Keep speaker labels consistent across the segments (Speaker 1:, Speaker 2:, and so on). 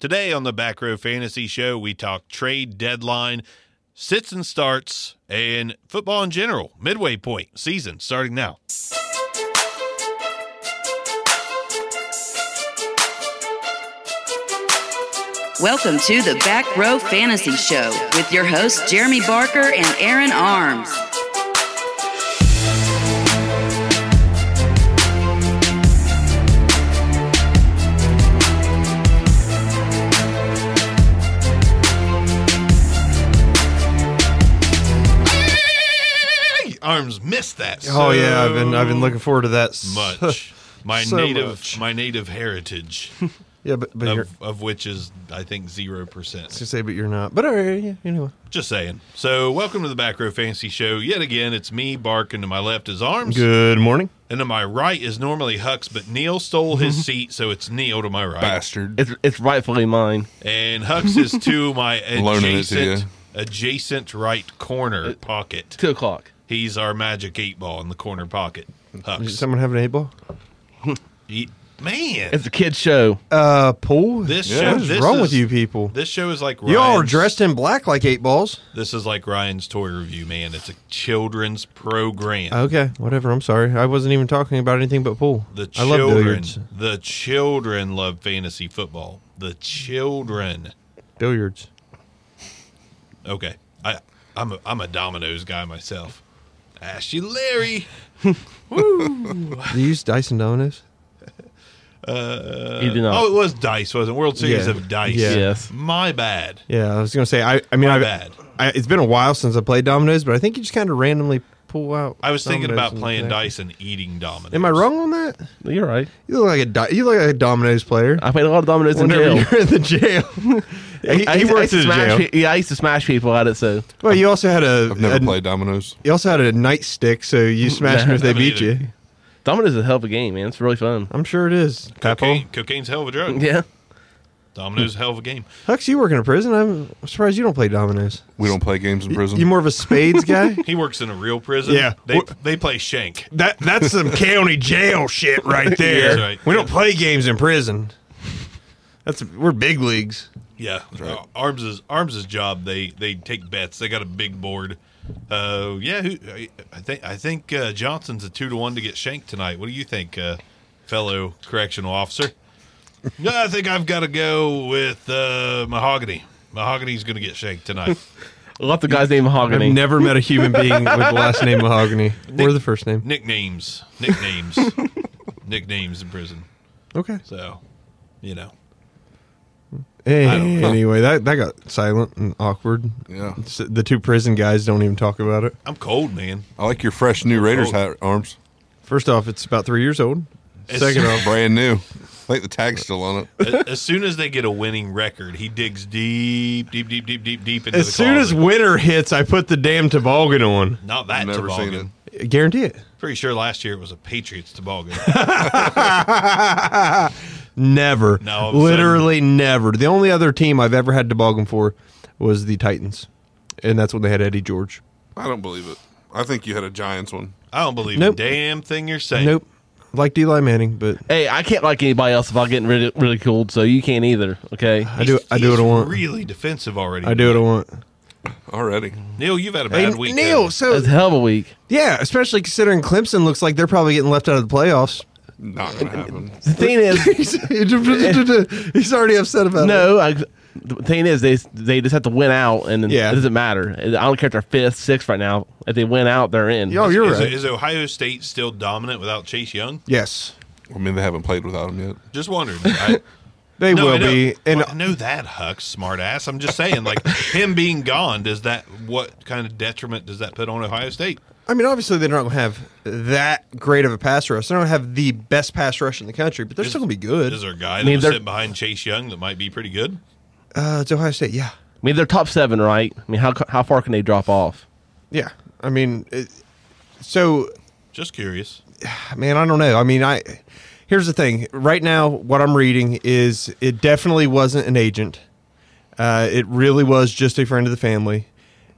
Speaker 1: Today on the Back Row Fantasy Show, we talk trade deadline, sits and starts, and football in general. Midway point season starting now.
Speaker 2: Welcome to the Back Row Fantasy Show with your hosts, Jeremy Barker and Aaron Arms.
Speaker 1: Hey, Arms missed that.
Speaker 3: Oh yeah, I've been I've
Speaker 1: so
Speaker 3: been looking forward to that so-
Speaker 1: much. My
Speaker 3: so
Speaker 1: native
Speaker 3: much.
Speaker 1: my native heritage
Speaker 3: Yeah, but but you're
Speaker 1: of, of which is I think zero percent.
Speaker 3: to say, but you're not. But all right, yeah, anyway.
Speaker 1: Just saying. So welcome to the Back Row Fantasy Show. Yet again, it's me, Bark, and to my left is Arms.
Speaker 3: Good morning.
Speaker 1: And to my right is normally Hux, but Neil stole his seat, so it's Neil to my right.
Speaker 4: bastard.
Speaker 5: It's it's rightfully mine.
Speaker 1: And Hux is to my
Speaker 4: Loaning it to
Speaker 1: adjacent
Speaker 4: you.
Speaker 1: adjacent right corner pocket.
Speaker 5: Two o'clock.
Speaker 1: He's our magic eight ball in the corner pocket.
Speaker 3: Is
Speaker 1: Hux.
Speaker 3: someone having an eight ball?
Speaker 1: Ye- man,
Speaker 5: It's a kid's show.
Speaker 3: Uh, pool.
Speaker 1: this
Speaker 4: Yeah.
Speaker 1: show
Speaker 3: what is
Speaker 1: this
Speaker 3: wrong
Speaker 1: is-
Speaker 3: with you people?
Speaker 1: This show is like
Speaker 3: You all are
Speaker 1: Ryan's-
Speaker 3: dressed in black like eight balls.
Speaker 1: This is like Ryan's toy review, man. It's a children's program.
Speaker 3: Okay, whatever. I'm sorry. I wasn't even talking about anything but pool.
Speaker 1: the
Speaker 3: I love
Speaker 1: children,
Speaker 3: billiards.
Speaker 1: the children love fantasy football. The children.
Speaker 3: Billiards.
Speaker 1: Okay, I I'm a, I'm a Domino's guy myself. Ashley Larry.
Speaker 3: Do you use Dyson Donuts? Uh,
Speaker 5: you do not.
Speaker 1: Oh, it was Dice, wasn't it? World Series
Speaker 3: Yeah.
Speaker 1: of Dice.
Speaker 3: Yeah.
Speaker 5: Yes.
Speaker 1: My bad.
Speaker 3: Yeah, I was gonna say. I I mean,
Speaker 1: My
Speaker 3: I've,
Speaker 1: bad.
Speaker 3: I, it's been a while since I played Dominoes, but I think you just kind of randomly pull out.
Speaker 1: I was thinking
Speaker 3: dominoes
Speaker 1: about
Speaker 3: and
Speaker 1: playing
Speaker 3: connect.
Speaker 1: Dice and eating Domino's.
Speaker 3: Am I wrong on that?
Speaker 5: You're right.
Speaker 3: You look like a di- you look like a Dominoes player.
Speaker 5: I played a lot of dominoes in
Speaker 3: Whenever
Speaker 5: jail.
Speaker 3: you're in the jail. he,
Speaker 5: I
Speaker 3: he
Speaker 5: used to- I used
Speaker 3: works
Speaker 5: to
Speaker 3: in
Speaker 5: smash
Speaker 3: jail.
Speaker 5: pe- yeah, I used to smash people at it. So
Speaker 3: Well, you also had a.
Speaker 4: I've never
Speaker 3: a-
Speaker 4: played dominoes.
Speaker 3: You also had a nightstick, so you smash them if they
Speaker 1: haven't
Speaker 3: beat
Speaker 1: either.
Speaker 3: you.
Speaker 5: dominoes is a hell of a game, man. It's really fun.
Speaker 3: I'm sure it is.
Speaker 1: Cocaine, cocaine's a hell of a drug.
Speaker 5: Yeah.
Speaker 1: Domino's a hell of a game.
Speaker 3: Hux, you work in a prison. I'm surprised you don't play dominoes.
Speaker 4: We don't play games in prison.
Speaker 3: You more of a spades guy?
Speaker 1: He works in a real prison.
Speaker 3: Yeah.
Speaker 1: They,
Speaker 3: Wh-
Speaker 1: they play shank.
Speaker 3: that that's some county jail shit right
Speaker 1: there. right.
Speaker 3: We don't play games in prison. That's we're big leagues.
Speaker 1: Yeah, uh, Arms is Arms is job. They they take bets. They got a big board. Uh, yeah, who, I I think I think uh, Johnson's a two to one to get shanked tonight. What do you think, uh, fellow correctional officer? No, I think I've got to go with uh, Mahogany. Mahogany's going to get shanked tonight.
Speaker 5: A lot of guys named
Speaker 3: I've
Speaker 5: Mahogany.
Speaker 3: never met a human being with the last name Mahogany or the first name.
Speaker 1: nicknames, nicknames, nicknames in prison.
Speaker 3: Okay.
Speaker 1: So, you know, don't-
Speaker 3: anyway, that that got silent and awkward.
Speaker 4: Yeah.
Speaker 3: S- The two prison guys don't even talk about it.
Speaker 1: I'm cold, man.
Speaker 4: I like your fresh new Raiders
Speaker 1: Oh.
Speaker 4: hat arms.
Speaker 3: First off, it's about three years old.
Speaker 1: It's-
Speaker 3: Second off,
Speaker 4: Brand new. I think the tag's still on it.
Speaker 1: A- as soon as they get a winning record, he digs deep, deep, deep, deep, deep, deep into the
Speaker 3: As soon as
Speaker 1: closet.
Speaker 3: winter hits, I put the damn toboggan on.
Speaker 1: Not that
Speaker 4: Never
Speaker 1: toboggan.
Speaker 4: seen
Speaker 3: Guarantee it.
Speaker 1: Pretty sure last year it was a Patriots toboggan.
Speaker 3: Never.
Speaker 1: No, all of a
Speaker 3: Literally never. The only other team I've ever had toboggan for was the Titans. And that's when they had Eddie George.
Speaker 4: I don't believe it. I think you had a Giants one.
Speaker 1: I don't believe
Speaker 3: Nope.
Speaker 1: a damn thing you're saying.
Speaker 3: Nope. Like Eli Manning, but
Speaker 5: Hey, I can't like anybody else if I get rid- ridiculed. So you can't either. Okay.
Speaker 3: I do I do what I
Speaker 1: He's
Speaker 3: want.
Speaker 1: Really defensive already.
Speaker 3: I do what I want.
Speaker 4: Already.
Speaker 1: Neil, you've had a
Speaker 3: Hey,
Speaker 1: bad week.
Speaker 3: Neil,
Speaker 1: haven't
Speaker 3: so
Speaker 5: It's a hell of a week.
Speaker 3: yeah, especially considering Clemson looks like they're probably getting left out of the playoffs.
Speaker 4: Not gonna happen.
Speaker 5: The thing is,
Speaker 3: he's, he's already upset about it.
Speaker 5: no. I, the thing is, they they just have to win out, and then
Speaker 3: Yeah.
Speaker 5: it doesn't matter. I don't care if they're fifth, sixth right now. If they win out, they're in.
Speaker 3: Oh, you're
Speaker 1: is,
Speaker 3: right.
Speaker 1: is Ohio State still dominant without Chase Young?
Speaker 3: Yes.
Speaker 4: I mean, they haven't played without him yet.
Speaker 1: Just wondering. I,
Speaker 3: They
Speaker 1: No, I
Speaker 3: will
Speaker 1: know-
Speaker 3: be. And
Speaker 1: well, I know that Huck, smart ass. I'm just saying, like him being gone, does that what kind of detriment does that put on Ohio State?
Speaker 3: I mean, obviously they don't have that great of a pass rush. They don't have the best pass rush in the country, but they're still gonna be
Speaker 1: Is
Speaker 3: good.
Speaker 1: there a guy that
Speaker 5: mean,
Speaker 1: was
Speaker 5: they're-
Speaker 1: sitting behind Chase Young that might be pretty good?
Speaker 3: Uh, it's Ohio State, yeah,
Speaker 5: I mean, they're top seven, right? I mean, how how far can they drop off?
Speaker 3: yeah. I mean, it, so
Speaker 1: Just curious.
Speaker 3: man, I don't know. I mean, I here's the thing. Right now, what I'm reading is it definitely wasn't an agent. Uh, it really was just a friend of the family,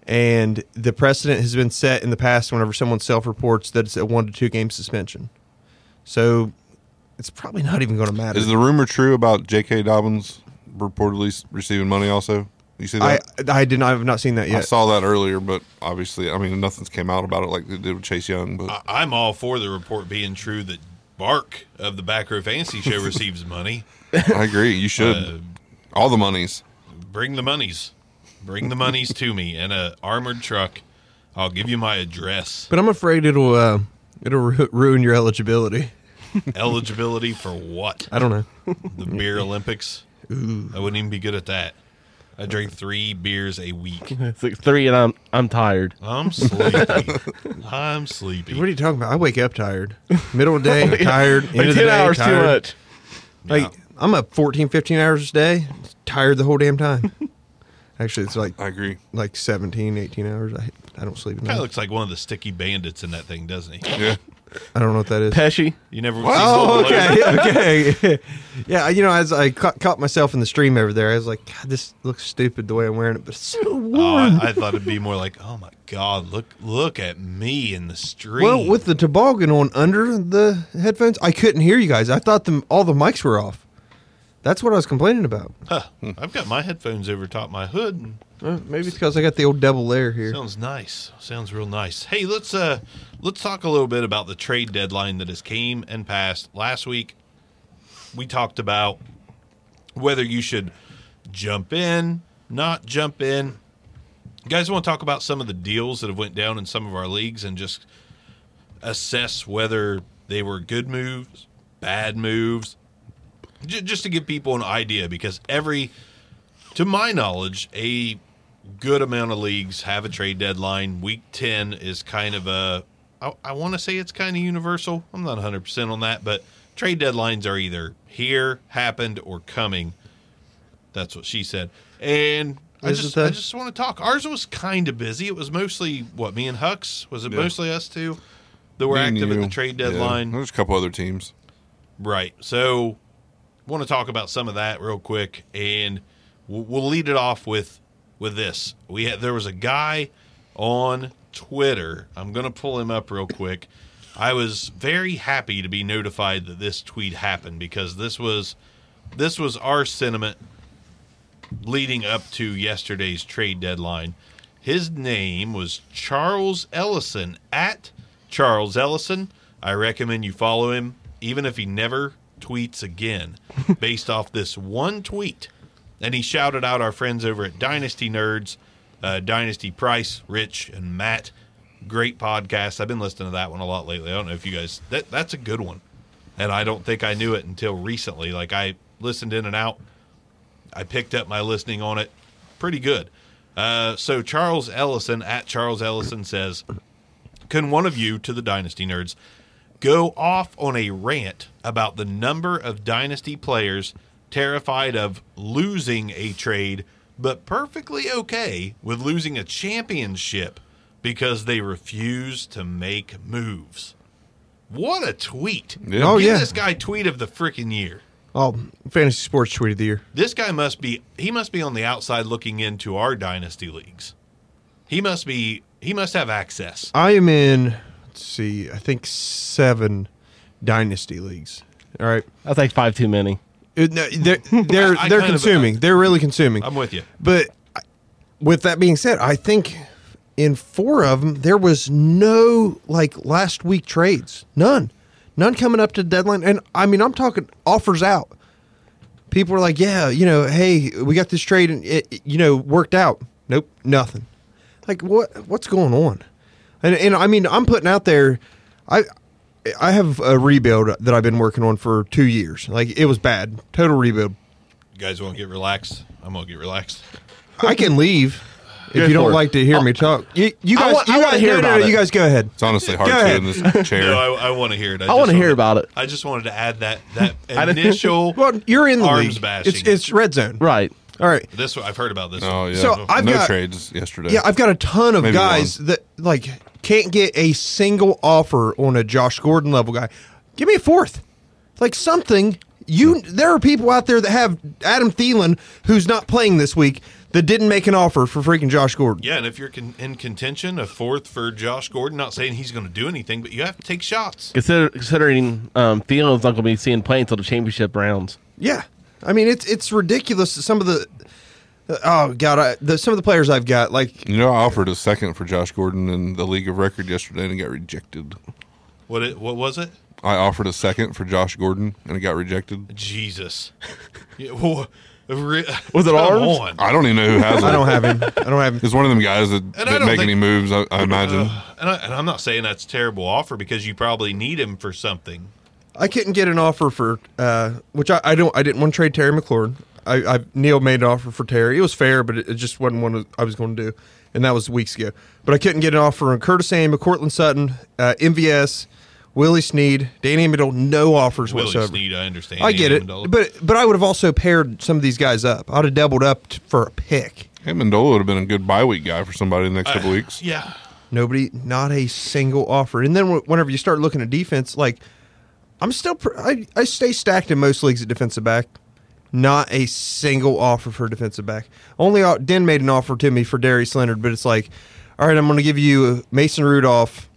Speaker 3: and the precedent has been set in the past whenever someone self-reports that it's a one to two game suspension. So it's probably not even going to matter.
Speaker 4: Is the rumor true about J.K. Dobbins reportedly s- receiving money also? You see
Speaker 3: I
Speaker 4: that?
Speaker 3: I did not I have not seen that
Speaker 4: I,
Speaker 3: yet.
Speaker 4: saw that earlier, but obviously, I mean, nothing's came out about it like they did with Chase Young. But
Speaker 1: I- I'm all for the report being true that Bark of the Back Row Fantasy Show receives money.
Speaker 4: I agree. You should.
Speaker 1: Uh,
Speaker 4: All the monies.
Speaker 1: bring the monies. Bring the monies to me in a armored truck. I'll give you my address.
Speaker 3: but I'm afraid it'll uh, it'll ru- ruin your eligibility.
Speaker 1: Eligibility for what?
Speaker 3: I don't know.
Speaker 1: The beer Olympics? I wouldn't even be good at that. I drink three beers a week.
Speaker 5: It's like three, and I'm I'm tired.
Speaker 1: I'm sleepy. I'm sleepy.
Speaker 3: what are you talking about? I wake up tired, middle of the day tired, end
Speaker 5: Like
Speaker 3: of the
Speaker 5: ten
Speaker 3: day,
Speaker 5: hours
Speaker 3: tired.
Speaker 5: too much.
Speaker 3: Like I'm up 14, 15 hours a day, tired the whole damn time. Actually, it's like
Speaker 4: I agree.
Speaker 3: like 17, 18 hours. I I don't sleep.
Speaker 1: Kind of
Speaker 3: Enough.
Speaker 1: looks like one of the sticky bandits in that thing, doesn't he?
Speaker 4: Yeah.
Speaker 3: I don't know what that is.
Speaker 5: Pesci.
Speaker 1: You never.
Speaker 3: Oh, okay, okay. yeah, you know, as I ca- caught myself in the stream over there, I was like, God, this looks stupid the way I'm wearing it, but it's so warm.
Speaker 1: Oh, I, I thought it'd be more like, oh my god, look, look at me in the street.
Speaker 3: well, with the toboggan on under the headphones, I couldn't hear you guys. I thought the, all the mics were off. That's what I was complaining about.
Speaker 1: Huh, I've got my headphones over top my hood. and
Speaker 3: Uh, maybe it's because I got the old double layer here.
Speaker 1: Sounds nice. Sounds real nice. Hey, let's uh, let's talk a little bit about the trade deadline that has came and passed last week. We talked about whether you should jump in, not jump in. You guys want to talk about some of the deals that have went down in some of our leagues and just assess whether they were good moves, bad moves, J- just to give people an idea because every to my knowledge, a good amount of leagues have a trade deadline. Week 10 is kind of a, I, I want to say it's kind of universal. I'm not 100% on that, but trade deadlines are either here, happened, or coming. That's what she said. And I
Speaker 3: Is it
Speaker 1: just,
Speaker 3: that?
Speaker 1: I just want to talk. Ours was kind of busy. It was mostly what me and Hux. Was it
Speaker 4: Yeah.
Speaker 1: mostly us two that were
Speaker 4: Me and
Speaker 1: active at
Speaker 4: you.
Speaker 1: the trade
Speaker 4: Yeah.
Speaker 1: deadline?
Speaker 4: There's a couple other teams.
Speaker 1: Right. So, want to talk about some of that real quick, and we'll, we'll lead it off with with this. We had there was a guy on Twitter. I'm gonna pull him up real quick. I was very happy to be notified that this tweet happened because this was this was our sentiment leading up to yesterday's trade deadline. His name was Charles Ellison at Charles Ellison. I recommend you follow him, even if he never tweets again, based off this one tweet. And he shouted out our friends over at Dynasty Nerds, uh, Dynasty Price, Rich, and Matt. Great podcast. I've been listening to that one a lot lately. I don't know if you guys that that's a good one, and I don't think I knew it until recently. Like I listened in and out. I picked up my listening on it. Pretty good. Uh, so Charles Ellison at Charles Ellison says, "Can one of you to the Dynasty nerds go off on a rant about the number of Dynasty players terrified of losing a trade, but perfectly okay with losing a championship because they refuse to make moves?" What a tweet!
Speaker 4: Yeah. Oh,
Speaker 1: Give
Speaker 3: yeah.
Speaker 1: this guy tweet of the freaking year
Speaker 3: Oh, fantasy sports tweet of the year.
Speaker 1: this guy must be he must be on the outside looking into our dynasty leagues. He must be he must have access.
Speaker 3: I am in, let's see, I think seven dynasty leagues. All right.
Speaker 5: That's like five too many.
Speaker 3: It- no, they're they're,
Speaker 1: I- I
Speaker 3: they're
Speaker 1: kind of-
Speaker 3: consuming. they're really consuming.
Speaker 1: I'm with you.
Speaker 3: But I- with that being said, I think in four of them there was no like last week trades, none, none coming up to deadline. And I mean, I'm talking offers out. People are like, yeah, you know, hey, we got this trade and it, it, you know worked out. Nope, nothing. Like what what's going on? And and I mean, I'm putting out there, I. I have a rebuild that I've been working on for two years. Like it was bad, total rebuild.
Speaker 1: You guys won't get relaxed. I'm gonna get relaxed.
Speaker 3: I can leave if
Speaker 5: Go
Speaker 3: you
Speaker 5: for
Speaker 3: don't
Speaker 5: it.
Speaker 3: like to hear me talk. Oh, You, you
Speaker 5: I
Speaker 3: guys,
Speaker 5: want- I
Speaker 3: you
Speaker 5: wanna
Speaker 3: guys,
Speaker 5: hear
Speaker 3: no, no,
Speaker 5: about
Speaker 3: no,
Speaker 5: it.
Speaker 3: you guys go ahead.
Speaker 4: It's honestly hard
Speaker 3: Go
Speaker 4: to
Speaker 3: ahead.
Speaker 4: in this chair.
Speaker 1: No, I, I want to hear it. I, just
Speaker 5: wanna hear
Speaker 1: wanted-
Speaker 5: about it.
Speaker 1: I just wanted to add that that
Speaker 5: didn't-
Speaker 1: initial.
Speaker 3: Well, you're in the
Speaker 1: arms
Speaker 3: league.
Speaker 1: bashing.
Speaker 3: It's it's red zone.
Speaker 5: Right.
Speaker 3: All right.
Speaker 1: this one I've heard about this.
Speaker 4: oh
Speaker 1: one.
Speaker 4: yeah.
Speaker 3: So I've
Speaker 4: no
Speaker 3: got-
Speaker 4: trades yesterday.
Speaker 3: Yeah, I've got a ton of
Speaker 4: Maybe
Speaker 3: guys that like can't get a single offer on a Josh Gordon level guy. Give me a fourth, like something. You there are people out there that have Adam Thielen who's not playing this week that didn't make an offer for freaking Josh Gordon.
Speaker 1: Yeah, and if you're con- in contention, a fourth for Josh Gordon. Not saying he's going to do anything, but you have to take shots.
Speaker 5: Consider, considering um, Thielen's not going to be seeing play until the championship rounds.
Speaker 3: Yeah. I mean, it's it's ridiculous. that Some of the oh god, I, the, some of the players I've got like
Speaker 4: You know, I offered a second for Josh Gordon in the league of record yesterday and it got rejected.
Speaker 1: What it? What was it?
Speaker 4: I offered a second for Josh Gordon and it got rejected.
Speaker 1: Jesus. Yeah, wha- re-
Speaker 5: Was it
Speaker 1: come
Speaker 5: arms?
Speaker 1: on.
Speaker 4: I don't even know who has it.
Speaker 3: I don't have him. I don't have him.
Speaker 4: It's one of them guys that
Speaker 1: I
Speaker 4: didn't
Speaker 1: don't
Speaker 4: make
Speaker 1: think-
Speaker 4: any moves. I, I imagine.
Speaker 1: Uh, and, I, and I'm not saying that's a terrible offer because you probably need him for something.
Speaker 3: I couldn't get an offer for uh, which I, I don't. I didn't want to trade Terry McLaurin. I, I Neil made an offer for Terry. It was fair, but it, it just wasn't one I was going to do, and that was weeks ago. But I couldn't get an offer on Curtis Samuel, Cortland Sutton, uh, MVS, Willie Sneed, Danny Amendola. No offers
Speaker 1: Willie
Speaker 3: whatsoever.
Speaker 1: Sneed, I understand.
Speaker 3: I get
Speaker 1: Andy
Speaker 3: it,
Speaker 1: Amendola.
Speaker 3: but but I would have also paired some of these guys up. I'd have doubled up t- for a pick.
Speaker 4: Hey, Mendola would have been a good bye week guy for somebody in the next couple weeks.
Speaker 1: yeah,
Speaker 3: Nobody, not a single offer. And then wh- whenever you start looking at defense, like I'm still, pr- I, I stay stacked in most leagues at defensive back. Not a single offer for defensive back. Only o- Den made an offer to me for Darius Leonard, but it's like, all right, I'm going to give you Mason Rudolph,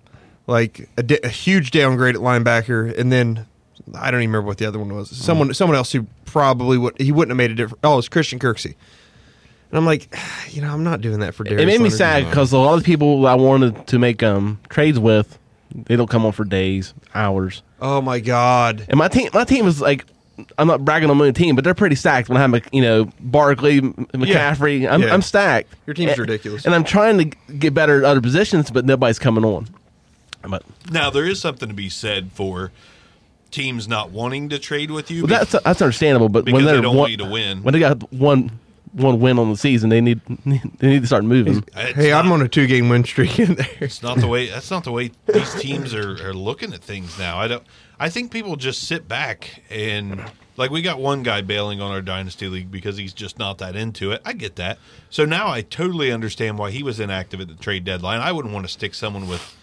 Speaker 3: like a, di- a huge downgrade at linebacker, and then I don't even remember what the other one was.
Speaker 5: Mm-hmm.
Speaker 3: Someone, someone else who probably would he wouldn't have made a difference. Oh, it's Christian Kirksey. And I'm like, you know, I'm not doing that for Darius.
Speaker 5: it made me
Speaker 3: Leonard.
Speaker 5: sad because a lot of people I wanted to make um, trades with, they don't come on for days, hours.
Speaker 3: Oh my god.
Speaker 5: And my team, my team is like, I'm not bragging on my team, but they're pretty stacked. When I have, Mc- you know, Barkley, M- McCaffrey, I'm,
Speaker 3: Yeah.
Speaker 5: I'm stacked.
Speaker 3: Your team's
Speaker 5: And-
Speaker 3: ridiculous.
Speaker 5: And I'm trying to get better at other positions, but nobody's coming on. But
Speaker 1: Now there is something to be said for teams not wanting to trade with you.
Speaker 5: well, that's that's understandable. But
Speaker 1: Because
Speaker 5: when
Speaker 1: they
Speaker 5: they're
Speaker 1: don't
Speaker 5: one,
Speaker 1: want you to win.
Speaker 5: when they got one one win on the season, they need they need to start moving.
Speaker 1: It's
Speaker 3: hey,
Speaker 1: not,
Speaker 3: I'm on a two game win streak in there.
Speaker 1: It's not the way. That's not the way these teams are, are looking at things now. I don't. I think people just sit back and like we got one guy bailing on our dynasty league because he's just not that into it. I get that. So now I totally understand why he was inactive at the trade deadline. I wouldn't want to stick someone with.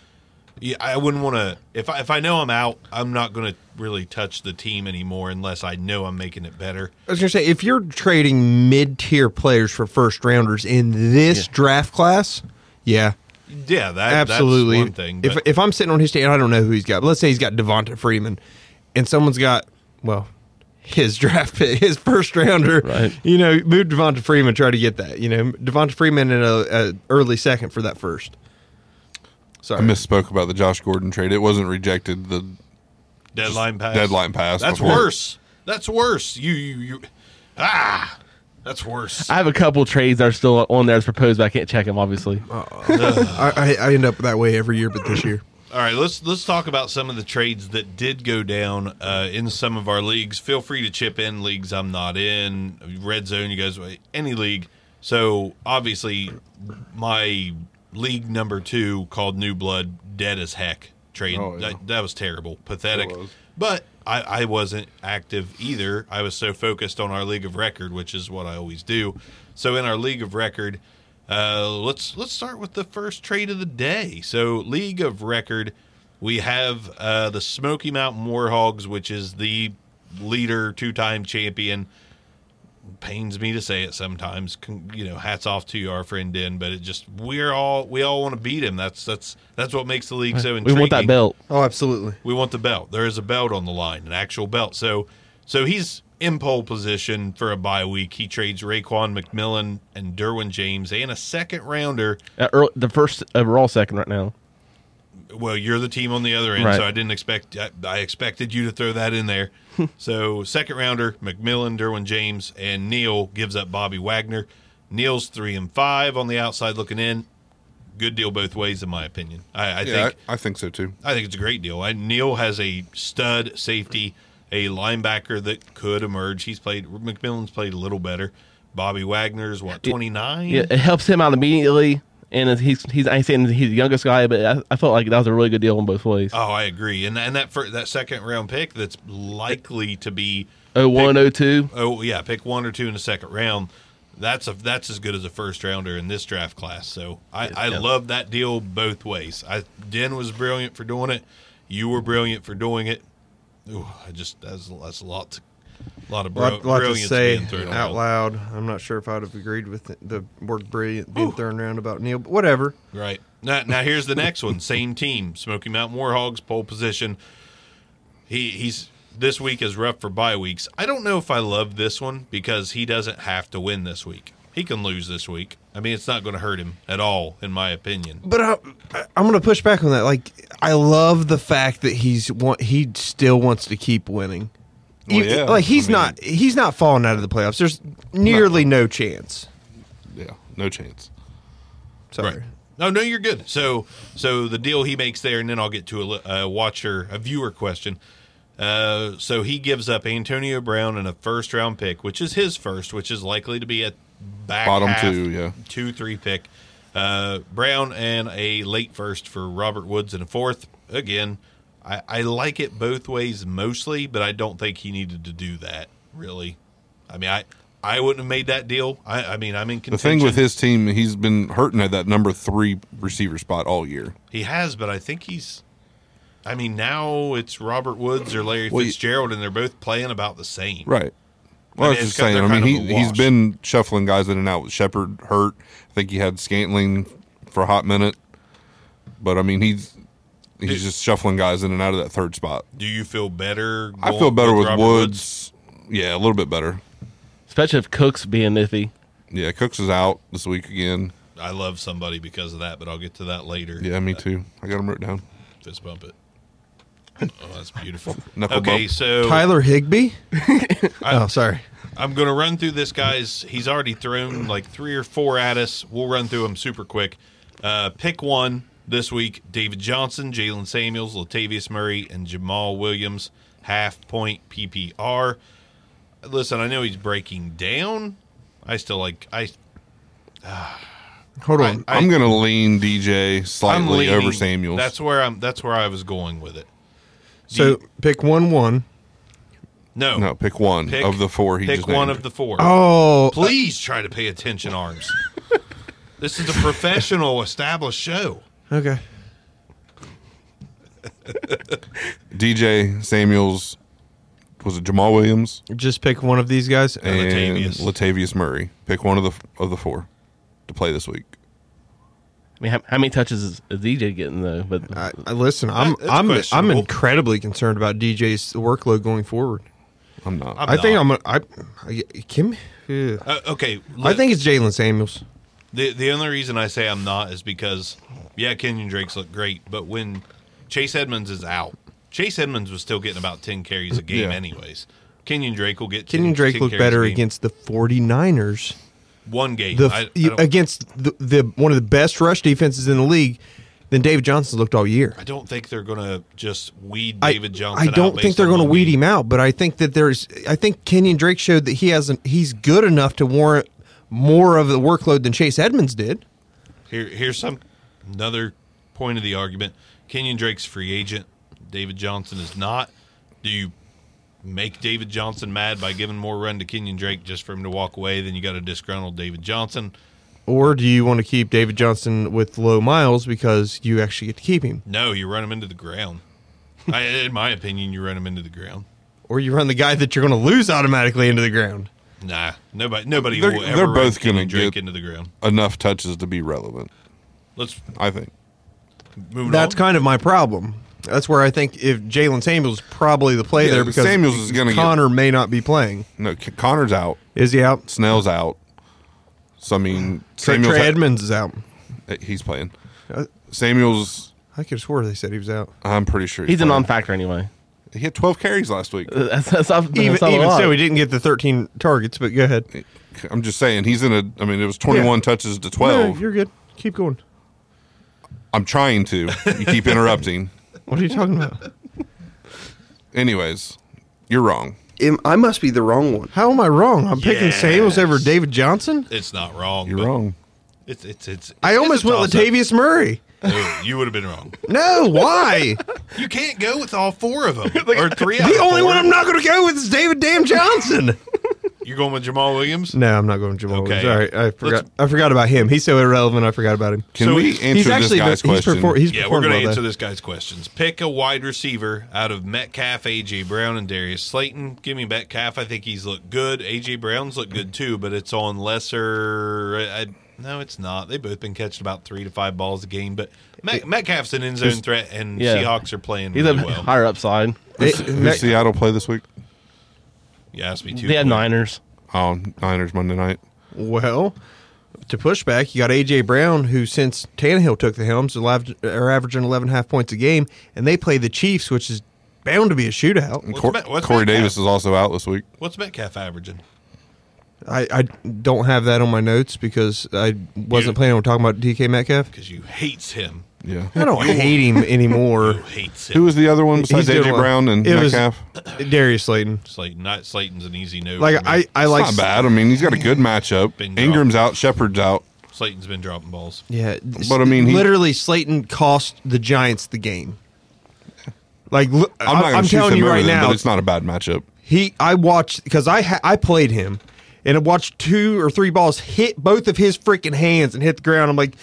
Speaker 1: Yeah, I wouldn't want to. If I, if I know I'm out, I'm not going to really touch the team anymore unless I know I'm making it better.
Speaker 3: I was gonna say if you're trading mid tier players for first rounders in this draft class, yeah,
Speaker 1: Yeah, that
Speaker 3: absolutely.
Speaker 1: That's one thing.
Speaker 3: if
Speaker 1: but-
Speaker 3: if I'm sitting on his team, I don't know who he's got. But let's say he's got Devonta Freeman, and someone's got well. His draft pick, his first rounder,
Speaker 5: Right.
Speaker 3: you know, move Devonta Freeman, try to get that, you know, Devonta Freeman in a, a early second for that first. Sorry,
Speaker 4: I misspoke about the Josh Gordon trade. It wasn't rejected. The
Speaker 1: deadline pass.
Speaker 4: deadline pass
Speaker 1: That's
Speaker 4: before-
Speaker 1: worse. That's worse. You you you. Ah, that's worse.
Speaker 5: I have a couple trades that are still on there as proposed, but I can't check them. Obviously,
Speaker 1: Uh,
Speaker 3: I, I, I end up that way every year, but this year,
Speaker 1: All right, let's let's talk about some of the trades that did go down uh, in some of our leagues. Feel free to chip in leagues I'm not in. Red zone, you guys, any league. So obviously, my league number two called New Blood, dead as heck trade.
Speaker 4: Oh, yeah.
Speaker 1: that, that was terrible, pathetic.
Speaker 4: It was.
Speaker 1: But I, I wasn't active either. I was so focused on our league of record, which is what I always do. So in our league of record, uh, let's let's start with the first trade of the day. So league of record, we have uh, the Smoky Mountain Warhogs, which is the leader, two-time champion. Pains me to say it sometimes. Con- You know, hats off to you, our friend Den, but it just we're all we all want to beat him. That's that's that's what makes the league so
Speaker 5: we
Speaker 1: intriguing.
Speaker 5: want that belt.
Speaker 3: oh, absolutely.
Speaker 1: We want the belt. There is a belt on the line, an actual belt. So, so he's in pole position for a bye week. He trades Raquan McMillan and Derwin James and a second rounder.
Speaker 5: Uh, early, the first overall second right now.
Speaker 1: Well, you're the team on the other end,
Speaker 5: Right.
Speaker 1: so I didn't expect. I, I expected you to throw that in there. so, second rounder McMillan, Derwin James, and Neil gives up Bobby Wagner. Neil's three and five on the outside looking in. Good deal both ways, in my opinion. I, I
Speaker 4: Yeah,
Speaker 1: think
Speaker 4: I, I think so too.
Speaker 1: I think it's a great deal. I, Neil has a stud safety, a linebacker that could emerge. He's played McMillan's played a little better. Bobby Wagner's what twenty nine?
Speaker 5: Yeah, it helps him out immediately, and it's- he's he's I ain't saying he's the youngest guy, but I, I felt like that was a really good deal on both ways.
Speaker 3: Uh,
Speaker 1: Oh, I agree. And and that fir- that second round pick that's likely to be
Speaker 5: Oh one, oh two.
Speaker 1: oh yeah, pick one or two in the second round. That's a that's as good as a first rounder in this draft class. So I, I love that deal both ways. I Den was brilliant for doing it. You were brilliant for doing it. Ooh, I just that's that's a lot, to, a lot of bro-
Speaker 3: lot, lot to
Speaker 1: brilliance
Speaker 3: say
Speaker 1: being thrown
Speaker 3: out
Speaker 1: around.
Speaker 3: loud. I'm not sure if I'd have agreed with the, the word "brilliant" being thrown around about Neil, but whatever.
Speaker 1: Right. Now, now here's the next one. Same team, Smoky Mountain Warhogs, pole position. He he's this week is rough for bye weeks. I don't know if I love this one because he doesn't have to win this week. He can lose this week. I mean, it's not going to hurt him at all, in my opinion.
Speaker 3: But I, I- I'm going to push back on that. Like, I love the fact that he's want, he still wants to keep winning.
Speaker 4: Well,
Speaker 3: You-
Speaker 4: yeah,
Speaker 3: like he's
Speaker 4: I mean-
Speaker 3: not he's not falling out of the playoffs. There's nearly no, chance.
Speaker 4: Yeah, no chance.
Speaker 3: Sorry.
Speaker 1: No, no, you're good. So, so the deal he makes there, and then I'll get to a, li- a watcher, a viewer question. Uh, so he gives up Antonio Brown and a first round pick, which is his first, which is likely to be at back
Speaker 4: Bottom
Speaker 1: half,
Speaker 4: two, yeah.
Speaker 1: two three pick. Uh, Brown and a late first for Robert Woods and a fourth. Again, I, I like it both ways mostly, but I don't think he needed to do that really. I mean, I I wouldn't have made that deal. I, I mean, I'm in
Speaker 4: The
Speaker 1: contention.
Speaker 4: thing with his team, he's been hurting at that number three receiver spot all year.
Speaker 1: He has, but I think he's. I mean, now it's Robert Woods or Larry
Speaker 4: Well, you-
Speaker 1: Fitzgerald, and they're both playing about the same.
Speaker 4: Right.
Speaker 1: mean,
Speaker 4: Well, I, was
Speaker 1: it's
Speaker 4: just
Speaker 1: kind-
Speaker 4: saying.
Speaker 1: they're
Speaker 4: I mean,
Speaker 1: kind of a
Speaker 4: he, he's
Speaker 1: wash.
Speaker 4: been shuffling guys in and out with Shepard hurt. I think he had Scantling for a hot minute, but I mean, he's he's
Speaker 1: Did-
Speaker 4: just shuffling guys in and out of that third spot.
Speaker 1: Do you feel better?
Speaker 4: I
Speaker 1: going
Speaker 4: feel better with,
Speaker 1: Robert
Speaker 4: Woods. Yeah, a little bit better.
Speaker 5: especially if Cook's being iffy.
Speaker 4: Yeah, Cooks is out this week again.
Speaker 1: I love somebody because of that, but I'll get to that later.
Speaker 4: Yeah, me too. I got him written down.
Speaker 1: Fist bump it. Oh, that's beautiful.
Speaker 4: Knuckle
Speaker 1: okay,
Speaker 4: bump.
Speaker 1: so
Speaker 3: Tyler Higby. oh, sorry.
Speaker 1: I'm going to run through this guy's. He's already thrown like three or four at us. We'll run through them super quick. Uh, pick one this week David Johnson, Jalen Samuels, Latavius Murray, and Jamal Williams, half point PPR. Listen, I know he's breaking down. I still like, I
Speaker 3: Hold on.
Speaker 4: I, am gonna lean DJ
Speaker 1: I'm
Speaker 4: slightly
Speaker 1: leaning-
Speaker 4: over Samuels.
Speaker 1: That's where I'm, that's where I was going with it.
Speaker 3: so pick one one.
Speaker 1: No,
Speaker 4: no, pick one
Speaker 1: Pick-
Speaker 4: of the four. He
Speaker 1: pick
Speaker 4: just
Speaker 1: one
Speaker 4: named.
Speaker 1: of the four.
Speaker 3: Oh,
Speaker 1: Please try to pay attention, Arms. this is a professional, established show.
Speaker 3: okay.
Speaker 4: DJ Samuels. Was it Jamal Williams
Speaker 3: Just pick one of these guys.
Speaker 4: and
Speaker 1: Latavius.
Speaker 4: Latavius. Murray? Pick one of the of the four to play this week.
Speaker 5: I mean, how, how many touches is, is DJ getting though? But
Speaker 3: I, I- listen, I'm
Speaker 1: That- that's
Speaker 3: I'm I'm
Speaker 1: questionable.
Speaker 3: incredibly concerned about DJ's workload going forward.
Speaker 4: I'm not.
Speaker 1: I'm
Speaker 3: i think
Speaker 1: not.
Speaker 3: I'm a, I, I Kim. yeah.
Speaker 1: Uh, okay,
Speaker 3: I think it's Jalen Samuels.
Speaker 1: The the only reason I say I'm not is because yeah, Kenyon Drake's looked great, but when Chase Edmonds is out, Chase Edmonds was still getting about ten carries a game
Speaker 4: Yeah.
Speaker 1: anyways. Kenyon Drake will get 10
Speaker 3: Kenyon Drake
Speaker 1: 10
Speaker 3: looked
Speaker 1: carries a
Speaker 3: better
Speaker 1: game.
Speaker 3: against the 49ers.
Speaker 1: one game.
Speaker 3: The
Speaker 1: I- I
Speaker 3: you-
Speaker 1: don't-
Speaker 3: against the, the one of the best rush defenses in the league than David Johnson's looked all year.
Speaker 1: I don't think they're gonna just weed
Speaker 3: I-
Speaker 1: David Johnson.
Speaker 3: I don't think they're
Speaker 1: going to
Speaker 3: weed him out, but I think that there's. I think Kenyon Drake showed that he hasn't. He's good enough to warrant more of the workload than Chase Edmonds did.
Speaker 1: Here, here's some another point of the argument. Kenyon Drake's free agent. David Johnson is not. Do you make David Johnson mad by giving more run to Kenyon Drake just for him to walk away? Then you got a disgruntled David Johnson.
Speaker 3: Or do you want to keep David Johnson with low miles because you actually get to keep him,
Speaker 1: No, you run him into the ground. I, in my opinion, you run him into the ground.
Speaker 3: or you run the guy that you're going to lose automatically into the ground?
Speaker 1: Nah, nobody, nobody
Speaker 4: They're-
Speaker 1: will ever
Speaker 4: they're
Speaker 1: run
Speaker 4: both gonna
Speaker 1: Kenyon Drake
Speaker 4: get-
Speaker 1: into the ground.
Speaker 4: Enough touches to be relevant.
Speaker 1: Let's
Speaker 4: I think.
Speaker 1: move.
Speaker 3: That's
Speaker 1: on.
Speaker 3: kind of my problem. That's where I think if Jalen Samuels is probably the play
Speaker 4: Yeah,
Speaker 3: there because
Speaker 4: Samuels is gonna get-
Speaker 3: Connor may not be playing.
Speaker 4: No, C- Connor's out.
Speaker 3: Is he out?
Speaker 4: Snell's out. So I mean,
Speaker 3: Trey,
Speaker 4: Samuels.
Speaker 3: Trey Edmonds is out.
Speaker 4: eh, he's playing.
Speaker 3: Uh,
Speaker 4: Samuels.
Speaker 3: I could have swore they said he was out.
Speaker 4: I'm pretty sure
Speaker 5: he's Uh, a
Speaker 4: playing.
Speaker 5: non-factor anyway.
Speaker 4: He had 12 carries last week.
Speaker 5: That's, that's not, that's
Speaker 3: Even,
Speaker 5: not a
Speaker 3: even
Speaker 5: lot.
Speaker 3: so, he didn't get the 13 targets. But go ahead.
Speaker 4: I'm just saying he's in a. I mean, it was 21
Speaker 3: Yeah.
Speaker 4: touches to 12.
Speaker 3: No, you're good. Keep going.
Speaker 4: I'm trying to. You keep interrupting.
Speaker 3: What are you talking about?
Speaker 4: Anyways, you're wrong.
Speaker 6: Am- I must be the wrong one.
Speaker 3: How am I wrong? I'm picking
Speaker 1: Yes.
Speaker 3: Samuels over David Johnson.
Speaker 1: It's not wrong.
Speaker 4: You're
Speaker 1: but
Speaker 4: wrong.
Speaker 1: It's it's it's.
Speaker 3: I
Speaker 1: it's
Speaker 3: almost
Speaker 1: a
Speaker 3: went
Speaker 1: toss-up.
Speaker 3: Latavius Murray.
Speaker 1: No, you would have been wrong.
Speaker 3: No, why?
Speaker 1: You can't go with all four of them or three. out
Speaker 3: the
Speaker 1: of
Speaker 3: only
Speaker 1: four.
Speaker 3: one I'm not going to go with is David Damn Johnson.
Speaker 1: You're going with Jamal Williams.
Speaker 3: no, I'm not going Jamal.
Speaker 1: Okay.
Speaker 3: Okay. All right, I forgot.
Speaker 1: Let's-
Speaker 3: I forgot about him. He's so irrelevant. I forgot about him.
Speaker 4: Can
Speaker 1: So
Speaker 4: we
Speaker 1: he's-
Speaker 4: answer this guy's
Speaker 3: he's,
Speaker 4: question?
Speaker 3: perfor- he's
Speaker 1: Yeah, we're
Speaker 3: performed
Speaker 1: going to
Speaker 3: well,
Speaker 1: answer
Speaker 3: though.
Speaker 1: this guy's questions. Pick a wide receiver out of Metcalf, AJ Brown, and Darius Slayton. Give me Metcalf. I think he's looked good. AJ Brown's looked good too, but it's on lesser. I, I- no, it's not. They've both been catching about three to five balls a game, but Met, Metcalf's an end zone threat, and
Speaker 5: yeah.
Speaker 1: Seahawks are playing
Speaker 5: he's
Speaker 1: really
Speaker 5: a
Speaker 1: well.
Speaker 5: higher upside.
Speaker 4: Who's,
Speaker 3: It-
Speaker 4: who's
Speaker 3: ne-
Speaker 4: Seattle play this week?
Speaker 1: You asked me to.
Speaker 5: They have Niners.
Speaker 4: Oh, Niners Monday night.
Speaker 3: Well, to push back, you got AJ Brown, who since Tannehill took the helms, alive- are averaging 11 half points a game, and they play the Chiefs, which is bound to be a shootout.
Speaker 1: What's
Speaker 4: Cor-
Speaker 1: Met- what's
Speaker 4: Corey
Speaker 1: Metcalf?
Speaker 4: Davis is also out this week.
Speaker 1: What's Metcalf averaging?
Speaker 3: I, I don't have that on my notes because I wasn't
Speaker 1: You-
Speaker 3: planning on talking about DK Metcalf.
Speaker 1: Because you hates him.
Speaker 4: Yeah.
Speaker 3: I don't hate him
Speaker 1: You
Speaker 3: anymore.
Speaker 1: hates him.
Speaker 4: Who was the other one besides
Speaker 3: He's doing
Speaker 4: AJ
Speaker 3: well.
Speaker 4: Brown and
Speaker 3: It was-
Speaker 4: Metcalf?
Speaker 3: Darius Slayton.
Speaker 1: Slayton? Not Slayton's an easy no.
Speaker 3: Like
Speaker 1: for me.
Speaker 3: I, I
Speaker 4: It's
Speaker 3: like
Speaker 4: not bad. I mean, he's got a good matchup.
Speaker 1: Been
Speaker 4: Ingram's out, Shepard's out.
Speaker 1: Slayton's been dropping balls.
Speaker 3: Yeah,
Speaker 4: But, I mean, he-
Speaker 3: literally, Slayton cost the Giants the game. Like li-
Speaker 4: I'm not
Speaker 3: I-
Speaker 4: going
Speaker 3: I'm
Speaker 4: to choose
Speaker 3: telling
Speaker 4: him
Speaker 3: you
Speaker 4: over
Speaker 3: right
Speaker 4: them,
Speaker 3: now,
Speaker 4: but it's not a bad matchup.
Speaker 3: he I watched because I ha- I played him and I watched two or three balls hit both of his freaking hands and hit the ground. I'm like,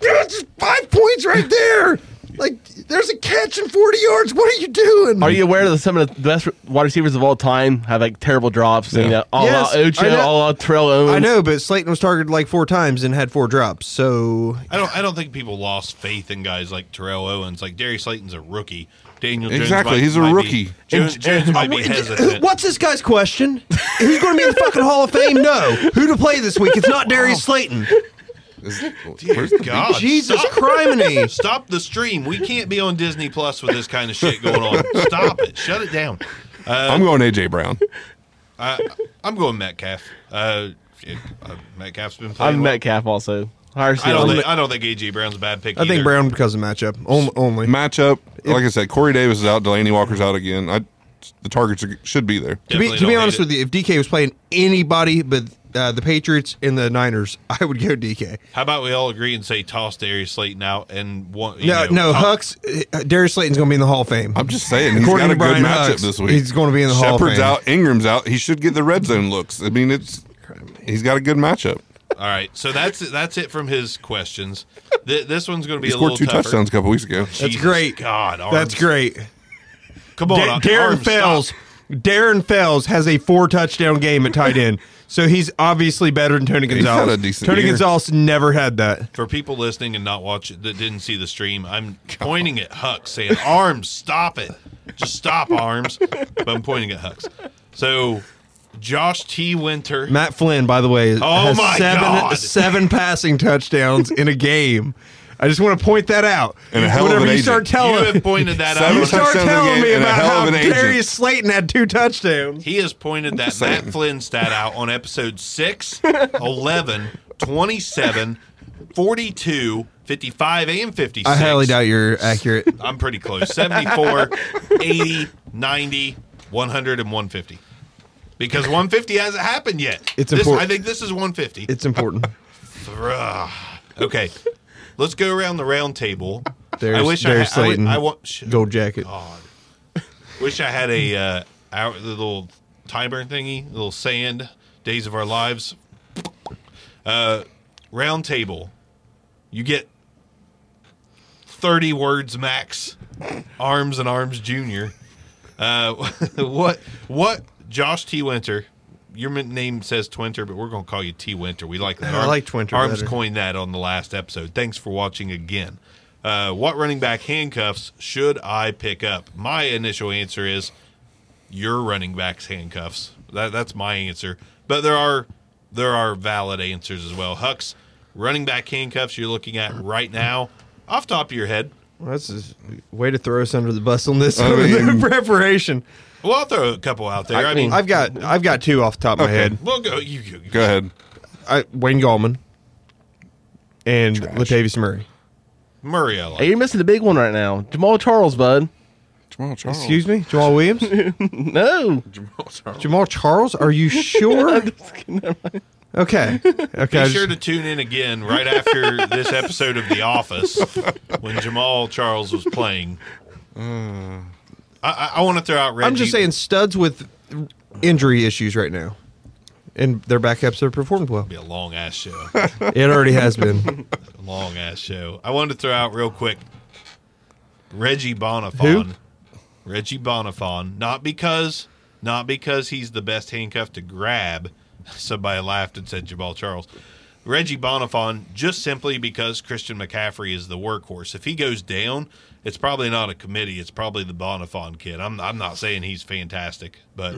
Speaker 3: that's five points right there. Like, there's a catch in 40 yards. What are you doing?
Speaker 5: Are you aware that some of the best wide receivers of all time have like terrible drops? Yeah.
Speaker 4: Yeah.
Speaker 5: You know, all
Speaker 3: Yes,
Speaker 5: out
Speaker 3: I
Speaker 5: Ocho,
Speaker 3: know.
Speaker 5: all out Terrell Owens.
Speaker 3: I know, but Slayton was targeted like four times and had four drops. So
Speaker 1: I don't. I don't think people lost faith in guys like Terrell Owens. Like Darius Slayton's a rookie. Daniel Jones
Speaker 4: Exactly,
Speaker 1: might-
Speaker 4: he's a
Speaker 1: might be-
Speaker 4: rookie.
Speaker 1: Jones, Jones might be hesitant.
Speaker 3: What's this guy's question? Who's going to be in the fucking Hall of Fame? No. Who to play this week? It's not Darius Slayton.
Speaker 4: Is-
Speaker 1: Dear
Speaker 4: where's the-
Speaker 1: Oh, God,
Speaker 3: Jesus
Speaker 1: stop.
Speaker 3: criminy.
Speaker 1: Stop the stream. We can't be on Disney Plus with this kind of shit going on. Stop it. Shut it down.
Speaker 4: I'm going AJ Brown.
Speaker 1: I, I'm going Metcalf. Uh, it- uh, Metcalf's been playing.
Speaker 5: I'm
Speaker 1: well.
Speaker 5: Metcalf also. Higher
Speaker 1: I don't.
Speaker 5: ceiling.
Speaker 1: Think, I don't think AJ Brown's a bad pick.
Speaker 3: I think
Speaker 1: either.
Speaker 3: Brown because of matchup on- only.
Speaker 4: Matchup, like I said, Corey Davis is out, Delaney Walker's out again. I, the targets are, should be
Speaker 3: to
Speaker 4: there.
Speaker 3: be,
Speaker 1: Definitely
Speaker 3: to be
Speaker 1: don't
Speaker 3: honest
Speaker 1: hate it.
Speaker 3: with you, if DK was playing anybody but uh, the Patriots and the Niners, I would go DK.
Speaker 1: How about we all agree and say toss Darius Slayton out and one? you
Speaker 3: No,
Speaker 1: know,
Speaker 3: no,
Speaker 1: toss-
Speaker 3: Hucks, uh, Darius Slayton's going to be in the Hall of Fame.
Speaker 4: I'm just saying, he's
Speaker 3: According
Speaker 4: got
Speaker 3: to
Speaker 4: a
Speaker 3: Brian
Speaker 4: good matchup
Speaker 3: Hucks,
Speaker 4: this week.
Speaker 3: he's gonna be in the Hall of
Speaker 4: Shepard's
Speaker 3: Fame.
Speaker 4: out, Ingram's out. He should get the red zone looks. I mean, it's he's got a good matchup.
Speaker 1: All right, so that's it- that's it from his questions. Th- this one's going to be
Speaker 4: He
Speaker 1: a
Speaker 4: scored
Speaker 1: little
Speaker 4: two
Speaker 1: tougher.
Speaker 4: touchdowns a couple weeks ago.
Speaker 3: That's
Speaker 1: Jesus
Speaker 3: great.
Speaker 1: God, arms.
Speaker 3: That's great.
Speaker 1: Come on,
Speaker 3: Da-
Speaker 1: Ar-
Speaker 3: Darren
Speaker 1: arms,
Speaker 3: Fells.
Speaker 1: stop.
Speaker 3: Darren Fells has a four touchdown game at tight end, so he's obviously better than Tony
Speaker 4: He's had
Speaker 3: Gonzalez.
Speaker 4: a decent
Speaker 3: Tony
Speaker 4: year.
Speaker 3: Gonzalez never had that.
Speaker 1: For people listening and not watching that didn't see the stream, I'm pointing at Hucks saying, "Arms, stop it, just stop, arms." But I'm pointing at Hucks. So, Josh T. Winter.
Speaker 3: Matt Flynn, by the way,
Speaker 1: Oh
Speaker 3: has
Speaker 1: my
Speaker 3: seven
Speaker 1: God.
Speaker 3: seven passing touchdowns in a game. I just want to point that out.
Speaker 4: And a hell of
Speaker 3: Whenever
Speaker 4: an
Speaker 3: you
Speaker 4: agent.
Speaker 3: start telling,
Speaker 1: you have pointed that
Speaker 4: Seven
Speaker 1: out.
Speaker 3: You start
Speaker 4: touchdowns in a
Speaker 3: telling
Speaker 4: game
Speaker 3: me
Speaker 4: and a
Speaker 3: about
Speaker 4: hell
Speaker 3: how
Speaker 4: of an agent.
Speaker 3: Darius Slayton had two touchdowns.
Speaker 1: He has pointed that
Speaker 4: just
Speaker 1: Matt
Speaker 4: saying.
Speaker 1: Flynn stat out on episode 6, 11, 27, 42, 55, and 56.
Speaker 3: I highly doubt you're accurate.
Speaker 1: I'm pretty close. 74, 80, 90, 100, and 150. Because 150 hasn't happened yet.
Speaker 3: It's
Speaker 1: This-
Speaker 3: important.
Speaker 1: I think this is 150.
Speaker 3: It's important.
Speaker 1: Bruh. Okay. Let's go around the round table.
Speaker 3: There's-
Speaker 1: I wish
Speaker 3: there's
Speaker 1: I,
Speaker 3: Slayton.
Speaker 1: I, Oh. I, want. sh-
Speaker 3: Gold jacket.
Speaker 1: God. Wish I had a uh, hour, the little timer thingy, the little sand days of our lives. Uh, round table. You get thirty words max. Arms and Arms Junior. Uh, what what Josh T Winter? Your min- name says Twinter, but we're gonna call you T Winter. We like that.
Speaker 3: I like Twinter
Speaker 1: Arms
Speaker 3: better.
Speaker 1: coined that on the last episode. Thanks for watching again. Uh, what running back handcuffs should I pick up? My initial answer is your running back's handcuffs. That, that's my answer. But there are there are valid answers as well. Hucks, running back handcuffs you're looking at right now, off top of your head.
Speaker 3: Well, that's just way to throw us under the bus on this
Speaker 4: I mean-
Speaker 3: preparation.
Speaker 1: Well, I'll throw a couple out there. I,
Speaker 5: I
Speaker 1: mean,
Speaker 5: mean,
Speaker 3: I've got I've got two off the top of my
Speaker 4: Okay.
Speaker 3: head.
Speaker 1: we'll go. You, you, you-
Speaker 4: Go ahead.
Speaker 3: I, Wayne Gallman and Latavius Murray.
Speaker 1: Murray, I like.
Speaker 5: Hey, you're missing the big one right now. Jamal Charles, bud.
Speaker 4: Jamal
Speaker 1: Oh.
Speaker 4: Charles.
Speaker 3: Excuse me, Jamal Williams,
Speaker 5: No.
Speaker 4: Jamal Charles.
Speaker 3: Jamal Charles. Are you sure? okay, okay. I
Speaker 1: Be
Speaker 3: just-
Speaker 1: sure to tune in again right after this episode of The Office when Jamal Charles was playing. I, I, I want to throw out Reggie.
Speaker 3: Mm. I'm just saying, studs with injury issues right now, and their backups have performed well.
Speaker 1: Be a long ass show.
Speaker 3: It already has been.
Speaker 1: long ass show. I wanted to throw out real quick Reggie Bonifon.
Speaker 3: Who?
Speaker 1: Reggie Bonifon, not because not because he's the best handcuff to grab. Somebody laughed and said Jabal Charles. Reggie Bonifon just simply because Christian McCaffrey is the workhorse. If he goes down, it's probably not a committee. It's probably the Bonifon kid. I'm I'm not saying he's fantastic, but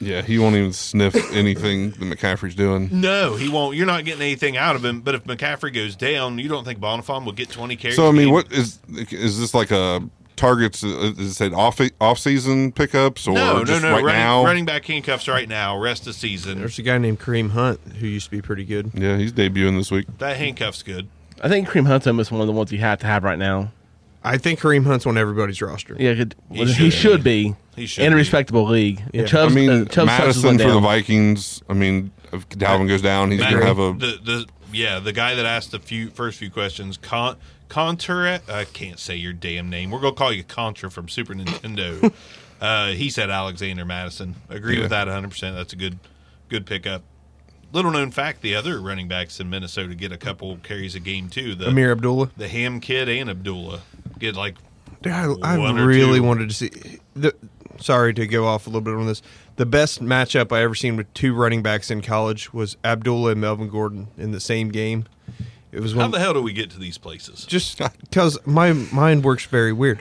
Speaker 4: Yeah, he won't even sniff anything that McCaffrey's doing.
Speaker 1: no, he won't. You're not getting anything out of him. But if McCaffrey goes down, you don't think Bonifon will get 20 carries?
Speaker 4: So I
Speaker 1: a
Speaker 4: mean,
Speaker 1: game?
Speaker 4: what is is this like a targets? uh, Is it off off season pickups or
Speaker 1: No, no,
Speaker 4: just
Speaker 1: no.
Speaker 4: right
Speaker 1: running,
Speaker 4: now?
Speaker 1: running back handcuffs right now. Rest of season.
Speaker 3: There's a guy named Kareem Hunt who used to be pretty good.
Speaker 4: Yeah, he's debuting this week.
Speaker 1: That handcuff's good.
Speaker 5: I think Cream Hunt's almost one of the ones you have to have right now.
Speaker 3: I think Kareem Hunt's on everybody's roster.
Speaker 5: Yeah, good.
Speaker 1: He
Speaker 5: well, he,
Speaker 1: should.
Speaker 5: should be.
Speaker 1: He should
Speaker 5: in a
Speaker 1: be.
Speaker 5: respectable league.
Speaker 3: Yeah.
Speaker 5: And Chubb's,
Speaker 4: I mean,
Speaker 5: uh, Chubb's touches
Speaker 4: Madison
Speaker 5: went
Speaker 4: for the
Speaker 5: down.
Speaker 4: Vikings. I mean, if Dalvin goes down, he's
Speaker 1: Matt,
Speaker 4: gonna have a.
Speaker 1: the, the yeah the guy that asked the few first few questions con contra I can't say your damn name. We're gonna call you Contra from Super Nintendo. uh, he said Alexander Madison. Agree with that
Speaker 4: Yeah.
Speaker 1: 100. percent That's a good good pickup. Little known fact: the other running backs in Minnesota get a couple carries a game too. The
Speaker 3: Amir Abdullah.
Speaker 1: the Ham kid and Abdullah get like
Speaker 3: Dude, I, I
Speaker 1: One or
Speaker 3: really
Speaker 1: two.
Speaker 3: wanted to see. The, sorry to go off a little bit on this. The best matchup I ever seen with two running backs in college was Abdullah and Melvin Gordon in the same game. It was
Speaker 1: how
Speaker 4: Um,
Speaker 3: one
Speaker 1: the hell do we get to these places?
Speaker 3: just because Uh, my mind works very weird,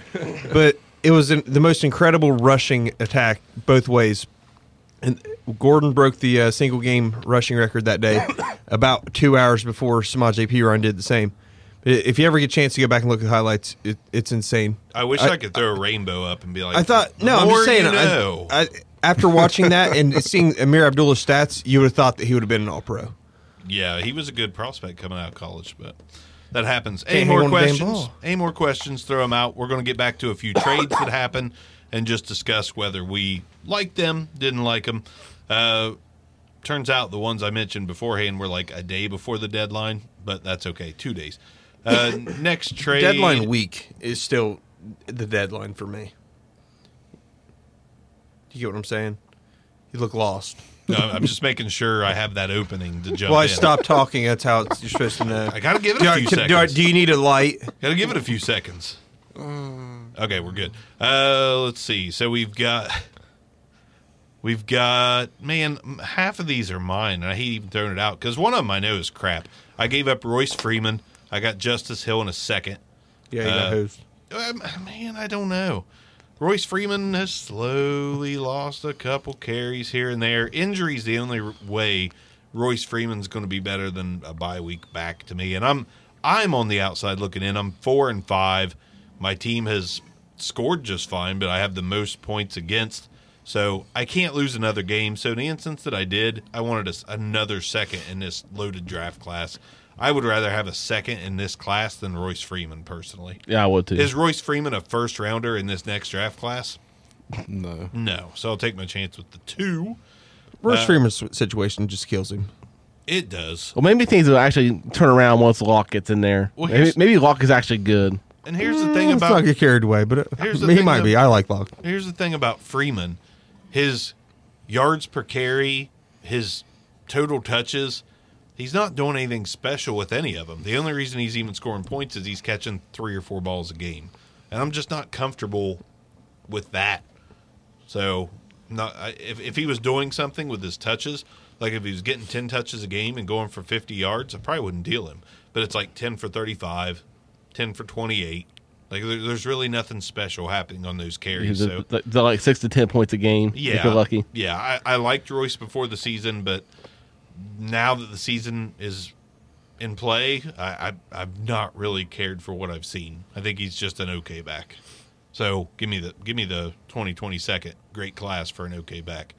Speaker 3: but it was in, the most incredible rushing attack both ways. And Gordon broke the uh, single game rushing record that day, about two hours before Samaj P. Ryan did the same. I- If you ever get a chance to go back and look at highlights, it, it's insane.
Speaker 1: I wish I, could throw a rainbow up and be like,
Speaker 3: I thought no, I'm
Speaker 1: "More
Speaker 3: just saying.
Speaker 1: You
Speaker 3: I-
Speaker 1: know."
Speaker 3: I, after watching that and seeing Amir Abdullah's stats, you would have thought that he would have been an All Pro.
Speaker 1: Yeah, he was a good prospect coming out of college, but that happens.
Speaker 3: hang
Speaker 1: Any more
Speaker 3: on to damn
Speaker 1: questions?
Speaker 3: ball.
Speaker 1: Any more questions? Throw them out. We're going to get back to a few trades that happen and just discuss whether we liked them, didn't like them. Uh, turns out the ones I mentioned beforehand were like a day before the deadline, but that's okay. Two days. Uh, next trade.
Speaker 3: Deadline week is still the deadline for me. You get what I'm saying? You look lost.
Speaker 1: No, I'm just making sure I have that opening to jump.
Speaker 3: Well, I
Speaker 1: in.
Speaker 3: stopped talking. That's how it's, you're supposed to know.
Speaker 1: Oh, I gotta give it
Speaker 3: do
Speaker 1: a
Speaker 3: I-
Speaker 1: few
Speaker 3: can- do I-
Speaker 1: seconds.
Speaker 3: do you need a light?
Speaker 1: Gotta give it a few seconds. Okay, we're good. Uh, let's see. So we've got, we've got, man, m- half of these are mine, and I hate even throwing it out because one of them I know is crap. I gave up Royce Freeman. I got Justice Hill in a second.
Speaker 3: Yeah, you
Speaker 1: Uh,
Speaker 3: got hosed.
Speaker 1: Um, man, I don't know. Royce Freeman has slowly lost a couple carries here and there. Injuries the only r- way Royce Freeman's going to be better than a bye week back to me. And I'm I'm on the outside looking in. I'm four and five. My team has scored just fine, but I have the most points against. So I can't lose another game. So in the instance that I did, I wanted a s another second in this loaded draft class. I would rather have a second in this class than Royce Freeman personally.
Speaker 5: Yeah, I would too.
Speaker 1: Is Royce Freeman a first rounder in this next draft class?
Speaker 4: No,
Speaker 1: No. So I'll take my chance with the two.
Speaker 3: Royce Freeman's situation just kills him.
Speaker 1: It does.
Speaker 5: well, maybe things will actually turn around once Locke gets in there.
Speaker 1: Well,
Speaker 5: maybe,
Speaker 1: here's-
Speaker 5: maybe Locke is actually good.
Speaker 1: And here's the thing
Speaker 3: Let's not
Speaker 1: about
Speaker 3: get carried away, but uh,
Speaker 1: Here's the
Speaker 3: he
Speaker 1: thing,
Speaker 3: might
Speaker 1: though.
Speaker 3: be. I like Locke.
Speaker 1: here's the thing about Freeman, his yards per carry, his total touches, he's not doing anything special with any of them. The only reason he's even scoring points is he's catching three or four balls a game, and I'm just not comfortable with that. So, not I- if if he was doing something with his touches, like if he was getting ten touches a game and going for 50 yards, I probably wouldn't deal him. But it's like 10 for 35, 10 for 28. Like there, there's really nothing special happening on those carries.
Speaker 5: He's a-
Speaker 1: so
Speaker 5: like- they're like six to ten points a game.
Speaker 1: yeah,
Speaker 5: if you're lucky.
Speaker 1: Yeah, I, I liked Royce before the season, but now that the season is in play, I, I I've not really cared for what I've seen. I think he's just an okay back. So give me the give me the twenty twenty second great class for an okay back.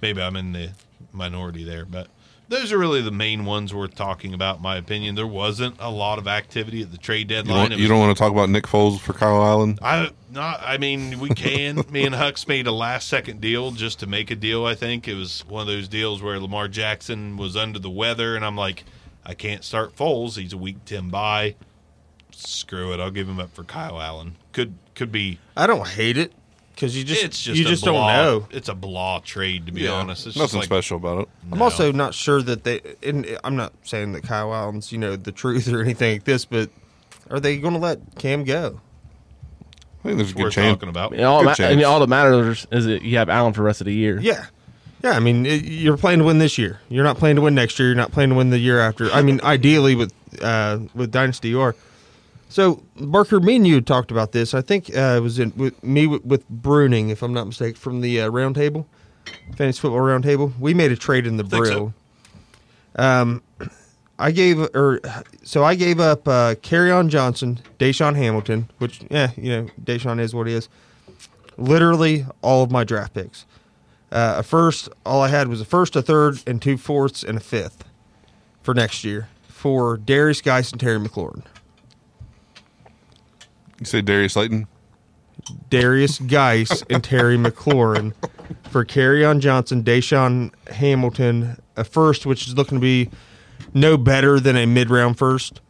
Speaker 1: Maybe I'm in the minority there, but those are really the main ones worth talking about, in my opinion. There wasn't a lot of activity at the trade
Speaker 4: you
Speaker 1: deadline.
Speaker 4: don't,
Speaker 1: It
Speaker 4: you
Speaker 1: was
Speaker 4: don't want to talk about Nick Foles for Kyle Allen.
Speaker 1: I not. I mean, we can. Me and Hucks made a last second deal just to make a deal. I think it was one of those deals where Lamar Jackson was under the weather, and I'm like, I can't start Foles. He's a week ten bye. Screw it. I'll give him up for Kyle Allen. Could could be.
Speaker 3: I don't hate it because you just,
Speaker 1: it's just
Speaker 3: you
Speaker 1: a
Speaker 3: just
Speaker 1: blah,
Speaker 3: don't know.
Speaker 1: It's a blah trade to be honest. It's just
Speaker 4: nothing
Speaker 1: like,
Speaker 4: special about it.
Speaker 1: no.
Speaker 3: I'm also not sure that they. And I'm not saying that Kyle Allen's you know the truth or anything like this, but are they going to let Cam go?
Speaker 4: I think there's a
Speaker 1: we're
Speaker 4: good chance.
Speaker 1: talking about.
Speaker 5: And all
Speaker 4: Good
Speaker 5: ma- I mean,
Speaker 4: chance.
Speaker 5: all that matters is that you have Allen for the rest of the year.
Speaker 3: Yeah, Yeah, I mean, it, you're playing to win this year. You're not playing to win next year. You're not playing to win the year after. I mean, ideally with uh, with Dynasty, you are. So Barker, me and you talked about this. I think uh, it was in, with me with, with Bruning, if I'm not mistaken, from the uh, roundtable, fantasy football roundtable. We made a trade in the
Speaker 1: think so.
Speaker 3: Brill. Um, I gave or so I gave up uh, on Johnson, Deshaun Hamilton, which yeah, you know, Deshaun is what he is. Literally all of my draft picks. Uh, a first, all I had was a first, a third, and two fourths, and a fifth for next year for Darius Geis and Terry McLaurin.
Speaker 4: You say Darius Slayton?
Speaker 3: Darius Geis and Terry McLaurin for on Johnson, Deshaun Hamilton, a first, which is looking to be no better than a mid round first.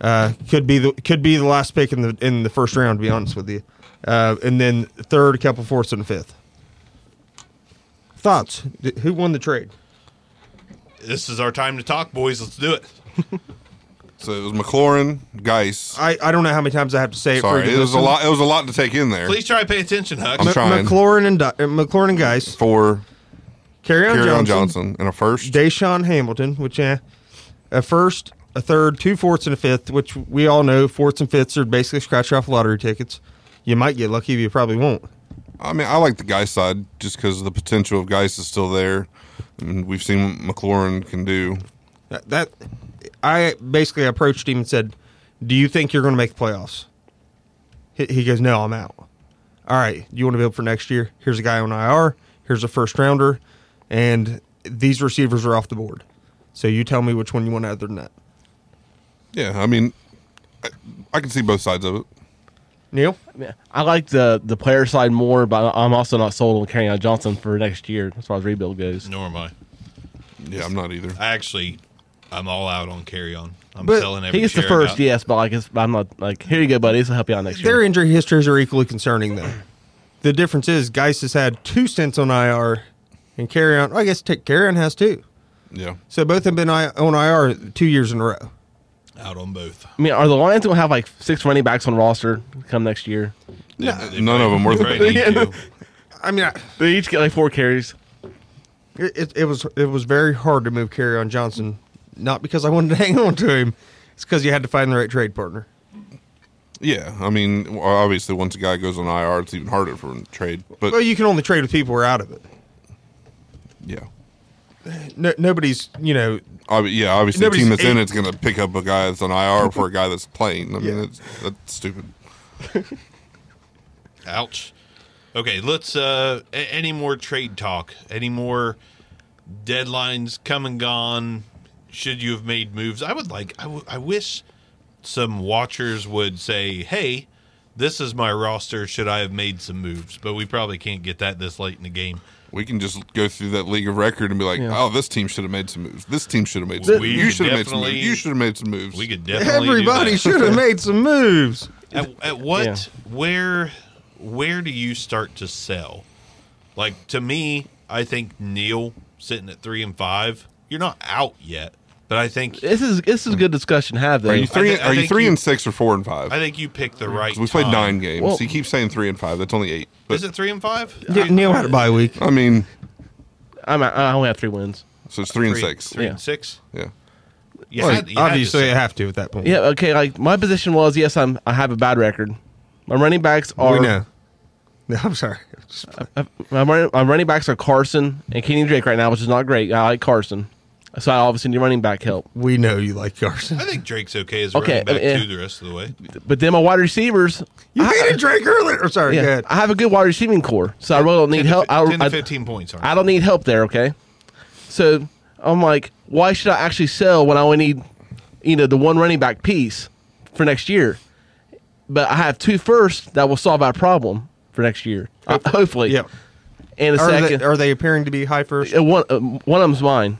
Speaker 3: Uh, could be the could be the last pick in the in the first round. To be honest with you, uh, and then third, a couple fourths, and a fifth. Thoughts? D- Who won the trade?
Speaker 1: This is our time to talk, boys. Let's do it.
Speaker 4: So it was McLaurin, Geis.
Speaker 3: I, I don't know how many times I have to say it. for
Speaker 4: Sorry,
Speaker 3: you to
Speaker 4: it was a
Speaker 3: listen.
Speaker 4: lot. It was a lot to take in there.
Speaker 1: Please try to pay attention,
Speaker 4: I'm
Speaker 1: Hux.
Speaker 4: trying.
Speaker 3: McLaurin and Di- uh, McLaurin and Geis,
Speaker 4: for
Speaker 3: carry on
Speaker 4: Carry
Speaker 3: Johnson,
Speaker 4: on Johnson and a first.
Speaker 3: Deshaun Hamilton, which eh, a first, a third, two fourths, and a fifth, which we all know fourths and fifths are basically scratch off lottery tickets. You might get lucky, but you probably won't.
Speaker 4: I mean, I like the Geis side just because the potential of Geis is still there. And we've seen what McLaurin can do.
Speaker 3: That, that I basically approached him and said, "Do you think you're going to make the playoffs?" He, he goes, "No, I'm out." All right, you want to build for next year? Here's a guy on IR. Here's a first rounder, and these receivers are off the board. So you tell me which one you want other than that.
Speaker 4: Yeah, I mean, I, I can see both sides of it.
Speaker 3: Neil,
Speaker 5: Yeah, I like the the player side more, but I'm also not sold on carrying on Johnson for next year as far as rebuild goes.
Speaker 1: Nor am I.
Speaker 4: Yeah, I'm not either.
Speaker 1: I actually, I'm all out on carry on. I'm
Speaker 3: But
Speaker 1: selling every.
Speaker 5: He gets the
Speaker 1: share I
Speaker 5: first,
Speaker 1: got.
Speaker 5: yes, but like it's, I'm not like here you go, buddy. This will help you out next
Speaker 3: their
Speaker 5: year.
Speaker 3: injury histories are equally concerning, though. The difference is Geis has had two stints on IR, and carry on. I guess take carry on has two.
Speaker 4: Yeah,
Speaker 3: So both have been I- on IR two years in a row.
Speaker 1: out on both.
Speaker 5: I mean, are the Lions gonna have like six running backs on roster come next year?
Speaker 4: none of them worth
Speaker 1: Right, need
Speaker 4: it.
Speaker 1: to.
Speaker 3: I mean. I,
Speaker 5: They each get like four carries.
Speaker 3: It, it, it was it was very hard to move carry on Johnson, not because I wanted to hang on to him, it's because you had to find the right trade partner.
Speaker 4: Yeah, I mean, obviously, once a guy goes on IR, it's even harder for him to trade. But
Speaker 3: Well, you can only trade with people who are out of it.
Speaker 4: yeah,
Speaker 3: No, nobody's you know
Speaker 4: Ob- yeah, obviously,
Speaker 3: Nobody's
Speaker 4: the team that's in
Speaker 3: eight-
Speaker 4: it's going to pick up a guy that's on IR for a guy that's playing. I mean,
Speaker 3: Yeah.
Speaker 4: it's, that's stupid.
Speaker 1: Ouch. Okay, let's. Uh, a- any more trade talk? Any more deadlines come and gone? Should you have made moves? I would like. I, w- I wish some watchers would say, "Hey, this is my roster. Should I have made some moves?" But we probably can't get that this late in the game.
Speaker 4: We can just go through that league of record and be like,
Speaker 5: Yeah.
Speaker 4: oh, this team should have made some moves. This team should have made some
Speaker 1: We
Speaker 4: moves. You
Speaker 1: could
Speaker 4: should have made some moves.
Speaker 1: definitely-
Speaker 4: You should have made some moves.
Speaker 1: We could definitely. do
Speaker 3: everybody
Speaker 1: that.
Speaker 3: should have made some moves.
Speaker 1: at, at what
Speaker 5: Yeah.
Speaker 1: where where do you start to sell like to me i think neil sitting at three and five you're not out yet but i think
Speaker 5: This is this is good discussion to have though.
Speaker 4: Are you three?
Speaker 1: I thi- I
Speaker 4: are you
Speaker 1: think
Speaker 4: three
Speaker 1: you-
Speaker 4: and six or four and five?
Speaker 1: i think you picked the right
Speaker 4: we played
Speaker 1: time.
Speaker 4: nine games.
Speaker 5: Well-
Speaker 4: he keeps saying three and five. That's only eight. But
Speaker 1: is it three and five
Speaker 3: Yeah, Neil had a bye week.
Speaker 4: I mean,
Speaker 5: I'm at, I only have three wins.
Speaker 4: so it's three,
Speaker 1: Three-
Speaker 4: and six.
Speaker 1: three
Speaker 5: Yeah.
Speaker 1: and six
Speaker 4: Yeah.
Speaker 1: you
Speaker 3: Well,
Speaker 1: had- you had to
Speaker 3: obviously, I
Speaker 1: sell.
Speaker 3: have to at that point.
Speaker 5: Yeah, okay. Like my position was, yes, I'm I have a bad record. My running backs are uh,
Speaker 3: we know. No, I'm sorry.
Speaker 5: My running, my running backs are Carson and Kenny Drake right now, which is not great. I like Carson, so I obviously need running back help.
Speaker 3: We know you like Carson.
Speaker 1: I think Drake's okay as
Speaker 5: Okay,
Speaker 1: running back
Speaker 5: uh, yeah.
Speaker 1: too the rest of the way.
Speaker 5: But then my wide receivers,
Speaker 3: You hated Drake earlier. I'm sorry. go
Speaker 5: yeah,
Speaker 3: ahead.
Speaker 5: I have a good wide receiving core, so I really don't need
Speaker 1: to
Speaker 5: help.
Speaker 1: fi-
Speaker 5: I,
Speaker 1: ten to
Speaker 5: I,
Speaker 1: fifteen points. Aren't
Speaker 5: I don't need help there. Okay, so I'm like, why should I actually sell when I only need, you know, the one running back piece for next year? But I have two first that will solve our problem for next year, uh, hopefully.
Speaker 3: yeah.
Speaker 5: and a
Speaker 3: Are
Speaker 5: second.
Speaker 3: they, are they appearing to be high first?
Speaker 5: uh, one, uh, one of them's mine.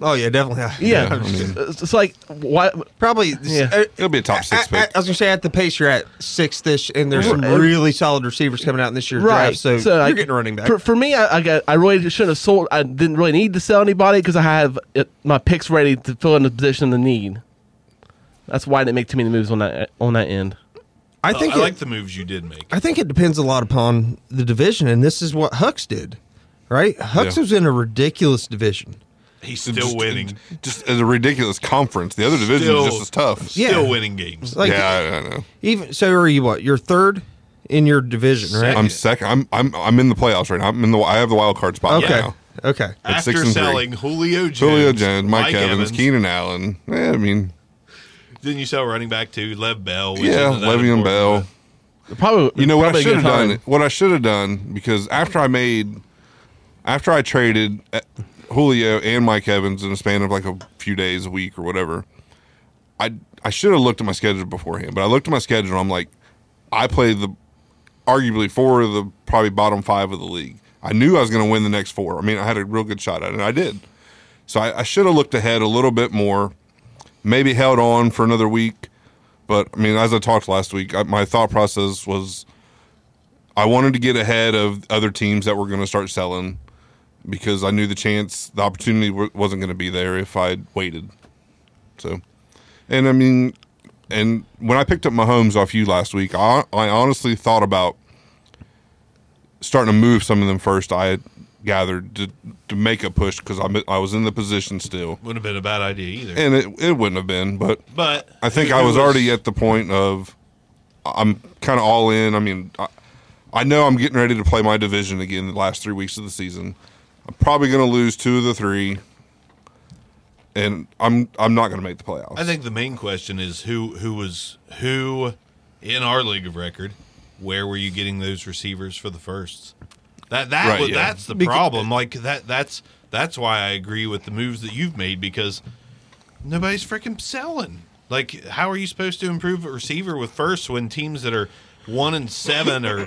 Speaker 3: Oh yeah, definitely.
Speaker 5: Yeah,
Speaker 4: I mean-
Speaker 5: it's, it's like why
Speaker 3: probably.
Speaker 5: Yeah.
Speaker 3: uh,
Speaker 4: It'll be a top six
Speaker 3: I, I-
Speaker 4: pick.
Speaker 3: I was gonna say at the pace you're at sixth ish, and there's some
Speaker 5: Right.
Speaker 3: really solid receivers coming out in this year's draft. So, you're
Speaker 5: I-
Speaker 3: getting a running back.
Speaker 5: For, for me, I, I got I really shouldn't have sold. I didn't really need to sell anybody because I have it, my picks ready to fill in the position the need. That's why I didn't make too many moves on that on that end.
Speaker 3: I
Speaker 1: I,
Speaker 3: think
Speaker 1: I
Speaker 3: it,
Speaker 1: like the moves you did make.
Speaker 3: I think it depends a lot upon the division, and this is what Hux did, right? Hux
Speaker 4: Yeah.
Speaker 3: was in a ridiculous division.
Speaker 1: He's still
Speaker 4: Just-
Speaker 1: winning.
Speaker 4: Just as a ridiculous conference. The other division
Speaker 1: Still-
Speaker 4: is just as tough.
Speaker 3: Yeah.
Speaker 1: Still winning games.
Speaker 3: Like
Speaker 4: yeah, I, I know.
Speaker 3: even so, are you what? You're third in your division, right?
Speaker 4: I'm second. I'm I'm I'm in the playoffs right now. I'm in the. I have the wild card spot.
Speaker 3: okay,
Speaker 4: Now.
Speaker 3: okay.
Speaker 4: At
Speaker 1: After
Speaker 4: six and three.
Speaker 1: selling Julio Jones,
Speaker 4: Julio Jones, Mike, Evans, Keenan Allen. Yeah, I mean,
Speaker 1: Then you sell running back to Lev Bell. Which
Speaker 4: yeah,
Speaker 1: isn't that
Speaker 4: Le'Veon
Speaker 1: important,
Speaker 4: Bell.
Speaker 1: but-
Speaker 5: Probably.
Speaker 4: You know what I
Speaker 5: probably a
Speaker 4: should have
Speaker 5: good
Speaker 4: done?
Speaker 5: time.
Speaker 4: What I should have done because after I made, after I traded uh, Julio and Mike Evans in a span of like a few days, a week or whatever, I I should have looked at my schedule beforehand. But I looked at my schedule. and I'm like, I played the arguably four of the probably bottom five of the league. I knew I was going to win the next four. I mean, I had a real good shot at it, and I did. So I, I should have looked ahead a little bit more, maybe held on for another week. But I mean, as I talked last week, I, my thought process was I wanted to get ahead of other teams that were going to start selling because I knew the chance, the opportunity w- wasn't going to be there if I'd waited. So, and I mean, and when I picked up Mahomes off you last week, I, I honestly thought about starting to move some of them first. I had gathered to, to make a push because I, mi- I was in the position still,
Speaker 1: Wouldn't have been a bad idea either.
Speaker 4: and it, it wouldn't have been, but
Speaker 1: but
Speaker 4: I think
Speaker 1: it
Speaker 4: I was already at the point of I'm kind of all in. I mean, I, I know I'm getting ready to play my division again the last three weeks of the season. I'm probably going to lose two of the three, and I'm I'm not going to make the playoffs.
Speaker 1: I think the main question is who who was who in our league of record. Where were you getting those receivers for the firsts? That that
Speaker 4: Right,
Speaker 1: was,
Speaker 4: yeah.
Speaker 1: that's the problem. Like that that's that's why I agree with the moves that you've made because nobody's freaking selling. Like how are you supposed to improve a receiver with firsts when teams that are one and seven or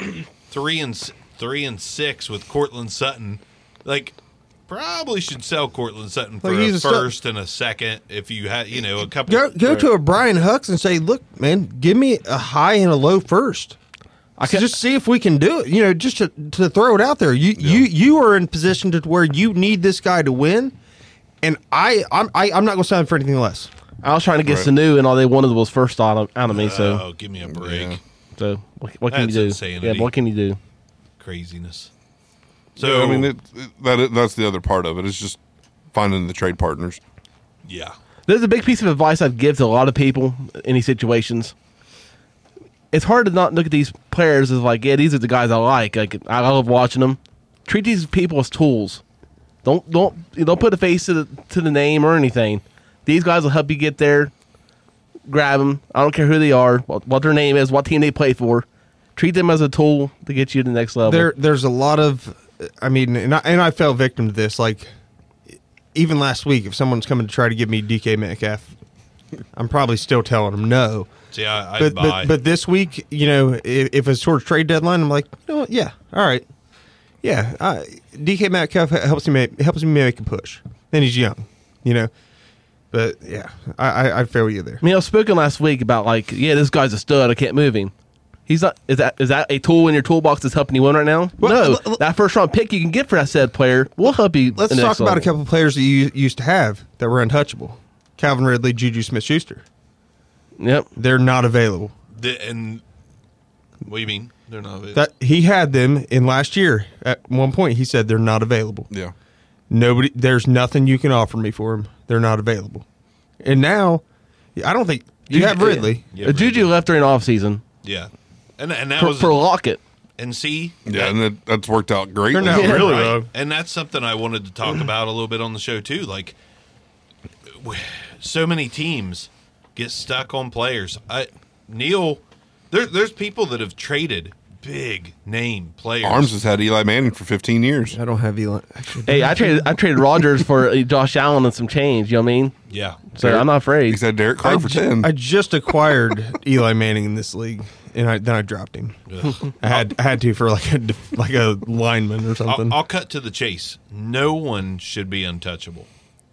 Speaker 1: three and s- three and six with Cortland Sutton, like probably should sell Cortland Sutton for
Speaker 3: Like, he's
Speaker 1: a
Speaker 3: a stud-
Speaker 1: first and a second if you had you know a couple.
Speaker 3: Go go to a Brian Hux and say, look, man, give me a high and a low first. I can just see if we can do it. You know, just to, to throw it out there. You you you are in position to where you need this guy to win, and I I'm I, I'm not going to sign for anything less.
Speaker 5: I was trying to get
Speaker 4: Right.
Speaker 5: Sanu, and all they wanted was first out of, out of me. So,
Speaker 1: Oh, give me a break!
Speaker 4: Yeah.
Speaker 5: so what, what can
Speaker 1: That's
Speaker 5: you do?
Speaker 1: insanity.
Speaker 5: Yeah, but what can you do?
Speaker 1: Craziness.
Speaker 4: so
Speaker 1: So
Speaker 4: I mean, it, it- that that's the other part of it. It's just finding the trade partners.
Speaker 1: yeah,
Speaker 5: There's a big piece of advice I'd give to a lot of people in these situations. It's hard to not look at these players as like, yeah, these are the guys I like. Like I love watching them. Treat these people as tools. Don't don't you don't put a face to the to the name or anything. These guys will help you get there. Grab them. I don't care who they are, what, what their name is, what team they play for. Treat them as a tool to get you to the next level.
Speaker 3: There there's a lot of, I mean, and I, and I fell victim to this. Like even last week, if someone's coming to try to give me DK Metcalf, I'm probably still telling them no.
Speaker 1: see, I, I
Speaker 3: but,
Speaker 1: buy.
Speaker 3: but but this week, you know, if, if it's towards trade deadline, I'm like, you know what? Yeah, all right, yeah. Uh, DK Metcalf he- helps me make, helps me make a push, and he's young, you know. But yeah, I I, I feel you there.
Speaker 5: I mean, I was spoken last week about like, yeah, this guy's a stud. I can't move him. He's not. Is that is that a tool in your toolbox that's helping you win right now?
Speaker 3: Well,
Speaker 5: no,
Speaker 3: l- l-
Speaker 5: that first round pick you can get for that said player will help you.
Speaker 3: Let's
Speaker 5: the
Speaker 3: talk
Speaker 5: next
Speaker 3: about a
Speaker 5: level.
Speaker 3: couple of players that you used to have that were untouchable: Calvin Ridley, Juju Smith-Schuster.
Speaker 5: Yep.
Speaker 3: They're not available.
Speaker 1: the, and what do you mean they're not available?
Speaker 3: That he had them in last year. At one point, he said they're not available.
Speaker 4: Yeah,
Speaker 3: Nobody, there's nothing you can offer me for them. They're not available. And now, I don't think you have Ridley.
Speaker 1: Yeah,
Speaker 5: Uh, Juju left during off season
Speaker 1: yeah, and and that
Speaker 5: for,
Speaker 1: was
Speaker 5: for Lockett.
Speaker 1: and see
Speaker 4: yeah, and that, that's worked out great.
Speaker 3: They're not really though.
Speaker 1: And that's something I wanted to talk about a little bit on the show too. Like, w- so many teams get stuck on players. I Neil, there, there's people that have traded big name players.
Speaker 4: Arms has had Eli Manning for 15 years.
Speaker 3: I don't have Elon. Actually,
Speaker 5: Hey, I traded I traded Rogers for uh, Josh Allen and some change. You know what I mean?
Speaker 1: yeah,
Speaker 5: So I'm not afraid.
Speaker 4: He's had Derek Carr
Speaker 3: I
Speaker 4: for
Speaker 3: ju-
Speaker 4: 10.
Speaker 3: I just acquired Eli Manning in this league, and I, then I dropped him. I had I had to for like a def- like a lineman or something.
Speaker 1: I'll, I'll cut to the chase. No one should be untouchable.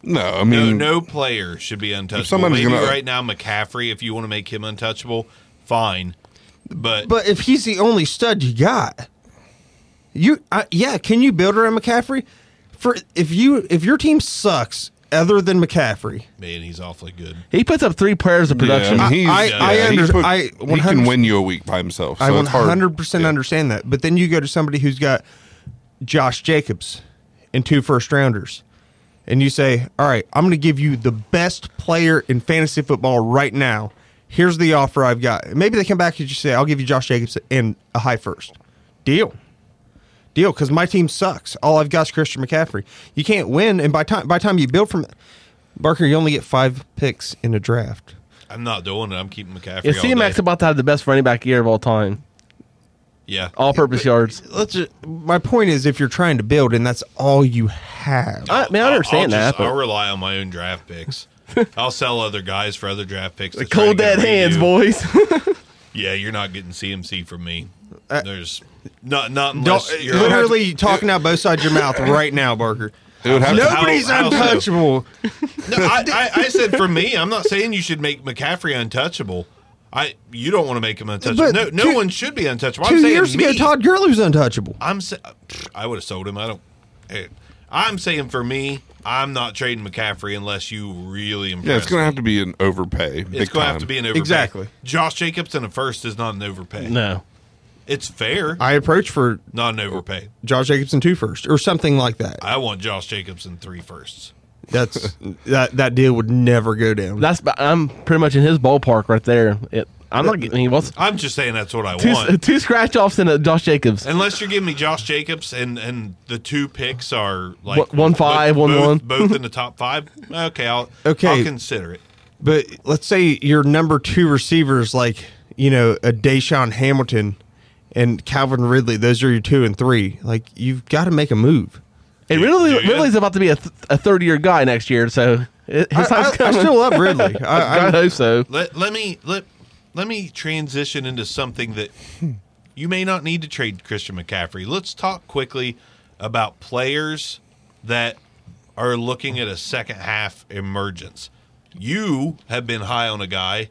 Speaker 4: no, I
Speaker 1: No,
Speaker 4: mean,
Speaker 1: no player should be untouchable.
Speaker 4: somebody's
Speaker 1: Maybe
Speaker 4: gonna-
Speaker 1: right now McCaffrey, if you want to make him untouchable, fine. But,
Speaker 3: but if he's the only stud you got, you I, yeah, can you build around McCaffrey? For if you if your team sucks other than McCaffrey,
Speaker 1: man, he's awfully good.
Speaker 5: he puts up three players of production.
Speaker 4: Yeah, I, mean, he's,
Speaker 3: I-
Speaker 4: yeah,
Speaker 3: I
Speaker 4: he
Speaker 3: under-
Speaker 4: put-
Speaker 3: I
Speaker 4: he can
Speaker 3: 100
Speaker 4: win you a week by himself. So
Speaker 3: I
Speaker 4: it's hard.
Speaker 3: 100 percent understand that. But then you go to somebody who's got Josh Jacobs, and two first rounders, and you say, "All right, I'm going to give you the best player in fantasy football right now. Here's the offer I've got." Maybe they come back and you say, "I'll give you Josh Jacobs and a high first. Deal deal because my team sucks. All I've got is Christian McCaffrey. You can't win, and by time by time you build from Barker, you only get five picks in a draft.
Speaker 1: I'm not doing it. I'm keeping McCaffrey.
Speaker 5: Yeah,
Speaker 1: all
Speaker 5: C Mac's
Speaker 1: day.
Speaker 5: about to have the best running back year of all time.
Speaker 1: yeah.
Speaker 5: All purpose yards.
Speaker 3: Let's. Just, my point is, if you're trying to build and that's all you have,
Speaker 5: I mean, I
Speaker 1: I'll-
Speaker 5: understand
Speaker 1: I'll just-
Speaker 5: that. but-
Speaker 1: I'll rely on my own draft picks. I'll sell other guys for other draft picks. to try to
Speaker 5: Cold
Speaker 1: get
Speaker 5: dead
Speaker 1: a
Speaker 5: hands,
Speaker 1: redo.
Speaker 5: boys.
Speaker 1: Yeah, you're not getting CMC from me. There's not not
Speaker 3: don't uh,
Speaker 1: unless you're
Speaker 3: literally talking out both sides of your mouth right now, Barker.
Speaker 4: It would have to,
Speaker 1: Nope.
Speaker 3: Nobody's
Speaker 1: how-
Speaker 3: untouchable.
Speaker 1: No, I, I, I said for me. I'm not saying you should make McCaffrey untouchable. I you don't want to make him untouchable.
Speaker 3: But
Speaker 1: no, no
Speaker 3: two-
Speaker 1: one should be untouchable. I'm
Speaker 3: Two
Speaker 1: saying
Speaker 3: years
Speaker 1: me.
Speaker 3: ago, Todd Gurley was untouchable.
Speaker 1: I'm sa- pfft, I would have sold him. I don't. eh, I'm saying for me, I'm not trading McCaffrey unless you really impress.
Speaker 4: yeah, it's going to
Speaker 1: me.
Speaker 4: have to be an overpay. Big
Speaker 1: It's going to have
Speaker 4: time.
Speaker 1: to be an overpay.
Speaker 3: Exactly.
Speaker 1: Josh Jacobs in a first is not an overpay.
Speaker 5: no.
Speaker 1: It's fair.
Speaker 3: I approached for
Speaker 1: not an overpay.
Speaker 3: Josh Jacobs in two first or something like that.
Speaker 1: I want Josh Jacobs in three firsts.
Speaker 3: That's that that deal would never go down.
Speaker 5: That's ba- I'm pretty much in his ballpark right there. It, I'm not getting he wants
Speaker 1: I'm just saying that's what I
Speaker 5: two,
Speaker 1: want.
Speaker 5: two scratch offs and a Josh Jacobs.
Speaker 1: Unless you're giving me Josh Jacobs and and the two picks are like
Speaker 5: What, one five,
Speaker 1: both,
Speaker 5: one one?
Speaker 1: both, both in the top five. Okay, I'll
Speaker 3: Okay.
Speaker 1: I'll consider it.
Speaker 3: But let's say your number two receivers, like you know, a Deshaun Hamilton and Calvin Ridley, those are your two and three. Like you've got to make a move.
Speaker 5: And really,
Speaker 1: do you?
Speaker 5: Ridley's about to be a, th- a third year guy next year, so it,
Speaker 3: I,
Speaker 5: his time's
Speaker 3: I- I
Speaker 5: coming.
Speaker 3: still love Ridley. I,
Speaker 5: God
Speaker 3: I,
Speaker 5: hope so.
Speaker 1: Let let me let let me transition into something that you may not need to trade Christian McCaffrey. Let's talk quickly about players that are looking at a second half emergence. You have been high on a guy,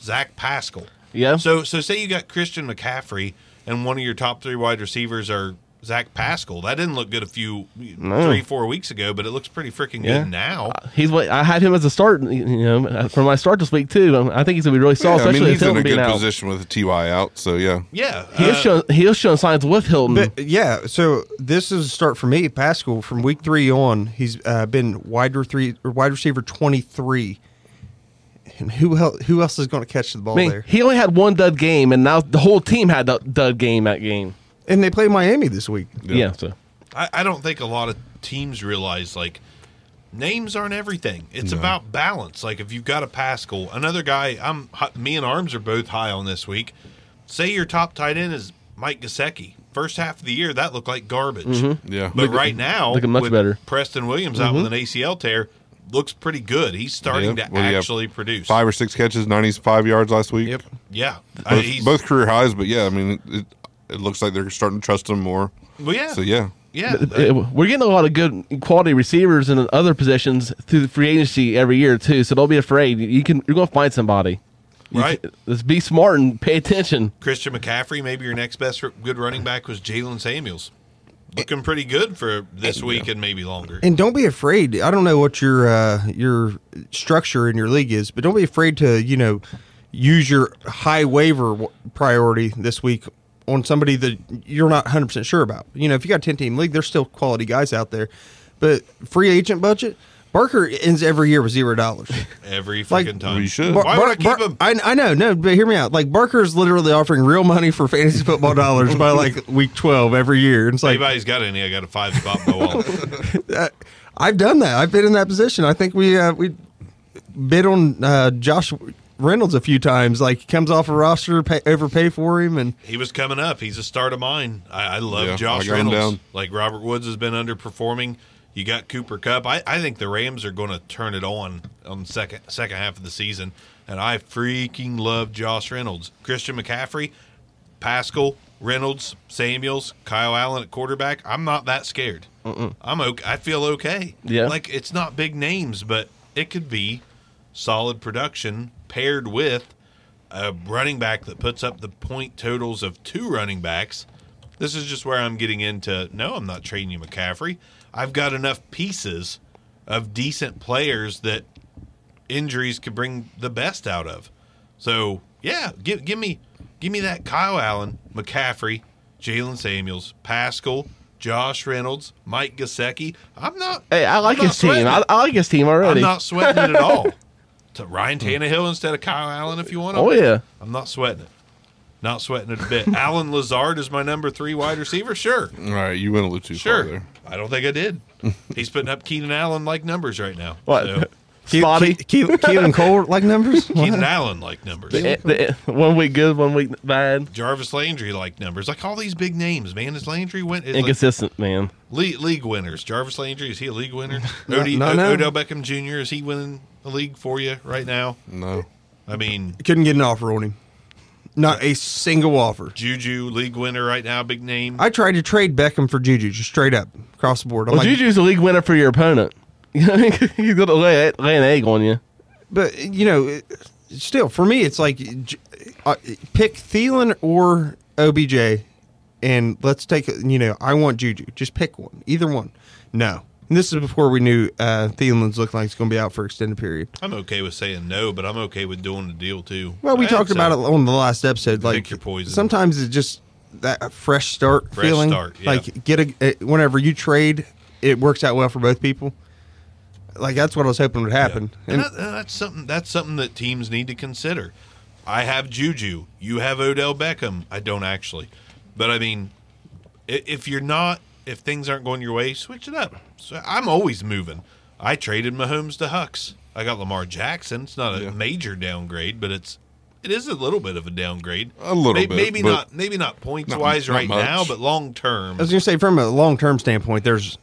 Speaker 1: Zach Pascal.
Speaker 5: Yeah.
Speaker 1: So so say you got Christian McCaffrey and one of your top three wide receivers are Zach Pascal. That didn't look good a few three four weeks ago, but it looks pretty freaking
Speaker 5: Yeah. Uh,
Speaker 1: good now.
Speaker 5: He's what I had him as a start, you know, for my start this week too. Um, I think he's gonna be really
Speaker 4: Yeah,
Speaker 5: solid,
Speaker 4: I mean,
Speaker 5: especially
Speaker 4: he's
Speaker 5: with
Speaker 4: in
Speaker 5: Hilton
Speaker 4: a good
Speaker 5: being out.
Speaker 4: position with Ty out. So yeah,
Speaker 1: Yeah.
Speaker 5: He is
Speaker 1: uh,
Speaker 5: showing he is showing signs with Hilton.
Speaker 3: but yeah, so this is a start for me. Pascal from week three on, he's uh, been wide re- three or wide receiver twenty three. And who el- who else is going to catch the ball
Speaker 5: I mean,
Speaker 3: there?
Speaker 5: he only had one dud game, and now the whole team had the dud game that game.
Speaker 3: And they play Miami this week.
Speaker 5: Yeah, so
Speaker 1: I, I don't think a lot of teams realize like names aren't everything. It's about balance. Like if you've got a Pascal, another guy, I'm hi- me and Arms are both high on this week. Say your top tight end is Mike Gasecki. First half of the year, that looked like garbage.
Speaker 4: Yeah.
Speaker 1: but right now,
Speaker 5: Mm-hmm. looking much
Speaker 1: with
Speaker 5: better. Mm-hmm.
Speaker 1: Preston Williams out with an ACL tear looks pretty good. He's starting
Speaker 4: Yep.
Speaker 1: to
Speaker 4: What do you have?
Speaker 1: actually produce.
Speaker 4: five or six catches, ninety-five yards last week.
Speaker 3: Yep.
Speaker 1: Yeah, I-
Speaker 4: both,
Speaker 1: he's-
Speaker 4: both career highs. But yeah, I mean, it, it looks like they're starting to trust him more.
Speaker 1: Well, yeah.
Speaker 4: So yeah,
Speaker 1: yeah.
Speaker 5: Uh, we're getting a lot of good quality receivers in other positions through the free agency every year too. So don't be afraid. You can you're gonna find somebody. You
Speaker 1: Right.
Speaker 5: can- let's be smart and pay attention.
Speaker 1: Christian McCaffrey, maybe your next best r- good running back was Jalen Samuels. Looking pretty good for this week and maybe longer.
Speaker 3: And don't be afraid. I don't know what your uh, your structure in your league is, but don't be afraid to you know use your high waiver w- priority this week on somebody that you're not 100 percent sure about. You know, if you got a 10 team league, there's still quality guys out there, but free agent budget. Barker ends every year with zero dollars.
Speaker 1: Every freaking
Speaker 3: Like-
Speaker 1: time.
Speaker 4: We should.
Speaker 1: Why would I
Speaker 3: Bar-
Speaker 1: keep
Speaker 3: Bar-
Speaker 1: him?
Speaker 3: I, I know, no, but hear me out. Like Barker's literally offering real money for fantasy football dollars by like week twelve every year. And it's like
Speaker 1: Anybody's got any? I got a five spot in my wallet.
Speaker 3: I've done that. I've been in that position. I think we uh, we bid on uh, Josh Reynolds a few times. Like he comes off a roster, pay, overpay for him, and
Speaker 1: He was coming up. He's a start of mine. I, I love
Speaker 4: Yeah, I
Speaker 1: Josh
Speaker 4: got him
Speaker 1: Reynolds.
Speaker 4: down.
Speaker 1: Like Robert Woods has been underperforming. You got Cooper Cup. I, I think the Rams are going to turn it on on second second half of the season. And I freaking love Josh Reynolds, Christian McCaffrey, Pascal Reynolds, Samuels, Kyle Allen at quarterback. I'm not that scared. I'm okay. I feel okay.
Speaker 5: Yeah.
Speaker 1: like it's not big names, but it could be solid production paired with a running back that puts up the point totals of two running backs. This is just where I'm getting into no, I'm not trading you McCaffrey. I've got enough pieces of decent players that injuries could bring the best out of. So yeah, give give me give me that Kyle Allen, McCaffrey, Jalen Samuels, Pascal, Josh Reynolds, Mike Gasecki. I'm not.
Speaker 5: Hey, I like
Speaker 1: I'm not
Speaker 5: his team.
Speaker 1: sweating
Speaker 5: I,
Speaker 1: it.
Speaker 5: I like his team
Speaker 1: I'm
Speaker 5: already.
Speaker 1: not sweating it at all. To Ryan Tannehill instead of Kyle Allen, if you want.
Speaker 5: Oh, yeah.
Speaker 1: I'm not sweating it. Not sweating it a bit. Alan Lazard is my number three wide receiver. Sure,
Speaker 4: All right, you went a little too
Speaker 1: sure.
Speaker 4: far there.
Speaker 1: I don't think I did. He's putting up Keenan Allen like numbers right now.
Speaker 5: What?
Speaker 1: So,
Speaker 5: Spotty.
Speaker 3: Keelan Keelan Cole like numbers.
Speaker 1: Keenan
Speaker 3: What?
Speaker 1: Allen like numbers.
Speaker 5: The- eh, the- one week good, one week bad.
Speaker 1: Jarvis Landry like numbers. Like all these big names, man. Is Landry win? Is like
Speaker 5: Inconsistent, man.
Speaker 1: league, league winners. Jarvis Landry is he a league winner? Odie,
Speaker 3: no,
Speaker 1: O-
Speaker 3: no.
Speaker 1: Odell Beckham Jr. is he winning a league for you right now?
Speaker 4: No.
Speaker 1: I mean,
Speaker 3: Couldn't get an offer on him. Not a single offer.
Speaker 1: Juju league winner right now, big name.
Speaker 3: I tried to trade Beckham for Juju, just straight up across the board. I'm
Speaker 5: Well,
Speaker 3: like,
Speaker 5: Juju's a league winner for your opponent. He's gonna lay, lay an egg on you.
Speaker 3: but you know, it- still for me, it's like j- uh, pick Thielen or OBJ, and let's take you know, I want Juju. Just pick one, either one. No, and this is before we knew uh, Thielen's looking like it's going to be out for extended period.
Speaker 1: I'm okay with saying no, but I'm okay with doing the deal too.
Speaker 3: Well, we
Speaker 1: I
Speaker 3: talked
Speaker 1: think
Speaker 3: about it
Speaker 1: so.
Speaker 3: on the last episode. Like
Speaker 1: your poison.
Speaker 3: Sometimes it's just that fresh start
Speaker 1: Fresh
Speaker 3: feeling.
Speaker 1: start, yeah.
Speaker 3: Like get a it- whenever you trade, it works out well for both people. Like that's what I was hoping would happen.
Speaker 1: And that- that's something. That's something that teams need to consider. I have Juju. You have Odell Beckham. I don't actually, but I mean, i- if you're not, if things aren't going your way, switch it up. So I'm always moving. I traded Mahomes to Hucks. I got Lamar Jackson. It's not a major downgrade, but it's it is a little bit of a downgrade.
Speaker 4: A little
Speaker 1: May-
Speaker 4: bit,
Speaker 1: Maybe
Speaker 4: but
Speaker 1: not. Maybe not points wise
Speaker 4: not
Speaker 1: right now,
Speaker 4: much.
Speaker 1: but long term.
Speaker 3: I was gonna say from a long term standpoint, there's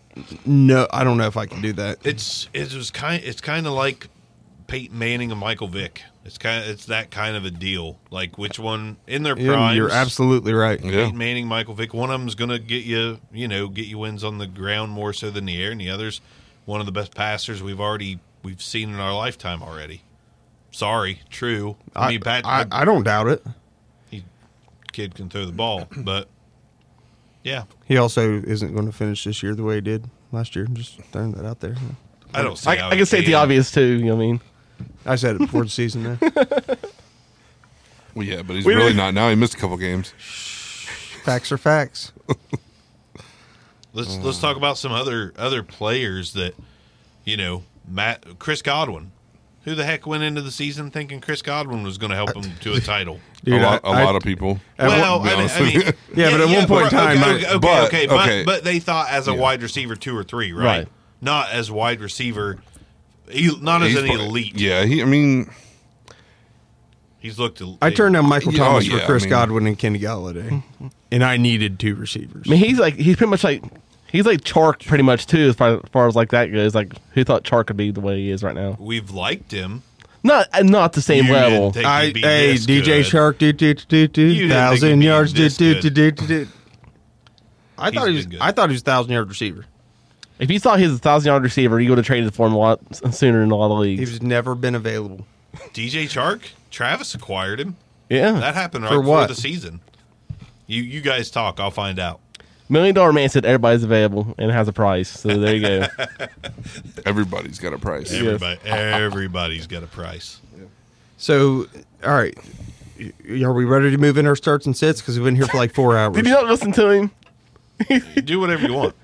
Speaker 3: no. I don't know if I can do that.
Speaker 1: It's it was kind. It's kind of like Peyton Manning and Michael Vick. It's kind. Of, it's that kind of a deal. Like which one in their
Speaker 3: Yeah,
Speaker 1: prime?
Speaker 3: you're absolutely right.
Speaker 4: Yeah.
Speaker 1: Peyton Manning, Michael Vick. One of them's gonna get you. You know, get you wins on the ground more so than the air, and the others one of the best passers we've already we've seen in our lifetime already. Sorry, true. I, mean, Pat,
Speaker 3: I, I don't doubt it.
Speaker 1: he, kid can throw the ball, but yeah,
Speaker 3: He also isn't going to finish this year the way he did last year. Just throwing that out there.
Speaker 1: I don't see.
Speaker 5: I,
Speaker 1: how
Speaker 5: I
Speaker 1: he
Speaker 5: can state the obvious too. You know what I mean?
Speaker 3: I said it before the season. There.
Speaker 4: Well, yeah, but he's
Speaker 5: We
Speaker 4: really
Speaker 5: did-
Speaker 4: not now. He missed a couple games.
Speaker 3: Facts are facts.
Speaker 1: Let's
Speaker 3: Mm.
Speaker 1: let's talk about some other other players that you know, Matt Chris Godwin. Who the heck went into the season thinking Chris Godwin was going to
Speaker 3: Uh,
Speaker 1: help him to a title?
Speaker 3: Dude,
Speaker 4: a lot,
Speaker 3: I-
Speaker 4: a
Speaker 3: I-
Speaker 4: lot of people.
Speaker 1: well,
Speaker 4: be
Speaker 1: I, mean-
Speaker 4: honest
Speaker 1: I mean,
Speaker 4: with you.
Speaker 3: Yeah, but at one point in time,
Speaker 1: okay,
Speaker 3: I-
Speaker 1: okay, okay,
Speaker 4: but-
Speaker 1: okay, but,
Speaker 4: okay.
Speaker 1: but they thought as a wide receiver two or three, right?
Speaker 5: Right.
Speaker 1: Not as wide receiver, he, not as
Speaker 4: He's
Speaker 1: an
Speaker 4: probably-
Speaker 1: elite.
Speaker 4: Yeah, he, I mean,
Speaker 1: he's looked. a-
Speaker 3: I turned down Michael
Speaker 4: Yeah, oh,
Speaker 3: Thomas for
Speaker 4: yeah,
Speaker 3: Chris
Speaker 4: I mean-
Speaker 3: Godwin and Kenny Galladay, and I needed two receivers.
Speaker 5: I mean, he's like he's pretty much like he's like Chark pretty much too as far, as far as like that goes. Like who thought Chark would be the way he is right now?
Speaker 1: We've liked him.
Speaker 5: Not uh, not the same
Speaker 1: You didn't
Speaker 5: level.
Speaker 1: think
Speaker 3: I
Speaker 1: he'd be
Speaker 3: hey
Speaker 1: this
Speaker 3: DJ
Speaker 1: good.
Speaker 3: Shark do do do
Speaker 1: You
Speaker 3: do
Speaker 1: didn't think he'd
Speaker 3: thousand
Speaker 1: be
Speaker 3: yards do
Speaker 1: this
Speaker 3: do
Speaker 1: good.
Speaker 3: do do do. I
Speaker 1: He's
Speaker 3: thought he was.
Speaker 1: been good.
Speaker 3: I thought he was a thousand yard receiver.
Speaker 5: If you thought he was a thousand yard receiver, you would have traded for him a lot s- sooner in a lot of leagues.
Speaker 3: He's never been available.
Speaker 1: DJ Chark, Travis acquired him.
Speaker 5: yeah,
Speaker 1: That happened right
Speaker 3: For
Speaker 1: before
Speaker 3: what?
Speaker 1: the season. You you guys talk. I'll find out.
Speaker 5: million dollar man said everybody's available and has a price. So there you go.
Speaker 4: everybody's got a price.
Speaker 5: Yeah.
Speaker 1: Everybody, everybody's got a price.
Speaker 3: So, all right, Y- are we ready to move in our starts and sits? Because we've been here for like four hours.
Speaker 5: Did you not listen to him?
Speaker 1: Do whatever you want.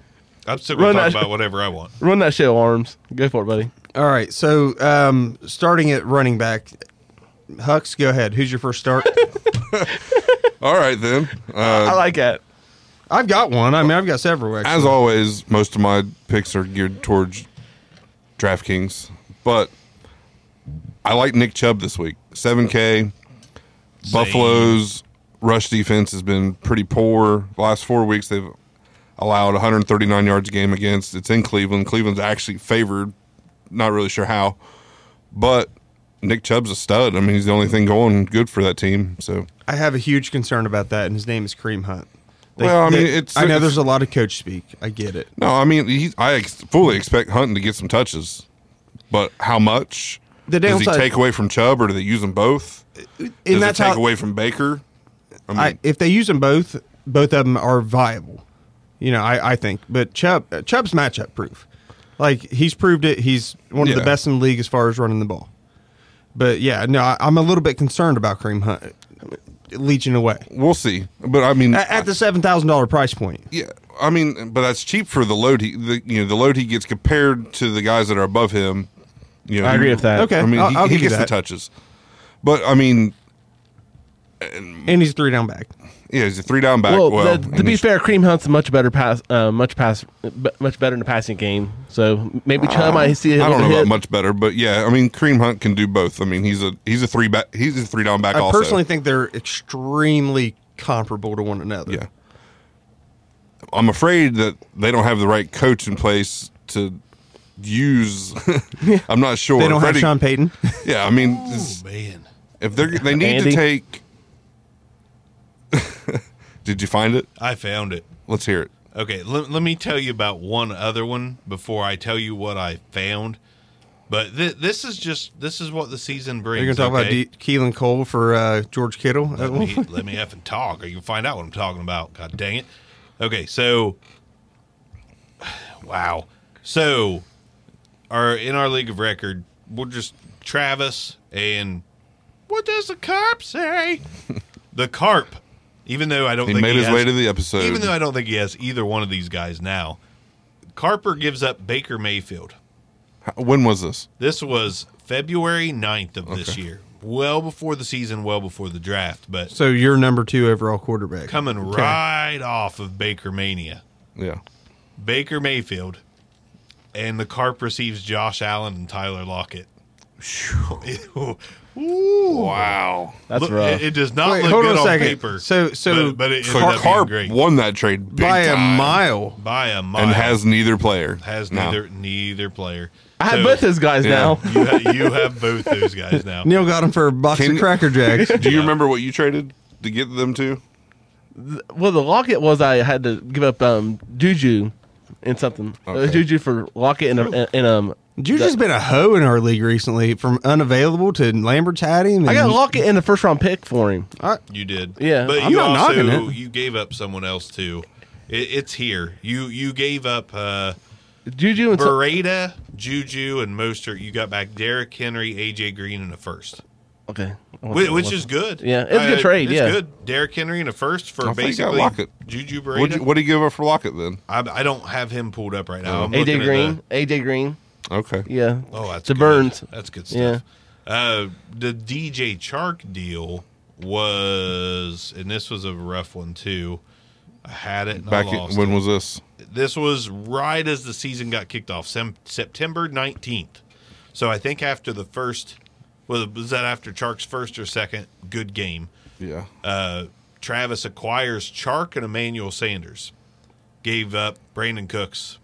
Speaker 1: I'm still going
Speaker 5: Run
Speaker 1: to talk
Speaker 5: that-
Speaker 1: about whatever I want.
Speaker 5: Run that show, arms. Go for it, buddy.
Speaker 3: all right, so um, starting at running back, Hucks, go ahead. Who's your first start?
Speaker 4: All right, then. Uh,
Speaker 5: I like that.
Speaker 3: I've got one. I mean, I've got several. Actually.
Speaker 4: As always, most of my picks are geared towards DraftKings, but I like Nick Chubb this week. 7K. Buffalo's rush defense has been pretty poor. The last four weeks, they've allowed 139 yards a game against. It's in Cleveland. Cleveland's actually favored. Not really sure how, but Nick Chubb's a stud. I mean, he's the only thing going good for that team. So
Speaker 3: I have a huge concern about that, and his name is Cream Hunt.
Speaker 4: Well, I mean, it's-
Speaker 3: I know
Speaker 4: it's-
Speaker 3: there's a lot of coach speak. I get it.
Speaker 4: no, I mean, he's, I ex- fully expect Hunton to get some touches, but how much?
Speaker 3: The
Speaker 4: does he
Speaker 3: downside-
Speaker 4: take away from Chubb, or do they use them both? Does
Speaker 3: And that's
Speaker 4: it take
Speaker 3: how
Speaker 4: away from Baker? I mean,
Speaker 3: I, if they use them both, both of them are viable. You know, I, I think. But Chubb uh, Chubb's matchup proof. Like he's proved it. He's one of the
Speaker 4: Yeah.
Speaker 3: best in the league as far as running the ball. But yeah, no, I, I'm a little bit concerned about Cream Hunt leeching away
Speaker 4: we'll see. But I mean,
Speaker 3: at, at the seven thousand dollar price point.
Speaker 4: yeah, I mean, but that's cheap for the load he, the, you know, the load he gets compared to the guys that are above him. You know,
Speaker 5: I agree
Speaker 4: he-
Speaker 5: with that.
Speaker 3: Okay,
Speaker 4: I mean,
Speaker 3: I'll-
Speaker 4: he,
Speaker 3: I'll
Speaker 4: he
Speaker 3: give you
Speaker 4: gets the
Speaker 3: that.
Speaker 4: touches, but I mean,
Speaker 3: and he's a three down back.
Speaker 4: yeah, he's a three down back.
Speaker 5: Well,
Speaker 4: Well,
Speaker 5: the- to
Speaker 4: and
Speaker 5: be
Speaker 4: he's-
Speaker 5: fair, Cream Hunt's a much better pass, uh, much pass, b- much better in the passing game. So maybe Chum, I see.
Speaker 4: Uh, I don't know
Speaker 5: hit.
Speaker 4: about much better, but yeah, I mean, Cream Hunt can do both. I mean, he's a he's a three back, he's a three down back.
Speaker 3: I
Speaker 4: also.
Speaker 3: personally think they're extremely comparable to one another.
Speaker 4: Yeah. I'm afraid that they don't have the right coach in place to use. I'm not sure.
Speaker 3: They don't have
Speaker 4: Freddie-
Speaker 3: Sean Payton.
Speaker 4: Yeah, I mean,
Speaker 1: Oh
Speaker 4: it's-
Speaker 1: man,
Speaker 4: if they're they need
Speaker 5: Andy?
Speaker 4: to take. Did you find it?
Speaker 1: I found it.
Speaker 4: Let's hear it.
Speaker 1: Okay, let, let me tell you about one other one before I tell you what I found. But thi- this is just this is what the season brings.
Speaker 3: You're going to talk about
Speaker 1: okay?
Speaker 3: D- Keelan Cole for uh, George Kittle.
Speaker 1: Let me let me effing talk, or you find out what I'm talking about. God dang it. Okay, so wow. So our in our league of record, we're just Travis and what does the carp say? the carp. Even though I don't
Speaker 4: He
Speaker 1: think
Speaker 4: made
Speaker 1: he
Speaker 4: his
Speaker 1: has-
Speaker 4: way to the episode.
Speaker 1: even though I don't think he has either one of these guys now, Carper gives up Baker Mayfield.
Speaker 4: How- when was this?
Speaker 1: This was February 9th of this year, well before the season, well before the draft, but
Speaker 3: so you're number two overall quarterback.
Speaker 1: coming right off of Baker Mania.
Speaker 4: Yeah.
Speaker 1: Baker Mayfield, and the Carp receives Josh Allen and Tyler Lockett. Ew.
Speaker 4: Wow.
Speaker 5: That's
Speaker 1: Look, It,
Speaker 5: rough.
Speaker 1: it does not
Speaker 3: Wait,
Speaker 1: look
Speaker 3: hold
Speaker 1: good
Speaker 3: on a
Speaker 1: on,
Speaker 3: second.
Speaker 1: paper.
Speaker 3: So- so
Speaker 1: but, but it ended
Speaker 4: Car-
Speaker 1: up being
Speaker 4: Carp
Speaker 1: great
Speaker 4: won that trade big
Speaker 3: by
Speaker 4: time
Speaker 3: a mile.
Speaker 1: by a mile.
Speaker 4: and has neither player.
Speaker 1: has
Speaker 4: now.
Speaker 1: neither neither player.
Speaker 5: I have
Speaker 1: So-
Speaker 5: both those guys
Speaker 4: Yeah.
Speaker 5: now.
Speaker 1: You, ha- you have both those guys now.
Speaker 3: Neil got him for a box
Speaker 4: Can-
Speaker 3: of Cracker Jacks.
Speaker 4: Do you remember what you traded to get them to?
Speaker 5: Well, the locket was I had to give up um, Juju and something. It was
Speaker 4: Okay.
Speaker 5: Juju for locket and, a, and um.
Speaker 3: Juju's been a hoe in our league recently, from unavailable to Lambert's had him.
Speaker 5: I got
Speaker 3: and-
Speaker 5: locket in the first round pick for him.
Speaker 3: I-
Speaker 1: You did,
Speaker 5: Yeah,
Speaker 1: But
Speaker 3: I'm
Speaker 1: you
Speaker 3: not
Speaker 1: also
Speaker 3: knocking it.
Speaker 1: you gave up someone else too. It, it's here. You you gave up uh,
Speaker 5: Juju and so-
Speaker 1: Beretta, Juju, and Mostert. You got back Derrick Henry, AJ Green, and a first,
Speaker 5: okay, I want
Speaker 1: which,
Speaker 5: that
Speaker 1: which
Speaker 5: one.
Speaker 1: is good. Uh,
Speaker 5: Yeah, it's a good trade,
Speaker 1: It's
Speaker 5: yeah.
Speaker 1: good. Derrick Henry and a first for
Speaker 4: I think I
Speaker 1: basically
Speaker 4: like it.
Speaker 1: Juju
Speaker 4: What'd
Speaker 1: Beretta.
Speaker 4: you, what do you give up for Lockett then?
Speaker 1: I, I don't have him pulled up right now. I'm looking
Speaker 5: AJ
Speaker 1: at
Speaker 5: Green.
Speaker 1: the-
Speaker 5: AJ Green.
Speaker 4: Okay.
Speaker 5: Yeah.
Speaker 1: oh, that's
Speaker 5: the
Speaker 1: good.
Speaker 5: Burns.
Speaker 1: That's good stuff. Uh, the DJ Chark deal was, and this was a rough one too. I had it and
Speaker 4: Back
Speaker 1: I
Speaker 4: in,
Speaker 1: lost. it.
Speaker 4: when was this?
Speaker 1: this was right as the season got kicked off, sem- September 19th. So I think after the first, well, was that after Chark's first or second good game?
Speaker 4: Yeah.
Speaker 1: Uh, Travis acquires Chark and Emmanuel Sanders. Gave up Brandon Cooks.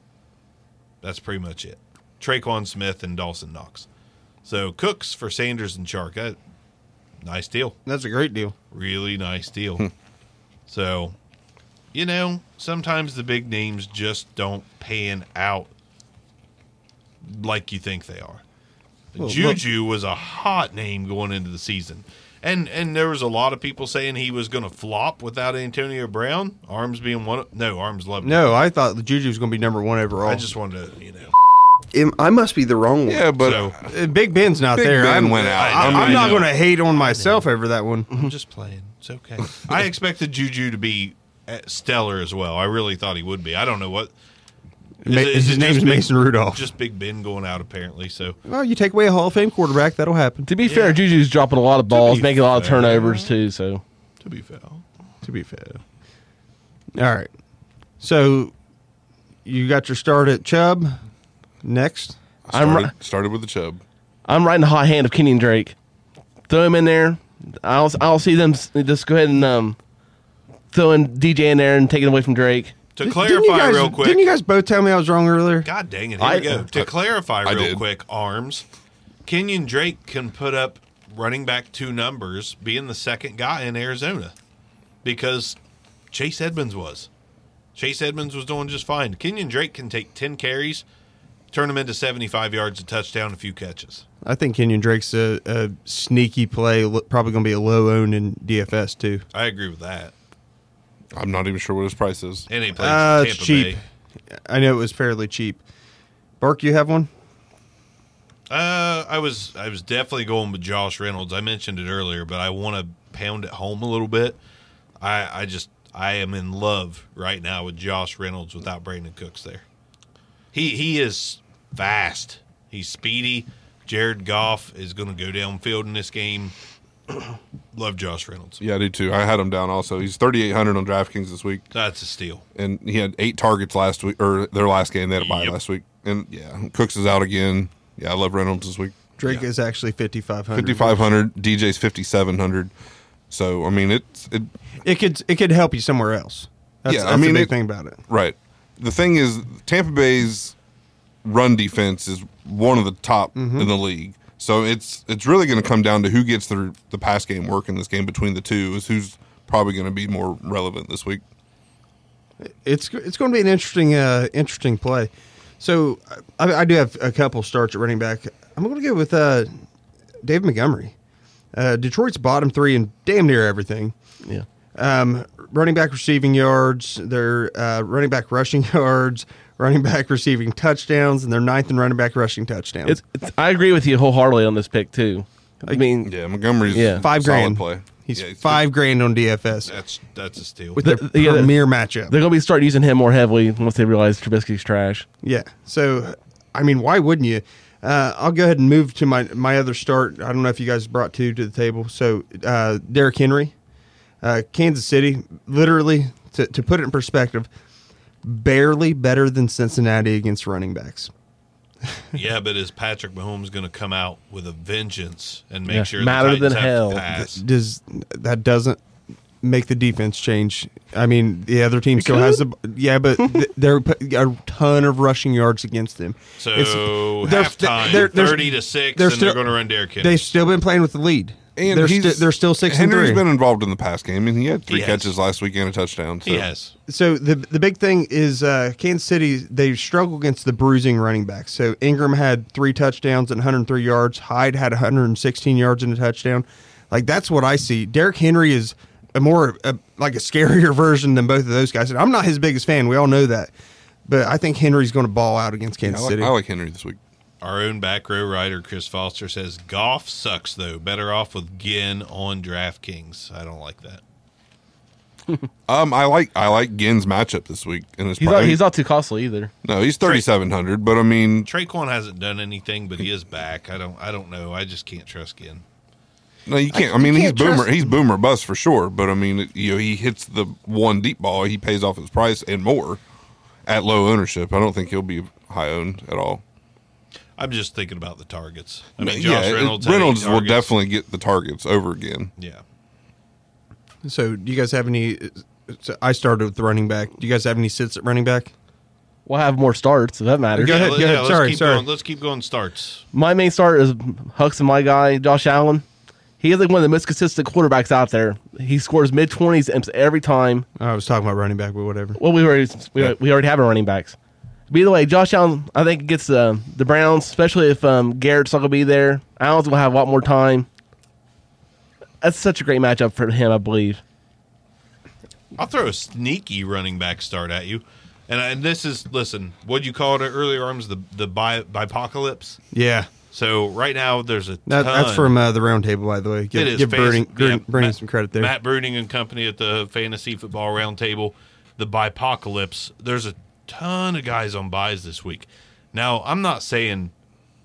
Speaker 1: That's pretty much it. Traquan Smith and Dawson Knox. So Cooks for Sanders and Chark. That, nice deal
Speaker 3: that's a great deal.
Speaker 1: really nice
Speaker 3: Hmm.
Speaker 1: deal. so, you know, sometimes the big names just don't pan out like you think they are. Juju was a hot name going into the season. And and there was a lot of people saying he was going to flop without Antonio Brown, Arms being one of No, Arms loved him.
Speaker 3: No, I thought the Juju was going to be number one overall.
Speaker 1: I just wanted to, you know.
Speaker 6: Am- I must be the wrong one.
Speaker 4: Yeah, but
Speaker 1: so,
Speaker 3: Uh, Big Ben's not
Speaker 4: Big
Speaker 3: there.
Speaker 4: Ben
Speaker 3: I'm,
Speaker 4: went out.
Speaker 3: I,
Speaker 1: I
Speaker 3: am not
Speaker 1: know.
Speaker 3: going to hate on myself over that one.
Speaker 1: I'm just playing. It's okay. I expected Juju to be uh, stellar as well. I really thought he would be. I don't know what is
Speaker 3: Ma-
Speaker 1: it- is
Speaker 3: his
Speaker 1: it just
Speaker 3: name's
Speaker 1: Big-
Speaker 3: Mason Rudolph.
Speaker 1: Just Big Ben going out apparently. So
Speaker 3: well, you take away a Hall of Fame quarterback, that'll happen.
Speaker 5: To be fair, Juju's dropping a lot of balls,
Speaker 1: be
Speaker 5: making a lot of
Speaker 1: fair.
Speaker 5: turnovers too. So
Speaker 1: to be fair,
Speaker 3: To be fair. All right. So you got your start at Chubb next.
Speaker 5: I'm
Speaker 4: started,
Speaker 5: ri-
Speaker 4: started with the Chubb.
Speaker 5: I'm right in the hot hand of Kenyon Drake. Throw him in there. I'll I'll see them s- just go ahead and um throw in DJ in there and take it away from Drake.
Speaker 1: to
Speaker 3: Did-
Speaker 1: clarify
Speaker 3: didn't you guys-
Speaker 1: real quick,
Speaker 3: Didn't you guys both tell me I was wrong earlier?
Speaker 1: God dang it, here
Speaker 5: I-
Speaker 1: we go. To clarify
Speaker 4: I
Speaker 1: real
Speaker 4: did.
Speaker 1: quick, arms. Kenyon Drake can put up running back two numbers, being the second guy in Arizona, because Chase Edmonds was. Chase Edmonds was doing just fine. Kenyon Drake can take ten carries, turn them into seventy-five yards, a touchdown, a few catches.
Speaker 3: I think Kenyon Drake's a, a sneaky play, lo- probably going to be a low owned in DFS too.
Speaker 1: I agree with that.
Speaker 4: I'm not even sure what his price is.
Speaker 1: And he plays
Speaker 3: Uh, it's
Speaker 1: Tampa
Speaker 3: cheap.
Speaker 1: Bay.
Speaker 3: I know it was fairly cheap. Bark, you have one?
Speaker 1: Uh, I was I was definitely going with Josh Reynolds. I mentioned it earlier, but I want to pound it home a little bit. I I just I am in love right now with Josh Reynolds without Brandon Cooks there. He he is fast. He's speedy. Jared Goff is going to go downfield in this game. love Josh Reynolds.
Speaker 4: Yeah, I do too. I had him down also. He's 3,800 on DraftKings this week,
Speaker 1: That's a steal.
Speaker 4: and he had eight targets last week or their last game. They had a bye
Speaker 1: Yep.
Speaker 4: last week, and yeah, Cooks is out again. Yeah, I love Reynolds this week.
Speaker 3: Drake is actually 5,500.
Speaker 4: 5,500. DJ's 5,700. So I mean, it's it
Speaker 3: It could it could help you somewhere else. That's,
Speaker 4: Yeah, I
Speaker 3: that's
Speaker 4: mean,
Speaker 3: the big
Speaker 4: it-
Speaker 3: thing about it.
Speaker 4: Right. The thing is, Tampa Bay's run defense is one of the top
Speaker 3: Mm-hmm.
Speaker 4: in the league. So it's it's really going to come down to who gets the the pass game work in this game between the two is who's probably going to be more relevant this week.
Speaker 3: It's it's going to be an interesting uh, interesting play. So I, I do have a couple starts at running back. I'm going to go with uh, Dave Montgomery. Uh, Detroit's bottom three in damn near everything.
Speaker 5: Yeah.
Speaker 3: Um, running back receiving yards, their uh, running back rushing yards, running back receiving touchdowns, and they're ninth in running back rushing touchdowns.
Speaker 5: It's, it's, I agree with you wholeheartedly on this pick too. I mean,
Speaker 4: Yeah, Montgomery's
Speaker 5: Yeah.
Speaker 3: five
Speaker 4: solid
Speaker 3: grand.
Speaker 4: play.
Speaker 3: He's
Speaker 4: Yeah,
Speaker 3: five grand on DFS
Speaker 1: That's that's a steal.
Speaker 3: with
Speaker 5: The-
Speaker 3: their
Speaker 5: the other-
Speaker 3: premier matchup.
Speaker 5: they're gonna be start using him more heavily once they realize Trubisky's trash.
Speaker 3: Yeah. So, I mean, why wouldn't you? Uh, I'll go ahead and move to my my other start. I don't know if you guys brought two to the table. So, uh, Derrick Henry, uh, Kansas City, literally to to put it in perspective, barely better than Cincinnati against running backs.
Speaker 1: yeah, but is Patrick Mahomes going to come out with a vengeance and make
Speaker 5: Yeah,
Speaker 1: sure the
Speaker 5: madder than
Speaker 1: Titans have to
Speaker 5: hell.
Speaker 1: pass?
Speaker 3: Does that doesn't make the defense change? I mean, the other team still has the yeah, but th- they're put- a ton of rushing yards against them.
Speaker 1: So
Speaker 3: they're-
Speaker 1: halftime,
Speaker 3: they're- they're-
Speaker 1: thirty to 6
Speaker 3: they're
Speaker 1: and they're
Speaker 3: still-
Speaker 1: going to run Derrick Henry.
Speaker 3: They've still been playing with the lead.
Speaker 4: And
Speaker 3: they're,
Speaker 4: he's-
Speaker 3: sti- they're still six and
Speaker 4: Henry's
Speaker 3: three.
Speaker 4: been involved in the pass game, and he had three
Speaker 1: He has.
Speaker 4: catches last week and a touchdown. So.
Speaker 1: he has.
Speaker 3: so the the big thing is uh, Kansas City they struggle against the bruising running backs. So Ingram had three touchdowns and 103 yards. Hyde had 116 yards and a touchdown. Like that's what I see. Derrick Henry is a more a, like a scarier version than both of those guys. And I'm not his biggest fan. We all know that, but I think Henry's going to ball out against
Speaker 4: I
Speaker 3: Kansas
Speaker 4: like,
Speaker 3: City.
Speaker 4: I like Henry this week.
Speaker 1: Our own back row writer Chris Foster says golf sucks though. Better off with Ginn on DraftKings. I don't like that.
Speaker 4: Um, I like I like Ginn's matchup this week, and it's
Speaker 5: He's not,
Speaker 4: probably
Speaker 5: he's not too costly either.
Speaker 4: no, he's thirty seven hundred. But I mean,
Speaker 1: Traquan hasn't done anything, but he is back. I don't. I don't know. I just can't trust Ginn.
Speaker 4: No, you can't. I, mean,
Speaker 3: you
Speaker 4: he's
Speaker 3: can't
Speaker 4: boomer.
Speaker 3: trust-
Speaker 4: He's boomer bust for sure. But I mean, it- you know, he hits the one deep ball. He pays off his price and more at low ownership. I don't think he'll be high owned at all.
Speaker 1: I'm just thinking about the targets. I mean,
Speaker 4: yeah,
Speaker 1: Josh
Speaker 4: it-
Speaker 1: Reynolds. had eight
Speaker 4: Reynolds will
Speaker 1: targets.
Speaker 4: definitely get the targets over again.
Speaker 1: Yeah.
Speaker 3: so do you guys have any? So I started with the running back. Do you guys have any sits at running back?
Speaker 5: We'll have more starts if that matters.
Speaker 3: Go ahead,
Speaker 1: let-
Speaker 3: go ahead.
Speaker 1: let's
Speaker 3: Sorry,
Speaker 1: keep
Speaker 3: sorry.
Speaker 1: Going, let's keep going. Starts.
Speaker 5: My main start is Hucks and my guy Josh Allen. He is like one of the most consistent quarterbacks out there. He scores mid twenties every time.
Speaker 3: I was talking about running back, but whatever.
Speaker 5: Well, we already we, we already have our running backs. But either way, Josh Allen, I think gets the the Browns, especially if um, Garrett's not gonna be there. Allen's gonna have a lot more time. That's such a great matchup for him, I believe.
Speaker 1: I'll throw a sneaky running back start at you. And, and this is listen. What you call it earlier arms the the bi, apocalypse.
Speaker 3: Yeah.
Speaker 1: So right now there's a
Speaker 3: That, that's
Speaker 1: ton-
Speaker 3: from uh, the roundtable, by the way. Give,
Speaker 1: It is
Speaker 3: give
Speaker 1: fancy-
Speaker 3: Bruning, Bruning,
Speaker 1: yeah,
Speaker 3: Bruning
Speaker 1: Matt-
Speaker 3: some credit there.
Speaker 1: Matt Bruning and company at the Fantasy Football Roundtable, the Bipocalypse. There's a ton of guys on buys this week. Now, I'm not saying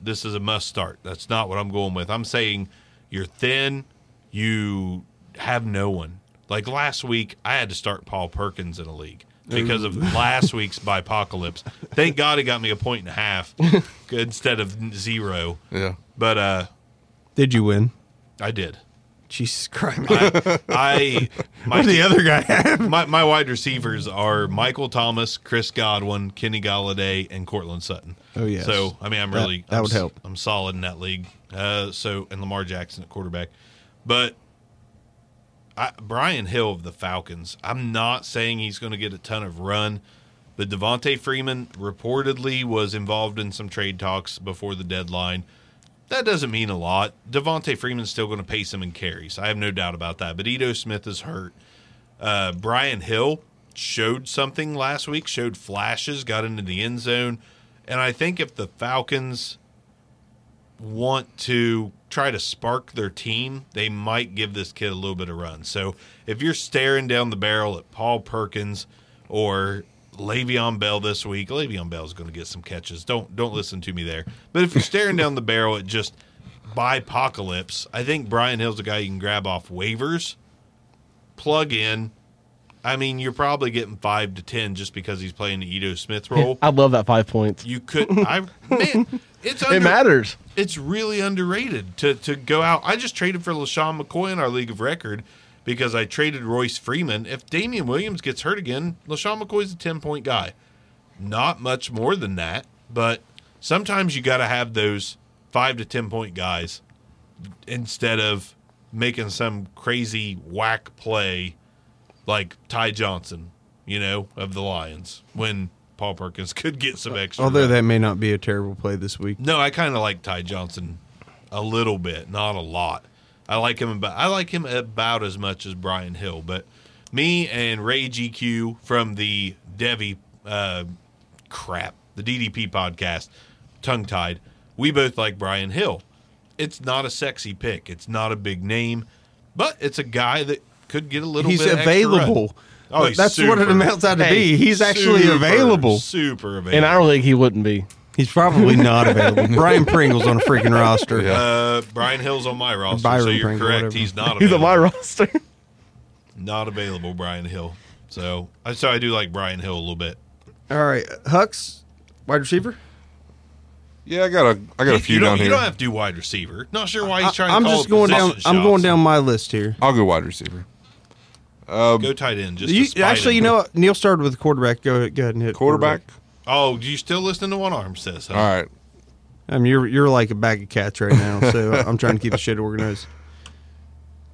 Speaker 1: this is a must start. That's not what I'm going with. I'm saying you're thin, you have no one. Like last week, I had to start Paul Perkins in a league because of last week's Bipocalypse. Thank God he got me a point and a half instead of zero.
Speaker 4: Yeah.
Speaker 1: But uh,
Speaker 3: Did you win?
Speaker 1: I did.
Speaker 3: Jesus Christ.
Speaker 1: I, I my,
Speaker 3: What did the other guy have?
Speaker 1: my my wide receivers are Michael Thomas, Chris Godwin, Kenny Galladay, and Cortland Sutton.
Speaker 3: Oh, yes.
Speaker 1: So I mean, I'm
Speaker 3: That-
Speaker 1: really
Speaker 3: that
Speaker 1: I'm
Speaker 3: would
Speaker 1: s-
Speaker 3: help.
Speaker 1: I'm solid in that league. Uh, so and Lamar Jackson at quarterback, but I, Brian Hill of the Falcons. I'm not saying he's going to get a ton of run, but Devontae Freeman reportedly was involved in some trade talks before the deadline. That doesn't mean a lot. Devontae Freeman's still going to pace him in carries. I have no doubt about that. But Edo Smith is hurt. Uh, Brian Hill showed something last week, showed flashes, got into the end zone. And I think if the Falcons want to try to spark their team, they might give this kid a little bit of run. So if you're staring down the barrel at Paul Perkins or Le'Veon Bell this week, Le'Veon Bell's going to get some catches. Don't don't listen to me there. But if you're staring down the barrel at just apocalypse, I think Brian Hill's a guy you can grab off waivers, plug in. I mean, you're probably getting five to ten just because he's playing the Edo Smith role.
Speaker 5: I love that five points.
Speaker 1: You could, I man, it's under,
Speaker 5: it matters.
Speaker 1: it's really underrated to to go out. I just traded for LaShawn McCoy in our league of record because I traded Royce Freeman. If Damian Williams gets hurt again, LaShawn McCoy's a 10 point guy. Not much more than that, but sometimes you got to have those five to 10 point guys instead of making some crazy whack play like Ty Johnson, you know, of the Lions when Paul Perkins could get some extra.
Speaker 3: Although
Speaker 1: reps.
Speaker 3: that may not be a terrible play this week.
Speaker 1: No, I kind of like Ty Johnson a little bit, not a lot. I like him about I like him about as much as Brian Hill, but me and Ray GQ from the Devi uh, crap, the DDP podcast, tongue tied. We both like Brian Hill. It's not a sexy pick. It's not a big name, but it's a guy that could get a little
Speaker 3: He's
Speaker 1: bit extra run.
Speaker 3: available.
Speaker 1: Oh, he's
Speaker 3: That's what it
Speaker 1: super-
Speaker 3: amounts out to
Speaker 5: Hey,
Speaker 3: be. He's actually
Speaker 1: super,
Speaker 3: available.
Speaker 1: Super available.
Speaker 5: And I don't think he wouldn't be.
Speaker 3: He's probably not available. Brian Pringle's on a freaking roster.
Speaker 4: Yeah.
Speaker 1: uh, Brian Hill's on my roster, so
Speaker 3: Byron
Speaker 1: you're
Speaker 3: Pringle,
Speaker 1: correct.
Speaker 3: whatever.
Speaker 1: He's not available.
Speaker 5: He's on my roster.
Speaker 1: not available Brian Hill. So I so I do like Brian Hill a little bit.
Speaker 3: All right, Hucks, wide receiver.
Speaker 4: Yeah, I got a I got a
Speaker 1: You-
Speaker 4: few
Speaker 1: you don't,
Speaker 4: down
Speaker 1: you
Speaker 4: here.
Speaker 1: don't have to do wide receiver. Not sure why he's trying.
Speaker 3: I'm
Speaker 1: to call
Speaker 3: just going down.
Speaker 1: position
Speaker 3: I'm
Speaker 1: shops.
Speaker 3: going down my list here.
Speaker 4: I'll go wide receiver.
Speaker 1: Go tight end. Just
Speaker 3: You-
Speaker 1: to spite
Speaker 3: actually,
Speaker 1: him.
Speaker 3: you know what? Neil started with quarterback. Go, ahead- go ahead and hit
Speaker 4: Quarterback.
Speaker 1: Oh, you still listening to one arm says? Huh?
Speaker 4: All right.
Speaker 3: I mean, Um, you're you're like a bag of cats right now. So I'm trying to keep the shit organized.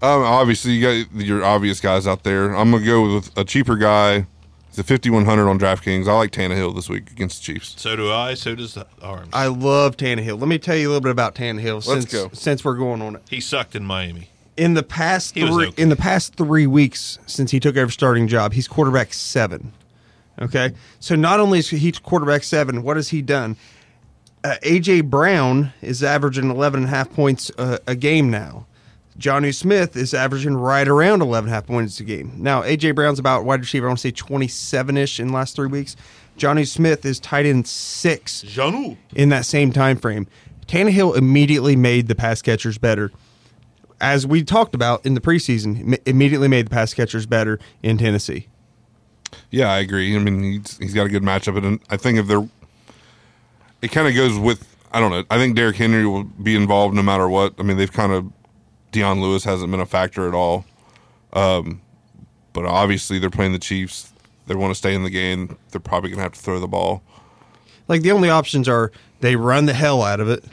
Speaker 4: Um, obviously you got your obvious guys out there. I'm gonna go with a cheaper guy. He's a 5100 on DraftKings. I like Tannehill this week against the Chiefs.
Speaker 1: So do I. So does the arms.
Speaker 3: I love Tannehill. Let me tell you a little bit about Tannehill.
Speaker 4: Let's
Speaker 3: Since,
Speaker 4: go.
Speaker 3: Since we're going on it,
Speaker 1: he sucked in Miami.
Speaker 3: in the past
Speaker 1: He was
Speaker 3: three
Speaker 1: okay.
Speaker 3: in the past three weeks since he took over starting job, he's quarterback seven. Okay, so not only is he quarterback seven, what has he done? Uh, AJ Brown is averaging 11 and a half points uh, a game now. Johnny Smith is averaging right around 11 and a half points a game. Now, AJ Brown's about wide receiver, I want to say 27 ish in the last three weeks. Johnny Smith is tight end six
Speaker 1: Janu.
Speaker 3: in that same time frame. Tannehill immediately made the pass catchers better. As we talked about in the preseason, im- immediately made the pass catchers better in Tennessee.
Speaker 4: Yeah, I agree. I mean, he's he's got a good matchup, and I think if they're, it kind of goes with I don't know. I think Derrick Henry will be involved no matter what. I mean, they've kind of Deion Lewis hasn't been a factor at all, um, but obviously they're playing the Chiefs. They want to stay in the game. They're probably gonna have to throw the ball.
Speaker 3: Like the only options are they run the hell out of it.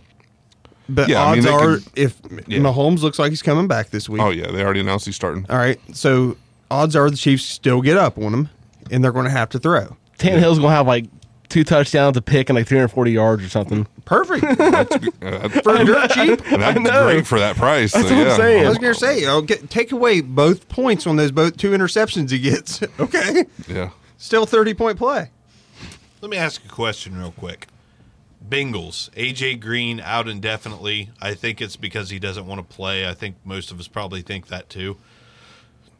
Speaker 3: But
Speaker 4: Yeah, I mean,
Speaker 3: odds
Speaker 4: they
Speaker 3: are
Speaker 4: could-
Speaker 3: if
Speaker 4: yeah.
Speaker 3: Mahomes looks like he's coming back this week.
Speaker 4: Oh yeah, they already announced he's starting.
Speaker 3: All right. So odds are the Chiefs still get up on him and they're going to have to throw.
Speaker 5: Tannehill's gonna have like two touchdowns, a pick, and like 340 yards or something.
Speaker 3: Perfect.
Speaker 4: Uh,
Speaker 3: For dirt cheap.
Speaker 4: and that's
Speaker 5: know.
Speaker 4: great for that price. That's
Speaker 5: what I'm saying.
Speaker 3: I was going to say, I'll get, take away both points on those both two interceptions he gets. Okay.
Speaker 4: Yeah.
Speaker 3: Still 30 point play.
Speaker 1: Let me ask a question real quick. Bengals, AJ Green out indefinitely. I think it's because he doesn't want to play. I think most of us probably think that too.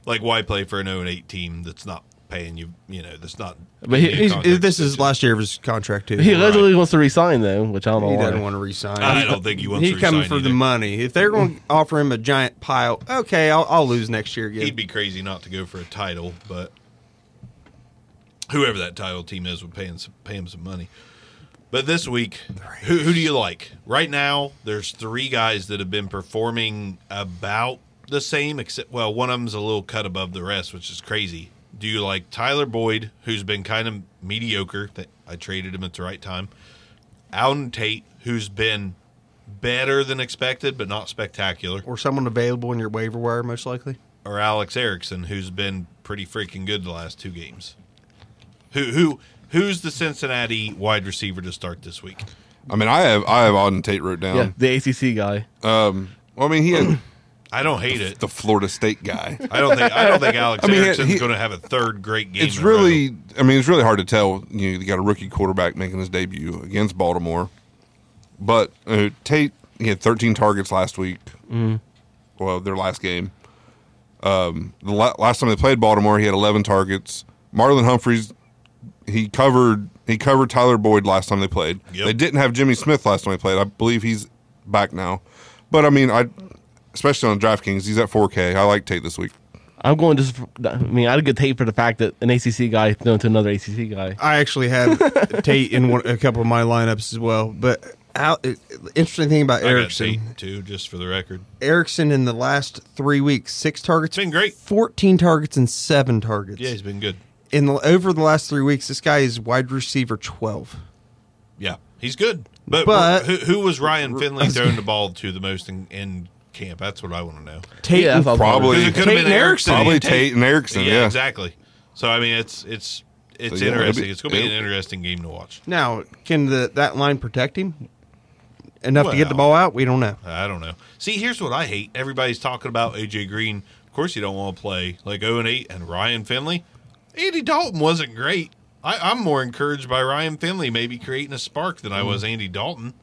Speaker 1: Like, why play for an 0 8 team that's not paying you, you know, that's not.
Speaker 5: But he-
Speaker 1: giving you
Speaker 5: he's-
Speaker 1: a contract?
Speaker 3: It- This is last year of his contract too.
Speaker 5: He
Speaker 3: He,
Speaker 5: allegedly wants to resign though, which I don't know. why.
Speaker 3: doesn't want to resign.
Speaker 1: I don't think he wants
Speaker 3: He's
Speaker 1: to
Speaker 3: coming
Speaker 1: resign
Speaker 3: for the
Speaker 1: either.
Speaker 3: money. If they're going to offer him a giant pile, okay, I'll, I'll lose next year again.
Speaker 1: He'd be crazy not to go for a title, but whoever that title team is would pay him some, pay him some money. But this week, who, who do you like? Right now, there's three guys that have been performing about the same, except, well, one of them's a little cut above the rest, which is crazy. Do you like Tyler Boyd, who's been kind of mediocre? That I traded him at the right time. Alden Tate, who's been better than expected, but not spectacular
Speaker 3: or someone available in your waiver wire, most likely.
Speaker 1: or Alex Erickson, who's been pretty freaking good the last two games. Who who who's the Cincinnati wide receiver to start this week?
Speaker 4: I mean, I have I have Auden Tate wrote down.
Speaker 5: Yeah, the ACC guy.
Speaker 4: Well, I mean, he had
Speaker 1: I don't hate it.
Speaker 4: the Florida State guy.
Speaker 1: I don't think I don't think Alex
Speaker 4: I mean,
Speaker 1: Erickson's
Speaker 4: he-
Speaker 1: going to have a third great game.
Speaker 4: it's
Speaker 1: in a row.
Speaker 4: really i mean it's really hard to tell you, know, you got a rookie quarterback making his debut against baltimore but uh, tate he had 13 targets last week. Well, their last game. Um, the la- last time they played Baltimore, he had 11 targets. Marlon Humphreys, he covered he covered Tyler Boyd last time they played.
Speaker 1: Yep.
Speaker 4: They didn't have Jimmy Smith last time they played. I believe he's back now. But I mean, I especially on DraftKings, he's at 4K. I like Tate this week.
Speaker 5: I'm going just. I mean, I had a good tape for the fact that an ACC guy thrown to another ACC guy.
Speaker 3: I actually have Tate in one, a couple of my lineups as well. But how interesting thing about
Speaker 1: I got
Speaker 3: Erickson?
Speaker 1: Tate, too, just for the record.
Speaker 3: Erickson in the last three weeks, six targets,
Speaker 1: Been great.
Speaker 3: fourteen targets and seven targets.
Speaker 1: Yeah, he's been good.
Speaker 3: in the, over the last three weeks, this guy is wide receiver twelve.
Speaker 1: Yeah, he's good. But,
Speaker 3: But-
Speaker 1: who, who was Ryan Finley throwing the ball to the most in, in camp? That's what I want to know.
Speaker 3: Tate
Speaker 5: Yeah, I
Speaker 3: and
Speaker 5: thought-
Speaker 4: Probably
Speaker 1: Because it could have
Speaker 3: Tate
Speaker 1: been
Speaker 3: and
Speaker 1: Erickson.
Speaker 4: probably Tate and Erickson.
Speaker 1: Yeah,
Speaker 4: Yeah,
Speaker 1: exactly. So I mean, it's it's it's
Speaker 4: So, yeah, it'll
Speaker 1: interesting.
Speaker 4: be-
Speaker 1: it's going to be an
Speaker 4: it'll-
Speaker 1: interesting game to watch.
Speaker 3: Now, can the that line protect him enough to get the
Speaker 1: Well-
Speaker 3: ball out? We don't know.
Speaker 1: I don't know. See, here's what I hate. Everybody's talking about AJ Green. Of course, you don't want to play like 0 and 8 and Ryan Finley. Andy Dalton wasn't great. I, I'm more encouraged by Ryan Finley maybe creating a spark than I was
Speaker 4: Mm.
Speaker 1: Andy Dalton.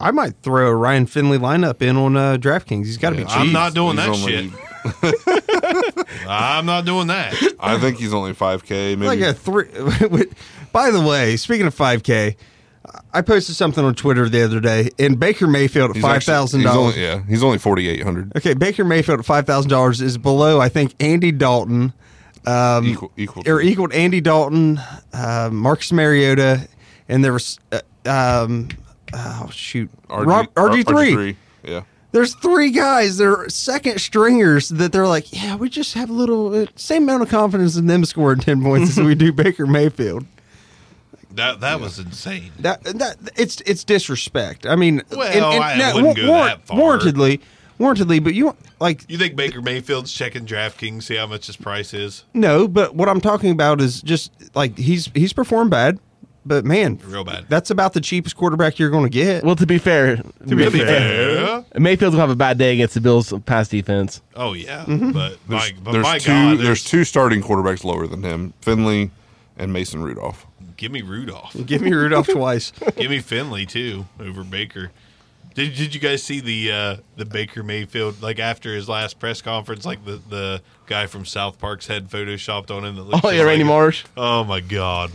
Speaker 3: I might throw a Ryan Finley lineup in on uh, DraftKings. He's got to be cheap.
Speaker 1: I'm not doing
Speaker 4: He's
Speaker 1: that
Speaker 4: only-
Speaker 1: shit. I'm not doing that.
Speaker 4: I think he's only 5K. Maybe
Speaker 3: like a three. By the way, speaking of five k, I posted something on Twitter the other day, and Baker Mayfield at
Speaker 4: He's
Speaker 3: five
Speaker 4: actually-
Speaker 3: thousand
Speaker 4: he's only-
Speaker 3: dollars.
Speaker 4: Yeah, he's only 4,800.
Speaker 3: Okay, Baker Mayfield at five thousand dollars is below, I think, Andy Dalton Um,
Speaker 4: equal, equal. to-
Speaker 3: or equaled Andy Dalton, uh, Marcus Mariota, and there was uh, um, oh shoot, Rob- RG3.
Speaker 4: Yeah.
Speaker 3: There's three guys. They're second stringers that they're like, yeah, we just have a little uh, same amount of confidence in them scoring ten points as we do Baker Mayfield.
Speaker 1: That that was insane.
Speaker 3: That that it's it's disrespect. I mean,
Speaker 1: Well, I wouldn't go that far.
Speaker 3: warrantedly, warrantedly, but you like
Speaker 1: You think Baker Mayfield's checking DraftKings, see how much his price is?
Speaker 3: No, but what I'm talking about is just like he's he's performed bad, but man,
Speaker 1: Real bad.
Speaker 3: That's about the cheapest quarterback you're going to get.
Speaker 5: Well, to be fair, to
Speaker 1: be fair.
Speaker 5: Mayfield's gonna have a bad day against the Bills' pass defense.
Speaker 1: Oh yeah, but my, but
Speaker 4: Mm-hmm. there's
Speaker 1: my
Speaker 4: two.
Speaker 1: God,
Speaker 4: there's, two starting quarterbacks lower than him: Finley and Mason Rudolph.
Speaker 1: Give me Rudolph.
Speaker 3: Give me Rudolph twice.
Speaker 1: Give me Finley too over Baker. Did Did you guys see the uh, the Baker Mayfield like after his last press conference? Like the, the guy from South Park's head photoshopped on him. That looked
Speaker 5: Oh
Speaker 1: just
Speaker 5: yeah, Randy
Speaker 1: like-
Speaker 5: Marsh.
Speaker 1: Oh my God,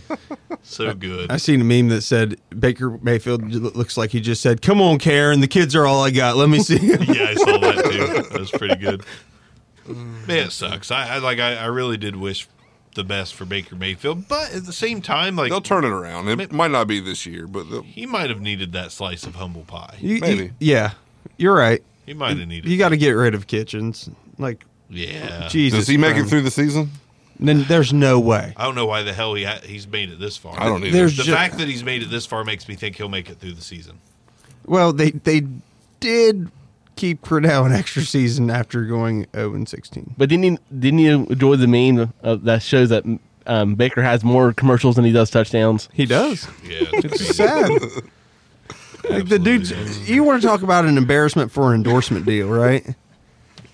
Speaker 1: so good.
Speaker 3: I seen a meme that said Baker Mayfield j- looks like he just said, "Come on, Karen, the kids are all I got. Let me see." him."
Speaker 1: yeah, I saw that too. That was pretty good. Man, it sucks. I, I like. I, I really did wish the best for Baker Mayfield, but at the same time, like
Speaker 4: They'll turn it around. It might not be this year, but they'll-
Speaker 1: he might have needed that slice of humble pie.
Speaker 3: You- you-
Speaker 4: Maybe.
Speaker 3: yeah, you're right.
Speaker 1: He might have needed.
Speaker 3: You got to get rid of Kitchens. Like
Speaker 1: Yeah.
Speaker 3: Jesus,
Speaker 4: does he make it
Speaker 3: Christ.
Speaker 4: through the season?
Speaker 3: Then there's no way.
Speaker 1: I don't know why the hell he ha- he's made it this far.
Speaker 4: I don't either.
Speaker 3: There's
Speaker 1: The
Speaker 3: ju-
Speaker 1: fact that he's made it this far makes me think he'll make it through the season.
Speaker 3: Well, they they did keep Cradell an extra season after going 0 and 16.
Speaker 5: But didn't you, didn't you enjoy the meme uh, that shows that um, Baker has more commercials than he does touchdowns?
Speaker 3: He does.
Speaker 1: Yeah, it's
Speaker 3: sad. Like the dude's, you want to talk about an embarrassment for an endorsement deal, right?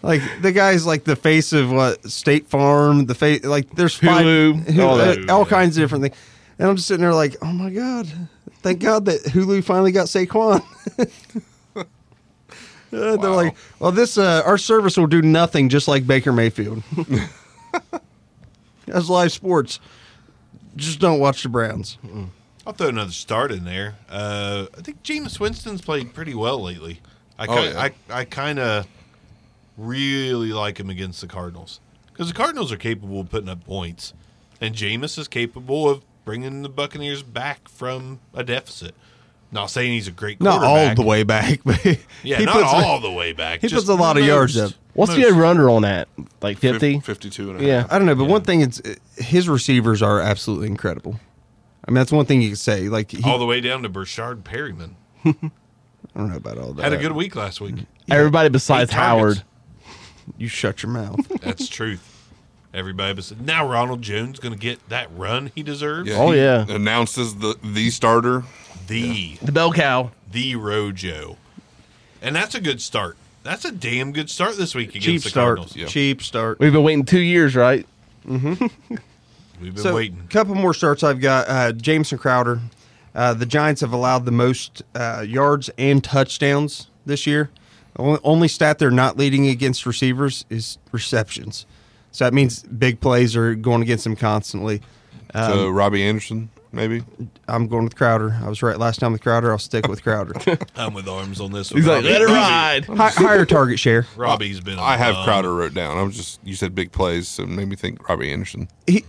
Speaker 3: Like the guy's like the face of what State Farm, the face like there's five,
Speaker 5: Hulu,
Speaker 3: Hulu, uh,
Speaker 5: all
Speaker 3: all,
Speaker 1: that.
Speaker 3: kinds of different things, and I'm just sitting there like, oh my god, thank God that Hulu finally got Saquon. Uh, They're
Speaker 4: Wow.
Speaker 3: like, well, this uh, our service will do nothing, just like Baker Mayfield. As live sports, just don't watch the Browns.
Speaker 1: I'll throw another start in there. Uh, I think Jameis Winston's played pretty well lately. I
Speaker 4: Oh,
Speaker 1: kind
Speaker 4: yeah.
Speaker 1: I, I kind of really like him against the Cardinals because the Cardinals are capable of putting up points, and Jameis is capable of bringing the Buccaneers back from a deficit. Not saying he's a great
Speaker 3: not all
Speaker 1: quarterback.
Speaker 3: the way back, but
Speaker 1: Yeah,
Speaker 3: he
Speaker 1: not
Speaker 3: puts-
Speaker 1: all the way back.
Speaker 3: he
Speaker 1: just
Speaker 3: puts a lot of yards
Speaker 1: most-
Speaker 3: up.
Speaker 5: What's
Speaker 1: most-
Speaker 5: the runner on that? Like
Speaker 4: Fif-
Speaker 5: 50?
Speaker 4: 52 and a half.
Speaker 5: Yeah.
Speaker 3: I don't know, but one thing is uh, his receivers are absolutely incredible. I mean, that's one thing you could say. Like, he,
Speaker 1: all the way down to Burchard Perryman.
Speaker 3: I don't know about all that.
Speaker 1: Had a good week last week.
Speaker 5: Everybody besides
Speaker 1: Eight targets.
Speaker 5: Howard.
Speaker 3: You shut your mouth.
Speaker 1: That's truth. Everybody but now Ronald Jones going to get that run he deserves.
Speaker 5: Oh,
Speaker 4: he
Speaker 5: yeah.
Speaker 4: Announces the the starter.
Speaker 1: The
Speaker 5: The bell cow.
Speaker 1: the Rojo, and that's a good start. That's a damn good start this week against
Speaker 3: Cheap
Speaker 1: the
Speaker 3: start.
Speaker 1: Cardinals.
Speaker 4: Yeah.
Speaker 3: Cheap start.
Speaker 5: We've been waiting two years, right?
Speaker 1: We've been
Speaker 3: So,
Speaker 1: waiting.
Speaker 3: couple more starts I've got. Uh, Jameson Crowder. Uh, the Giants have allowed the most uh, yards and touchdowns this year. The on- only stat they're not leading against receivers is receptions. So that means big plays are going against them constantly. Um,
Speaker 4: so Robbie Anderson, maybe.
Speaker 3: I'm going with Crowder. I was right last time with Crowder. I'll stick with Crowder.
Speaker 1: I'm with arms on this one.
Speaker 5: He's like,
Speaker 1: Robbie-
Speaker 5: let it
Speaker 1: Robbie-
Speaker 5: ride.
Speaker 3: Hi- higher target share.
Speaker 1: Robbie's been.
Speaker 4: I have
Speaker 1: um,
Speaker 4: Crowder wrote down. I'm just you said big plays, so it made me think Robbie Anderson.
Speaker 3: He,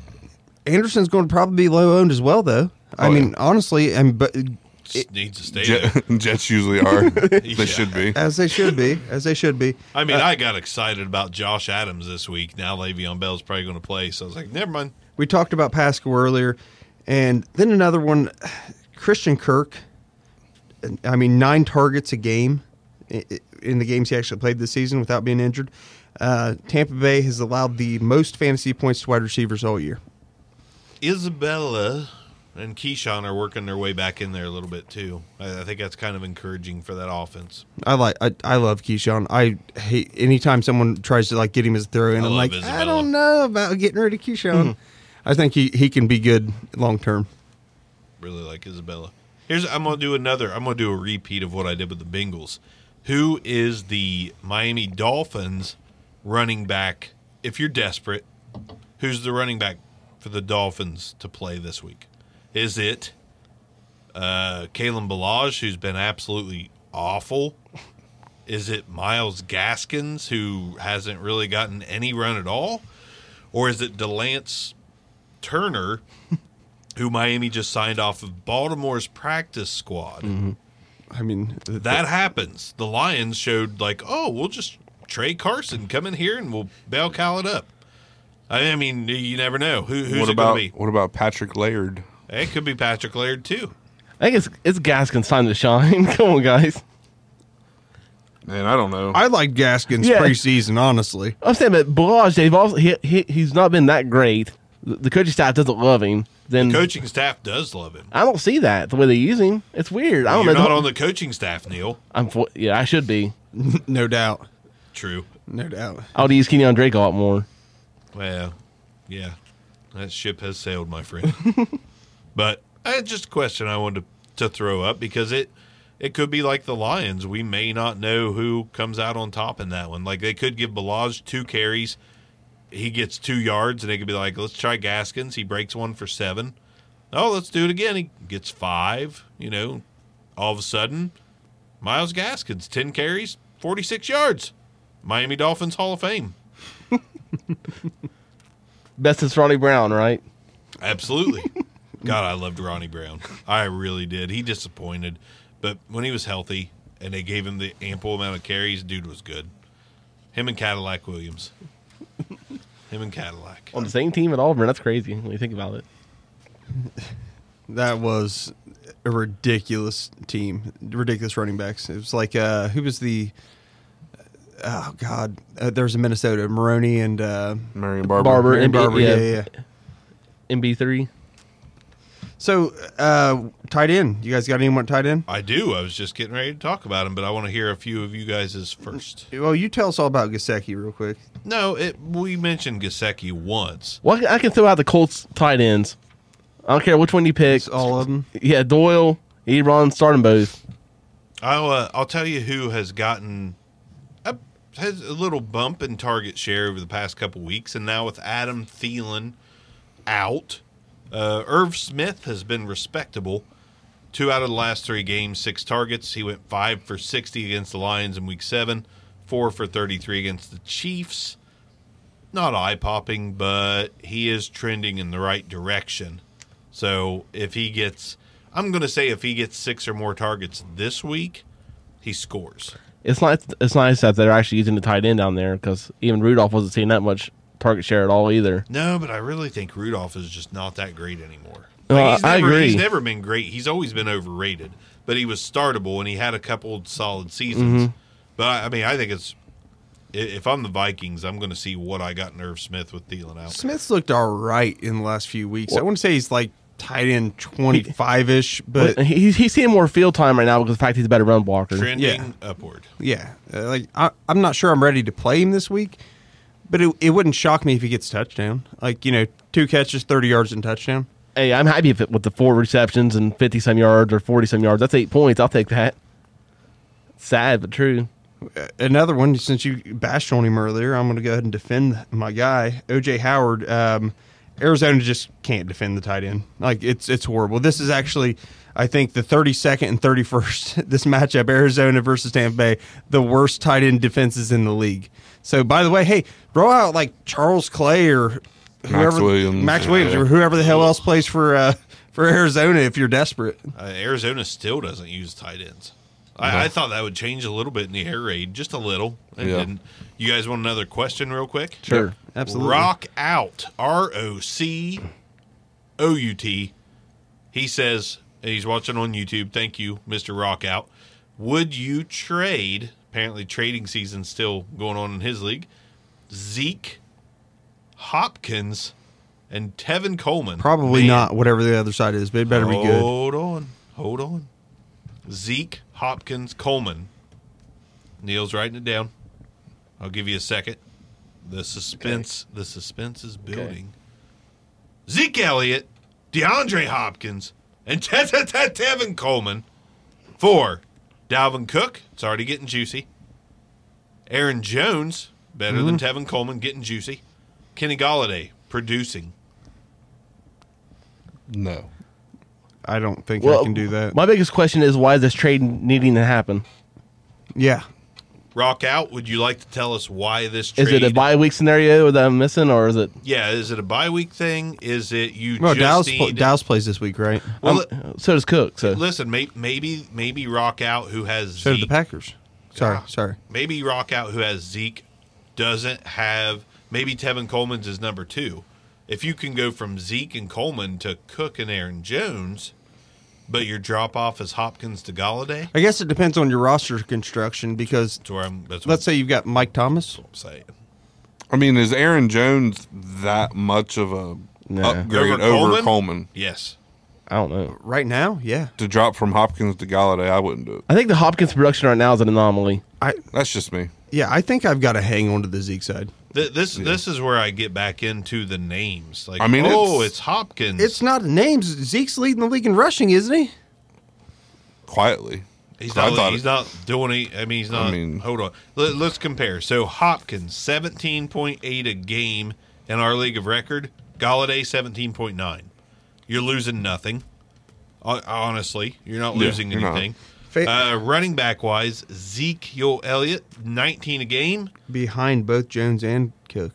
Speaker 3: Anderson's going to probably be low owned as well, though. I
Speaker 4: Oh, yeah.
Speaker 3: mean, honestly, and but
Speaker 1: s- Needs to stay.
Speaker 4: Jet,
Speaker 1: there.
Speaker 4: Jets usually are. they
Speaker 1: Yeah.
Speaker 4: should be.
Speaker 3: as they should be, as they should be.
Speaker 1: I mean, I got excited about Josh Adams this week. Now Le'Veon Bell's probably going to play, so I was like, never mind.
Speaker 3: We talked about Pascal earlier, and then another one, Christian Kirk. I mean, nine targets a game i- i- in the games he actually played this season without being injured. Uh, Tampa Bay has allowed the most fantasy points to wide receivers all year.
Speaker 1: Isabella and Keyshawn are working their way back in there a little bit too. I, I think that's kind of encouraging for that offense.
Speaker 3: I like I, I love Keyshawn. I hate anytime someone tries to like get him as a throw
Speaker 1: I
Speaker 3: in. I'm
Speaker 1: love
Speaker 3: like,
Speaker 1: Isabella.
Speaker 3: I don't know about getting rid of Keyshawn. I think he, he can be good long term.
Speaker 1: Really like Isabella. Here's I'm gonna do another. I'm gonna do a repeat of what I did with the Bengals. Who is the Miami Dolphins running back? If you're desperate, who's the running back for the Dolphins to play this week? Is it uh, Kalen Balaj, who's been absolutely awful? Is it Miles Gaskins, who hasn't really gotten any run at all? Or is it Delance Turner, who Miami just signed off of Baltimore's practice squad?
Speaker 5: Mm-hmm.
Speaker 3: I mean, th-
Speaker 1: That happens. The Lions showed, like, oh, we'll just Trey Carson come in here and we'll bail Cal it up. I mean, you never know. Who, who's
Speaker 4: what
Speaker 1: it
Speaker 4: about
Speaker 1: going to be?
Speaker 4: what about Patrick Laird?
Speaker 1: It could be Patrick Laird, too.
Speaker 5: I think it's it's Gaskin's time to shine. Come on, guys.
Speaker 4: Man, I don't know.
Speaker 3: I like Gaskins
Speaker 5: Yeah.
Speaker 3: preseason. Honestly,
Speaker 5: I'm saying, but Balaj, they've also he, he he's not been that great. The, the coaching staff doesn't love him. Then
Speaker 1: Coaching staff does love him.
Speaker 5: I don't see that the way they use him. It's weird. I don't
Speaker 1: You're
Speaker 5: know.
Speaker 1: not on the coaching staff, Neil.
Speaker 5: I'm for, yeah, I should be.
Speaker 3: no doubt,
Speaker 1: True.
Speaker 3: no doubt.
Speaker 5: I would use Kenyon Drake a lot more.
Speaker 1: Well, yeah, that ship has sailed, my friend. but I had just a question I wanted to, to throw up because it it could be like the Lions. We may not know who comes out on top in that one. Like they could give Balaj two carries, he gets two yards, and they could be like, let's try Gaskins. He breaks one for seven. Oh, let's do it again. He gets five. You know, all of a sudden, Miles Gaskins ten carries, forty six yards. Miami Dolphins Hall of Fame.
Speaker 5: Best is Ronnie Brown, right?
Speaker 1: Absolutely. God, I loved Ronnie Brown. I really did. He disappointed, but when he was healthy and they gave him the ample amount of carries, dude was good. Him and Cadillac Williams. Him and Cadillac.
Speaker 5: On the same team at Auburn. That's crazy when you think about it.
Speaker 3: That was a ridiculous team, ridiculous running backs. It was like uh, who was the oh god, uh, there was a Minnesota Maroney and uh,
Speaker 4: Marion Barber.
Speaker 5: Barber.
Speaker 3: Marion
Speaker 5: and-
Speaker 3: Barber.
Speaker 5: yeah.
Speaker 3: Yeah, yeah. yeah.
Speaker 5: MB three.
Speaker 3: So uh, tight end, you guys got anyone tight end?
Speaker 1: I do. I was just getting ready to talk about him, but I want to hear a few of you guys' first.
Speaker 3: Well, you tell us all about Gasecki real quick.
Speaker 1: No, it, we mentioned Gasecki once.
Speaker 5: Well, I can- I can throw out the Colts tight ends. I don't care which one you pick.
Speaker 3: It's all of them.
Speaker 5: Yeah, Doyle, Ebron, start them both.
Speaker 1: I'll uh, I'll tell you who has gotten a, has a little bump in target share over the past couple weeks, and now with Adam Thielen out, uh, Irv Smith has been respectable. Two out of the last three games, six targets. He went five for sixty against the Lions in Week Seven, four for thirty-three against the Chiefs. Not eye popping, but he is trending in the right direction. So if he gets, I'm going to say if he gets six or more targets this week, he scores.
Speaker 5: It's nice. It's nice that they're actually using the tight end down there because even Rudolph wasn't seeing that much target share at all either.
Speaker 1: No, but I really think Rudolph is just not that great anymore.
Speaker 5: No,
Speaker 1: he's
Speaker 5: I- I
Speaker 1: never, He's
Speaker 5: agree.
Speaker 1: never been great. He's always been overrated, but he was startable and he had a couple solid seasons.
Speaker 5: Mm-hmm.
Speaker 1: But I, I mean, I think it's i- if I'm the Vikings, I'm going to see what I got in Irv Smith with Thielen out.
Speaker 3: Smith's looked all right in the last few weeks. I wouldn't say he's like tight end twenty five ish, but
Speaker 5: But he's he's seeing more field time right now because of the fact he's a better run blocker.
Speaker 1: Trending
Speaker 3: Yeah.
Speaker 1: upward.
Speaker 3: yeah, uh, like I, I'm not sure I'm ready to play him this week, but it, it wouldn't shock me if he gets a touchdown. Like you know, two catches, thirty yards, and touchdown.
Speaker 5: Hey, I'm happy if it, with the four receptions and 50 some yards or 40 some yards. That's eight points. I'll take that. Sad but true.
Speaker 3: another one since you bashed on him earlier i'm going to go ahead and defend my guy oj howard um, arizona just can't defend the tight end like it's it's horrible this is actually i think the 32nd and 31st this matchup arizona versus tampa bay the worst tight end defenses in the league so by the way hey throw out like charles clay or whoever
Speaker 4: Williams.
Speaker 3: max williams
Speaker 4: Yeah.
Speaker 3: or whoever the hell else plays for uh, for arizona if you're desperate
Speaker 1: Uh, Arizona still doesn't use tight ends. I, I thought that would change a little bit in the air raid, just a little. It
Speaker 4: Yeah.
Speaker 1: didn't. You guys want another question, real quick?
Speaker 5: Sure.
Speaker 3: absolutely
Speaker 1: Rock out. R O C O U T. He says and he's watching on YouTube. Thank you, Mister Rock out. Would you trade? Apparently, trading season still going on in his league. Zeke, Hopkins, and Tevin Coleman.
Speaker 3: Probably
Speaker 1: Man,
Speaker 3: not whatever the other side is, but it better be good.
Speaker 1: Hold on. Hold on. Zeke, Hopkins, Coleman. Neil's writing it down. I'll give you a second. The suspense the suspense is building. Zeke Elliott, DeAndre Hopkins, and Te- Te- Te- Tevin Coleman. Four. Dalvin Cook. It's already getting juicy. Aaron Jones, better than
Speaker 5: Mm-hmm.
Speaker 1: Tevin Coleman, getting juicy. Kenny Galladay, producing.
Speaker 4: No.
Speaker 3: I don't think I can do that.
Speaker 5: My biggest question is why is this trade needing to happen?
Speaker 3: yeah.
Speaker 1: Rock out. Would you like to tell us why this trade?
Speaker 5: Is it a bye week scenario that I'm missing, or is it?
Speaker 1: Yeah, is it a bye week thing? Is it you
Speaker 3: Well,
Speaker 1: just
Speaker 3: Dallas,
Speaker 1: need?
Speaker 3: pl- Dallas plays this week, right?
Speaker 1: well,
Speaker 5: um,
Speaker 1: li-
Speaker 5: so does Cook. So
Speaker 1: listen, may- maybe maybe Rock out who has
Speaker 3: So did
Speaker 1: Zeke.
Speaker 3: the Packers. Sorry,
Speaker 1: Yeah.
Speaker 3: sorry.
Speaker 1: Maybe Rock out who has Zeke doesn't have. Maybe Tevin Coleman's is number two. If you can go from Zeke and Coleman to Cook and Aaron Jones, but your drop off is Hopkins to Galladay.
Speaker 3: I guess it depends on your roster construction because
Speaker 1: That's where I'm. That's what
Speaker 3: let's say you've got Mike Thomas.
Speaker 1: I'm saying.
Speaker 4: I mean, is Aaron Jones that much of a
Speaker 5: No.
Speaker 4: upgrade over, Coleman?
Speaker 1: Yes.
Speaker 5: I don't know.
Speaker 3: Right now, yeah.
Speaker 4: To drop from Hopkins to Galladay, I wouldn't do it.
Speaker 5: I think the Hopkins production right now is an anomaly.
Speaker 3: I
Speaker 4: That's just me.
Speaker 3: yeah, I think I've got to hang on to the Zeke side.
Speaker 1: Th- this this is where I get back into the names. Like,
Speaker 4: I mean,
Speaker 1: oh,
Speaker 4: it's-
Speaker 1: it's, Hopkins.
Speaker 3: It's not names. Zeke's leading the league in rushing, isn't he?
Speaker 4: Quietly.
Speaker 1: He's
Speaker 4: I
Speaker 1: not.
Speaker 4: thought
Speaker 1: he's
Speaker 4: it-
Speaker 1: not doing. Any, I mean, he's not.
Speaker 4: mean-
Speaker 1: hold on. Let, let's compare. So Hopkins seventeen point eight a game in our league of record. Galladay seventeen point nine. You're losing nothing. Hon- Honestly, you're not
Speaker 4: Yeah,
Speaker 1: losing
Speaker 4: you're not.
Speaker 1: anything.
Speaker 3: Fa-
Speaker 1: Uh, running back wise, Ezekiel Elliott nineteen a game.
Speaker 3: Behind both Jones and Cook.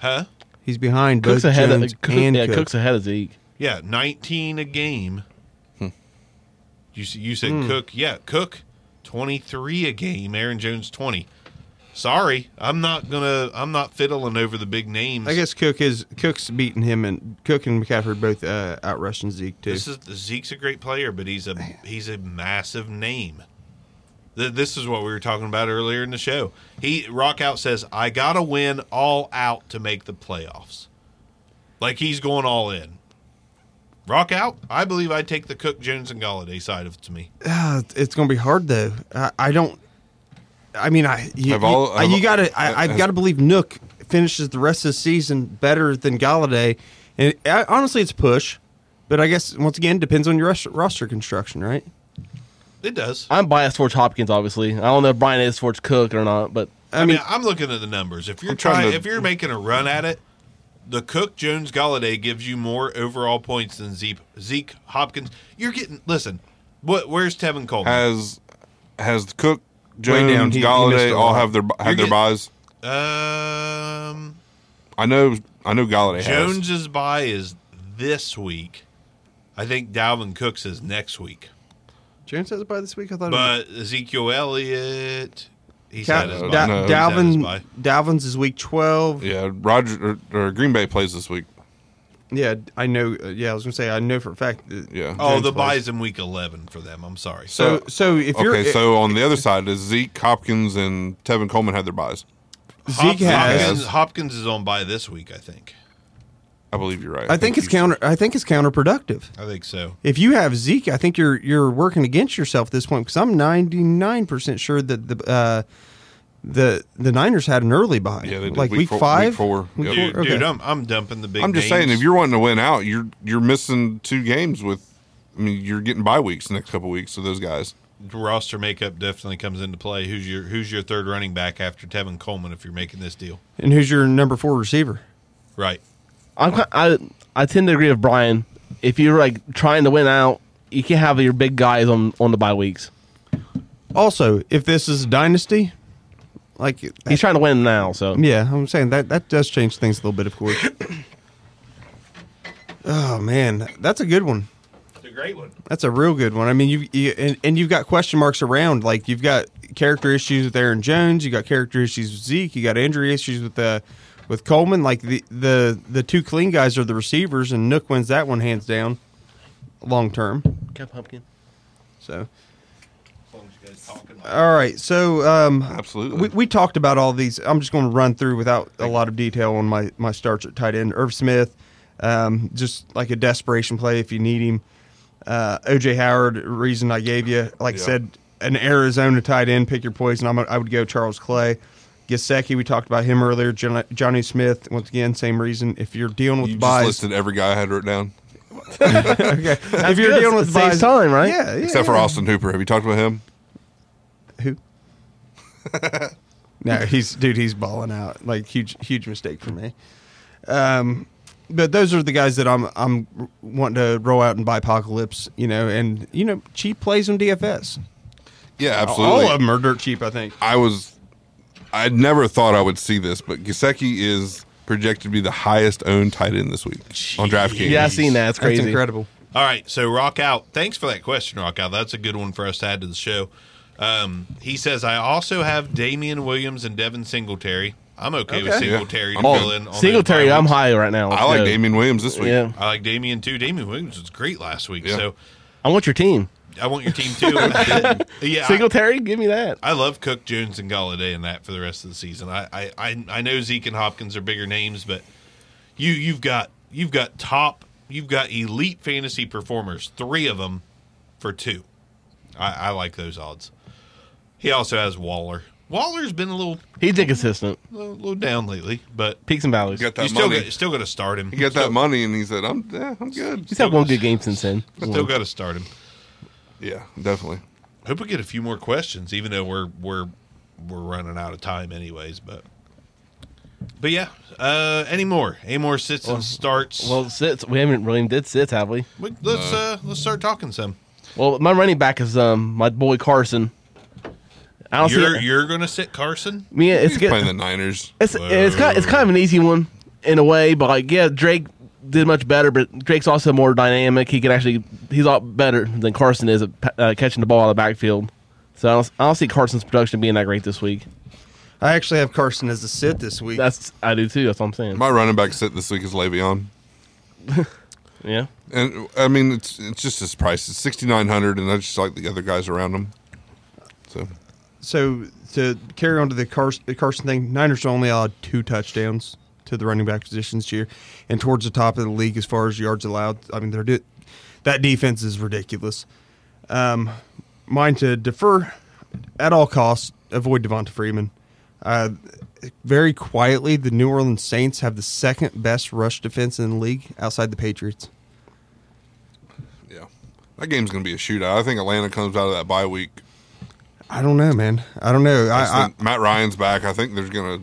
Speaker 1: Huh?
Speaker 3: He's behind
Speaker 5: Cook's
Speaker 3: both
Speaker 5: ahead of
Speaker 3: Jones
Speaker 5: Cook,
Speaker 3: and
Speaker 5: yeah,
Speaker 3: Cook.
Speaker 5: Cook's ahead of Zeke.
Speaker 1: Yeah, nineteen a game. You s- you said
Speaker 3: Hmm.
Speaker 1: Cook. Yeah, Cook, twenty three a game. Aaron Jones twenty. Sorry, I'm not gonna. I'm not fiddling over the big names.
Speaker 3: I guess Cook is Cook's beating him, and Cook and McCaffrey both uh, out rushing Zeke too.
Speaker 1: this is Zeke's a great player, but he's a he's a massive name. Th- This is what we were talking about earlier in the show. He Rockout says, "I gotta win all out to make the playoffs." Like he's going all in. Rockout, I believe I take the Cook, Jones, and Galladay side of it to me.
Speaker 3: Uh, it's going to be hard though. I, I don't. I mean, I you,
Speaker 4: Have all-
Speaker 3: you-
Speaker 4: have
Speaker 3: you
Speaker 4: all- uh,
Speaker 3: gotta. I, I've
Speaker 4: has-
Speaker 3: got to believe Nook finishes the rest of the season better than Galladay, and I, honestly, it's push. But I guess once again, depends on your roster, roster construction, right?
Speaker 1: It does.
Speaker 5: I'm biased towards Hopkins, obviously. I don't know if Brian is towards Cook or not, but
Speaker 1: I mean, I'm looking at the numbers. If you're
Speaker 4: I'm
Speaker 1: trying,
Speaker 4: trying to-
Speaker 1: if you're making a run at it, the Cook Jones Galladay gives you more overall points than Zeke, Zeke Hopkins. You're getting. Listen, what? Where's Tevin Coleman?
Speaker 4: Has has Cook, Jones,
Speaker 3: down. He- he missed
Speaker 4: Galladay
Speaker 3: a
Speaker 4: all
Speaker 3: lot.
Speaker 4: have their
Speaker 1: You're
Speaker 4: had their
Speaker 1: getting-
Speaker 4: buys?
Speaker 3: Uh,
Speaker 1: um,
Speaker 4: I know I know Galladay has.
Speaker 1: Jones's buy is this week. I think Dalvin Cook's is next week.
Speaker 3: Jones has it by this week. I thought.
Speaker 1: But Ezekiel Elliott, he's
Speaker 3: Cal-
Speaker 1: had his
Speaker 4: No,
Speaker 1: bye.
Speaker 4: no.
Speaker 3: Da-
Speaker 4: He's
Speaker 1: had his
Speaker 3: Dalvin
Speaker 1: bye.
Speaker 3: Dalvin's is week twelve.
Speaker 4: Yeah, Roger or, or Green Bay plays this week.
Speaker 3: Yeah, I know. uh, yeah, I was gonna say I know for a fact. That
Speaker 4: Yeah.
Speaker 1: Oh, the
Speaker 3: buys.
Speaker 1: buy's in week 11 for them. I'm sorry.
Speaker 3: So so if you're
Speaker 4: okay, so on the other side is Zeke Hopkins and Tevin Coleman had their buys.
Speaker 3: Zeke has.
Speaker 1: Hopkins, Hopkins is on by this week, I think.
Speaker 4: I believe you're right.
Speaker 3: I think it's counter. I think it's counterproductive.
Speaker 1: I think so.
Speaker 3: if you have Zeke, I think you're you're working against yourself at this point because I'm 99 percent sure that the uh, the the Niners had an early buy.
Speaker 4: Yeah, they did
Speaker 3: like
Speaker 4: week
Speaker 3: week,
Speaker 4: four- week
Speaker 3: five,
Speaker 4: four. Yep.
Speaker 1: Dude,
Speaker 3: Okay.
Speaker 1: dude I'm, I'm dumping the big
Speaker 4: I'm just
Speaker 1: names.
Speaker 4: saying, if you're wanting to win out, you're you're missing two games with. I mean, you're getting bye weeks the next couple weeks of those guys.
Speaker 1: roster makeup definitely comes into play. Who's your Who's your third running back after Tevin Coleman if you're making this deal?
Speaker 3: And who's your number four receiver?
Speaker 1: Right.
Speaker 5: I'm, ki- I I tend to agree with Brian. If you're like trying to win out, you can't have your big guys on on the bye weeks.
Speaker 3: Also, if this is a dynasty, like that-
Speaker 5: He's trying to win now, so
Speaker 3: yeah, I'm saying that that does change things a little bit, of course. oh man, that's a good one.
Speaker 1: It's a great one.
Speaker 3: That's a real good one. I mean, you, you and, and you've got question marks around. Like you've got character issues with Aaron Jones. You got character issues with Zeke. You got injury issues with uh, with Coleman. Like the the the two clean guys are the receivers, and Nook wins that one hands down, long term.
Speaker 5: Cap Pumpkin.
Speaker 3: So
Speaker 1: As long as you guys talking
Speaker 3: all right, so um,
Speaker 4: Absolutely.
Speaker 3: we, we talked about all these. I'm just going to run through without a lot of detail on my, my starts at tight end. Irv Smith, um, just like a desperation play if you need him. Uh, OJ Howard, reason I gave you. Like I
Speaker 4: Yeah.
Speaker 3: said, an Arizona tight end, pick your poison. I'm, a- I would go Charles Clay. Gasecki, we talked about him earlier. Jon- Johnny Smith, once again, same reason. If you're dealing with
Speaker 4: you just
Speaker 3: buys,
Speaker 4: listed every guy I had written down,
Speaker 3: okay. if you're
Speaker 5: good.
Speaker 3: dealing with buys,
Speaker 5: Saves time, right?
Speaker 3: Yeah, yeah,
Speaker 4: except for
Speaker 3: yeah.
Speaker 4: Austin Hooper. Have you talked about him?
Speaker 3: Who? no, he's dude. He's balling out. Like huge, huge mistake for me. Um, but those are the guys that I'm I'm wanting to roll out and buy apocalypse. You know, and you know, cheap plays on DFS.
Speaker 4: Yeah, absolutely.
Speaker 3: All of them are dirt cheap. I think.
Speaker 4: I was, I never thought I would see this, but Gasecki is projected to be the highest owned tight end this week on DraftKings.
Speaker 5: Yeah, I seen that. It's crazy.
Speaker 3: That's incredible.
Speaker 1: All right, so Rock Out, thanks for that question, Rock Out. That's a good one for us to add to the show. Um, he says, I also have Damian Williams and Devin Singletary. I'm okay, with
Speaker 5: Okay.
Speaker 4: Yeah.
Speaker 1: Singletary
Speaker 4: I'm
Speaker 1: to
Speaker 4: all-
Speaker 1: fill in. On
Speaker 5: Singletary,
Speaker 1: those bye
Speaker 5: I'm
Speaker 1: weeks.
Speaker 5: high right now.
Speaker 4: I like
Speaker 5: so-
Speaker 4: Damian Williams this week.
Speaker 5: Yeah,
Speaker 1: I like Damian too. Damian Williams was great last week,
Speaker 4: Yeah.
Speaker 1: so
Speaker 5: I want your team.
Speaker 1: I want your team too. yeah, I-
Speaker 5: Singletary, give me that.
Speaker 1: I love Cook, Jones, and Galladay and that for the rest of the season. I, I, I, I know Zeke and Hopkins are bigger names, but you you've got you've got top you've got elite fantasy performers, three of them for two. I, I like those odds. He also has Waller. Waller's been a little
Speaker 5: He's inconsistent.
Speaker 1: little, little down lately, but
Speaker 5: Peaks and valleys.
Speaker 4: Got
Speaker 5: He's
Speaker 4: that
Speaker 1: you still
Speaker 4: money.
Speaker 1: got, still got to start him.
Speaker 4: he got that money, and he said, "I'm, yeah, I'm good."
Speaker 5: had one good game since then.
Speaker 1: Still got to start him.
Speaker 4: Yeah, definitely.
Speaker 1: Hope we get a few more questions, even though we're we're we're running out of time anyways. But but yeah, uh, any more? Any more sits and starts?
Speaker 5: Well, sits. We haven't really did sits, have we?
Speaker 1: We- let's uh, let's start talking some.
Speaker 5: Well, my running back is um my boy Carson. I don't
Speaker 1: You're
Speaker 5: see.
Speaker 1: you're gonna sit Carson?
Speaker 5: I mean, it's good.
Speaker 4: Playing the Niners.
Speaker 5: It's it's kind it's kind of an easy one in a way, but like yeah, Drake did much better, but Drake's also more dynamic. He can actually he's a lot better than Carson is at pa- uh, catching the ball out of the backfield. So I don't, I don't see Carson's production being that great this week.
Speaker 3: I actually have Carson as a sit this week.
Speaker 5: That's I do too. That's what I'm saying.
Speaker 4: My running back sit this week is Le'Veon,
Speaker 5: yeah,
Speaker 4: and I mean it's it's just his price. It's sixty nine hundred, and I just like the other guys around him. So
Speaker 3: so to carry on to the Carson, Carson thing, Niners only allowed two touchdowns to the running back position this year, and towards the top of the league as far as yards allowed. I mean, they're do- that defense is ridiculous. Um, mine to defer at all costs. Avoid Devonta Freeman. Uh, very quietly, the New Orleans Saints have the second best rush defense in the league outside the Patriots.
Speaker 4: yeah, that game's gonna be a shootout. I think Atlanta comes out of that bye week.
Speaker 3: I don't know, man. I don't know. I,
Speaker 4: I
Speaker 3: I,
Speaker 4: think Matt Ryan's back. I think there's gonna.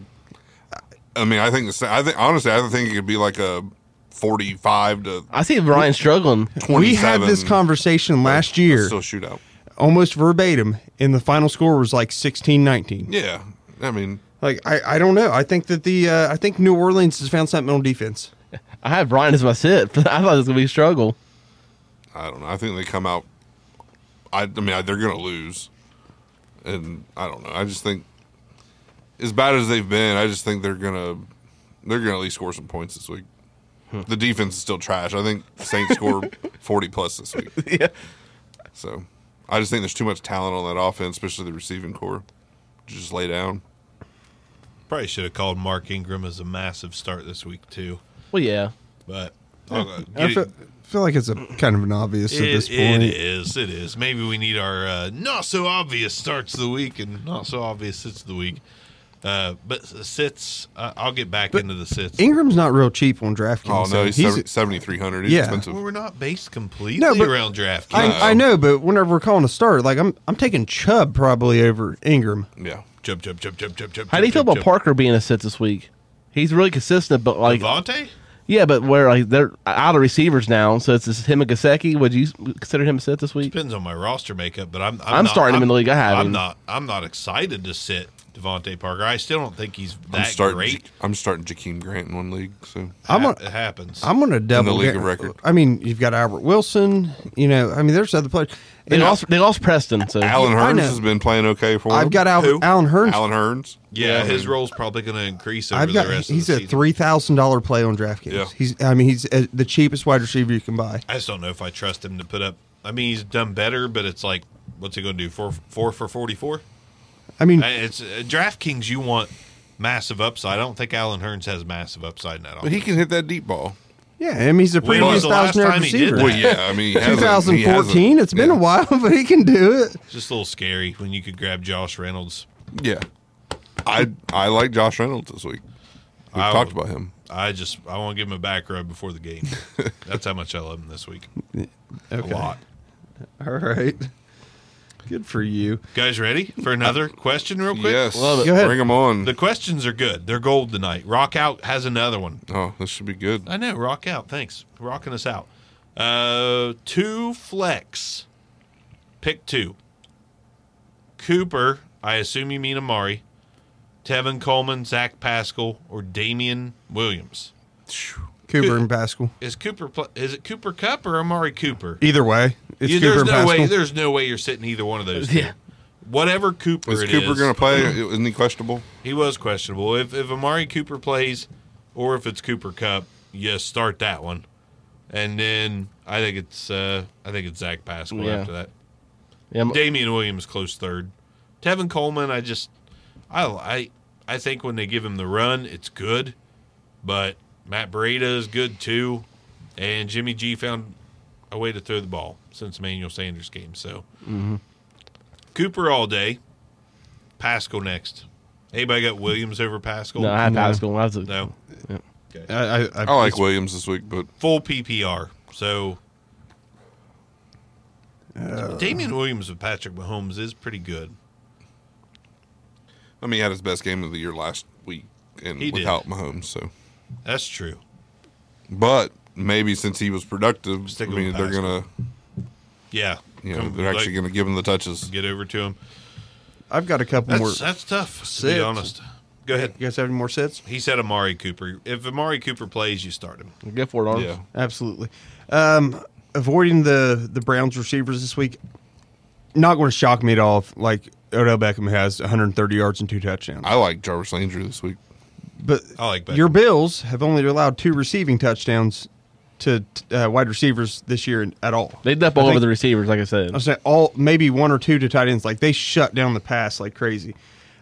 Speaker 4: I mean, I think the. Sa- I think honestly, I think it could be like a forty-five to
Speaker 5: I see Ryan struggling.
Speaker 4: twenty.
Speaker 3: we had this conversation last year.
Speaker 4: Still shootout.
Speaker 3: almost verbatim and the final score was like 16-19
Speaker 4: Yeah, I mean,
Speaker 3: like I, I don't know i think that the uh, i think new orleans has found something on defense
Speaker 5: I had Ryan as my sit. I thought it was gonna be a struggle.
Speaker 4: I don't know. I think they come out. I, I mean, I, they're gonna lose, and I don't know. I just think as bad as they've been, I just think they're gonna they're gonna at least score some points this week. The defense is still trash. I think Saints score forty plus this week.
Speaker 5: yeah,
Speaker 4: So I just think there's too much talent on that offense, especially the receiving core. Just lay down.
Speaker 1: Probably should have called Mark Ingram as a massive start this week too.
Speaker 5: well, yeah.
Speaker 1: But I'll go-
Speaker 3: I
Speaker 1: get
Speaker 3: feel,
Speaker 1: it-
Speaker 3: feel like it's a kind of an obvious at this
Speaker 1: it, it
Speaker 3: point
Speaker 1: is. It is. Maybe we need our uh, not so obvious starts of the week and not so obvious sits of the week. Uh, but sits, I I'll get back into the sits.
Speaker 3: Ingram's not real cheap on DraftKings.
Speaker 4: Oh no,
Speaker 3: though.
Speaker 4: he's, seventy three hundred. He's
Speaker 3: Yeah.
Speaker 4: expensive.
Speaker 1: Well, we're not based completely
Speaker 3: No, but-
Speaker 1: around draft.
Speaker 3: I, I know, but whenever we're calling a start, like I'm, I'm taking Chubb probably over Ingram.
Speaker 4: Yeah,
Speaker 1: Jump, jump, jump, jump, jump, jump.
Speaker 5: How do you feel
Speaker 1: jump,
Speaker 5: about
Speaker 1: jump.
Speaker 5: Parker being a sit this week? He's really consistent, but like,
Speaker 1: Devontae?
Speaker 5: yeah, but where like they're out of receivers now, so it's just him and Gasecki. Would you s- consider him a sit this week?
Speaker 1: Depends on my roster makeup, but I'm. I'm,
Speaker 5: I'm
Speaker 1: not-
Speaker 5: starting him in the league. I have
Speaker 1: I'm
Speaker 5: him.
Speaker 1: not. I'm not excited to sit Devontae Parker. I still don't think he's
Speaker 4: I'm
Speaker 1: that
Speaker 4: starting.
Speaker 1: great.
Speaker 4: Ja- I'm starting Jakeem Grant in one league. So
Speaker 3: I'm
Speaker 1: Ha-
Speaker 3: on-
Speaker 1: it happens.
Speaker 3: I'm going to double
Speaker 4: league
Speaker 3: ga-
Speaker 4: of record.
Speaker 3: I mean, you've got Albert Wilson. You know, I mean, there's other players.
Speaker 5: They
Speaker 3: And
Speaker 5: lost. They lost Preston. So
Speaker 4: Alan
Speaker 3: I
Speaker 4: Hearns
Speaker 3: know.
Speaker 4: has been playing okay for.
Speaker 3: I've
Speaker 4: him.
Speaker 3: got Al-
Speaker 1: Who?
Speaker 3: Alan Hearns.
Speaker 4: Alan Hearns.
Speaker 1: yeah, his role's probably going to increase over
Speaker 3: I've got
Speaker 1: the rest
Speaker 3: he's
Speaker 1: of the
Speaker 3: a
Speaker 1: season.
Speaker 3: three thousand dollar play on DraftKings.
Speaker 4: Yeah.
Speaker 3: He's I mean he's uh, the cheapest wide receiver you can buy.
Speaker 1: I just don't know if I trust him to put up. I mean, he's done better, but it's like, what's he going to do? Four, four for forty-four.
Speaker 3: I mean,
Speaker 1: It's uh, DraftKings. You want massive upside. I don't think Alan Hearns has massive upside at all.
Speaker 4: But he can hit that deep ball.
Speaker 3: yeah, I mean he's a
Speaker 1: When was
Speaker 3: previous
Speaker 1: the last
Speaker 3: thousand yard
Speaker 1: time he did
Speaker 3: receiver.
Speaker 1: that?
Speaker 4: Well, yeah. I mean, he hasn't- he hasn't-
Speaker 3: 2014. It's been
Speaker 4: yeah.
Speaker 3: a while, but he can do it.
Speaker 1: It's just a little scary when you could grab Josh Reynolds.
Speaker 4: Yeah, I I like Josh Reynolds this week. We
Speaker 1: I-
Speaker 4: have talked about him.
Speaker 1: I just I want to give him a back rub before the game. That's how much I love him this week. A lot.
Speaker 3: All right. Good for you.
Speaker 1: Guys, ready for another question, real quick?
Speaker 4: Yes,
Speaker 5: Love it.
Speaker 3: Go ahead.
Speaker 4: Bring him on.
Speaker 1: The questions are good. They're gold tonight. Rock out has another one.
Speaker 4: oh, this should be good.
Speaker 1: I know. Rock out. Thanks. Rocking us out. Uh, two flex. Pick two. Cooper. I assume you mean Amari. Tevin Coleman, Zach Pascal, or Damian Williams.
Speaker 3: Cooper
Speaker 1: Good.
Speaker 3: and Pascal.
Speaker 1: Is Cooper? Pl- is it Cooper Cup or Amari Cooper?
Speaker 3: Either way, it's
Speaker 1: Yeah,
Speaker 3: Cooper
Speaker 1: there's
Speaker 3: and
Speaker 1: no
Speaker 3: Pascal.
Speaker 1: way. There's no way you're sitting either one of those. two.
Speaker 5: Yeah.
Speaker 1: Whatever Cooper
Speaker 4: Is
Speaker 1: it
Speaker 4: Cooper
Speaker 1: is,
Speaker 4: going to play? Isn't he questionable?
Speaker 1: he was questionable. If if Amari Cooper plays, or if it's Cooper Cup, yes, start that one. And then I think it's uh, I think it's Zach Pascal
Speaker 5: Yeah.
Speaker 1: after that.
Speaker 5: yeah, I'm-
Speaker 1: Damian Williams close third. Tevin Coleman, I just I I I think when they give him the run, it's good. But Matt Breida is good too, and Jimmy G found a way to throw the ball since Emmanuel Sanders came. So
Speaker 5: Mm-hmm.
Speaker 1: Cooper all day, Pascal next. Anybody got Williams over Pascal?
Speaker 5: no, I had Pascal. I was a,
Speaker 1: No.
Speaker 3: I, I,
Speaker 4: I like Williams this week, but
Speaker 1: full PPR. So
Speaker 4: Uh,
Speaker 1: Damian Williams with Patrick Mahomes is pretty good.
Speaker 4: I mean, he had his best game of the year last week, and
Speaker 1: He did.
Speaker 4: without Mahomes, so.
Speaker 1: That's true.
Speaker 4: But maybe since he was productive,
Speaker 1: Stick
Speaker 4: I
Speaker 1: with
Speaker 4: mean, they're
Speaker 1: Pascal.
Speaker 4: gonna,
Speaker 1: Yeah,
Speaker 4: you know,
Speaker 1: Come-
Speaker 4: they're actually
Speaker 1: like,
Speaker 4: gonna give him the touches.
Speaker 1: get over to him.
Speaker 3: I've got a couple more.
Speaker 1: That's, that's tough. To be
Speaker 3: Six.
Speaker 1: honest, go ahead.
Speaker 3: You guys have any more sets?
Speaker 1: He said Amari Cooper. If Amari Cooper plays, you start him.
Speaker 5: go for it, Arms.
Speaker 4: Yeah,
Speaker 3: Absolutely. Um, avoiding the the Browns receivers this week. Not going to shock me at all. If, like Odell Beckham has 130 yards and two touchdowns.
Speaker 4: I like Jarvis Landry this week.
Speaker 3: But
Speaker 1: I like Beckham.
Speaker 3: your Bills have only allowed two receiving touchdowns to uh, wide receivers this year at all.
Speaker 5: They up
Speaker 3: I
Speaker 5: all over
Speaker 3: think-
Speaker 5: the receivers, like I said.
Speaker 3: I was saying all maybe one or two to tight ends. Like they shut down the pass like crazy.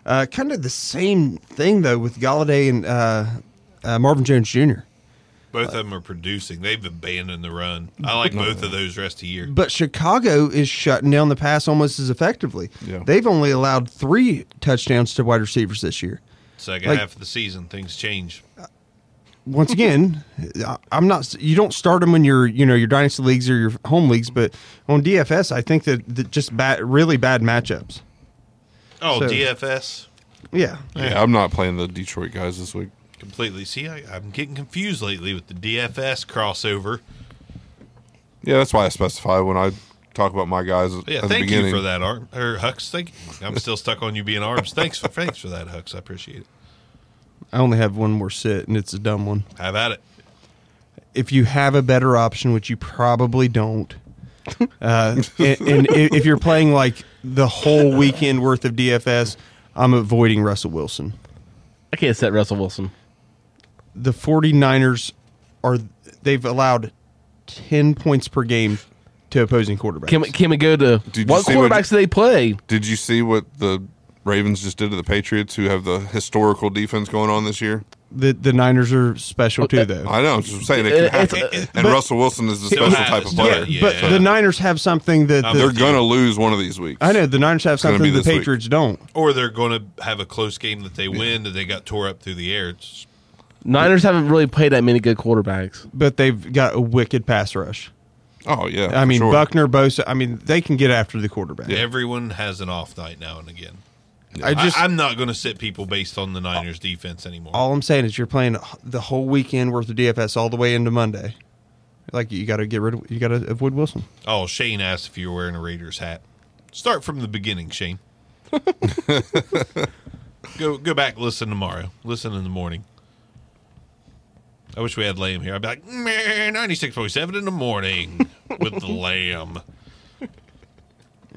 Speaker 3: Uh, kind of the same thing though with Galladay and uh, uh, Marvin Jones Jr.
Speaker 1: Both of them are producing. They've abandoned the run. I like both of those rest of year.
Speaker 3: But Chicago is shutting down the pass almost as effectively.
Speaker 4: Yeah.
Speaker 3: They've only allowed three touchdowns to wide receivers this year.
Speaker 1: Second
Speaker 3: Like-
Speaker 1: half of the season, things change.
Speaker 4: Oh,
Speaker 3: once again, I- I'm not. You don't start them in your you know your dynasty leagues or your home leagues, but on DFS, I think that, that just bad, really bad matchups.
Speaker 1: Oh,
Speaker 3: So-
Speaker 1: DFS
Speaker 3: Yeah,
Speaker 4: Yeah, I'm not playing the Detroit guys this week.
Speaker 1: completely. See, I, I'm getting confused lately with the DFS crossover.
Speaker 4: Yeah, that's why I specify when I talk about my guys
Speaker 1: But yeah,
Speaker 4: at the
Speaker 1: thank you
Speaker 4: beginning.
Speaker 1: for that, Arm or Hux. Thank. I'm still stuck on you being Arms. Thanks for thanks for that, Hux. I appreciate it.
Speaker 3: I only have one more sit, and it's a dumb one.
Speaker 1: Have at it.
Speaker 3: If you have a better option, which you probably don't, uh, and, and i- if you're playing like the whole weekend worth of DFS, I'm avoiding Russell Wilson.
Speaker 5: I can't set Russell Wilson.
Speaker 3: The 49ers are they've allowed ten points per game to opposing quarterbacks.
Speaker 5: Can we, can we go to
Speaker 4: Did you
Speaker 5: what
Speaker 4: see what-
Speaker 5: quarterbacks do they play?
Speaker 4: Did you see what the Ravens just did to the Patriots, who have the historical defense going on this year?
Speaker 3: the the Niners are special too, though.
Speaker 4: I know. Just saying it can
Speaker 5: It's-
Speaker 4: happen.
Speaker 1: it-
Speaker 4: and
Speaker 3: uh, but-
Speaker 4: Russell Wilson is the
Speaker 1: Still
Speaker 4: special
Speaker 1: has-
Speaker 4: type of
Speaker 1: still-
Speaker 4: player.
Speaker 1: yeah.
Speaker 3: but the Niners have something that
Speaker 4: They're
Speaker 3: the,
Speaker 4: gonna lose one of these weeks.
Speaker 3: I know the Niners have
Speaker 4: gonna
Speaker 3: something
Speaker 4: be
Speaker 3: the
Speaker 4: this week.
Speaker 3: Patriots don't.
Speaker 1: or they're going to have a close game that they win that they got tore up through the air. It's,
Speaker 5: Niners haven't really played that many good quarterbacks.
Speaker 3: But they've got a wicked pass rush.
Speaker 4: Oh yeah.
Speaker 3: I
Speaker 4: for
Speaker 3: mean,
Speaker 4: sure.
Speaker 3: Buckner, Bosa. I mean, they can get after the quarterback.
Speaker 1: Everyone has an off night now and again.
Speaker 3: I just
Speaker 1: I, am not going to sit people based on the Niners defense anymore.
Speaker 3: all I'm saying is you're playing the whole weekend worth of DFS all the way into Monday. Like you got to get rid of you got to avoid Wilson.
Speaker 1: oh, Shane asked if you were wearing a Raiders hat. Start from the beginning, Shane. go go back. Listen tomorrow. Listen in the morning. I wish we had Lamb here. I'd be like, man, ninety six point seven in the morning with the Lamb.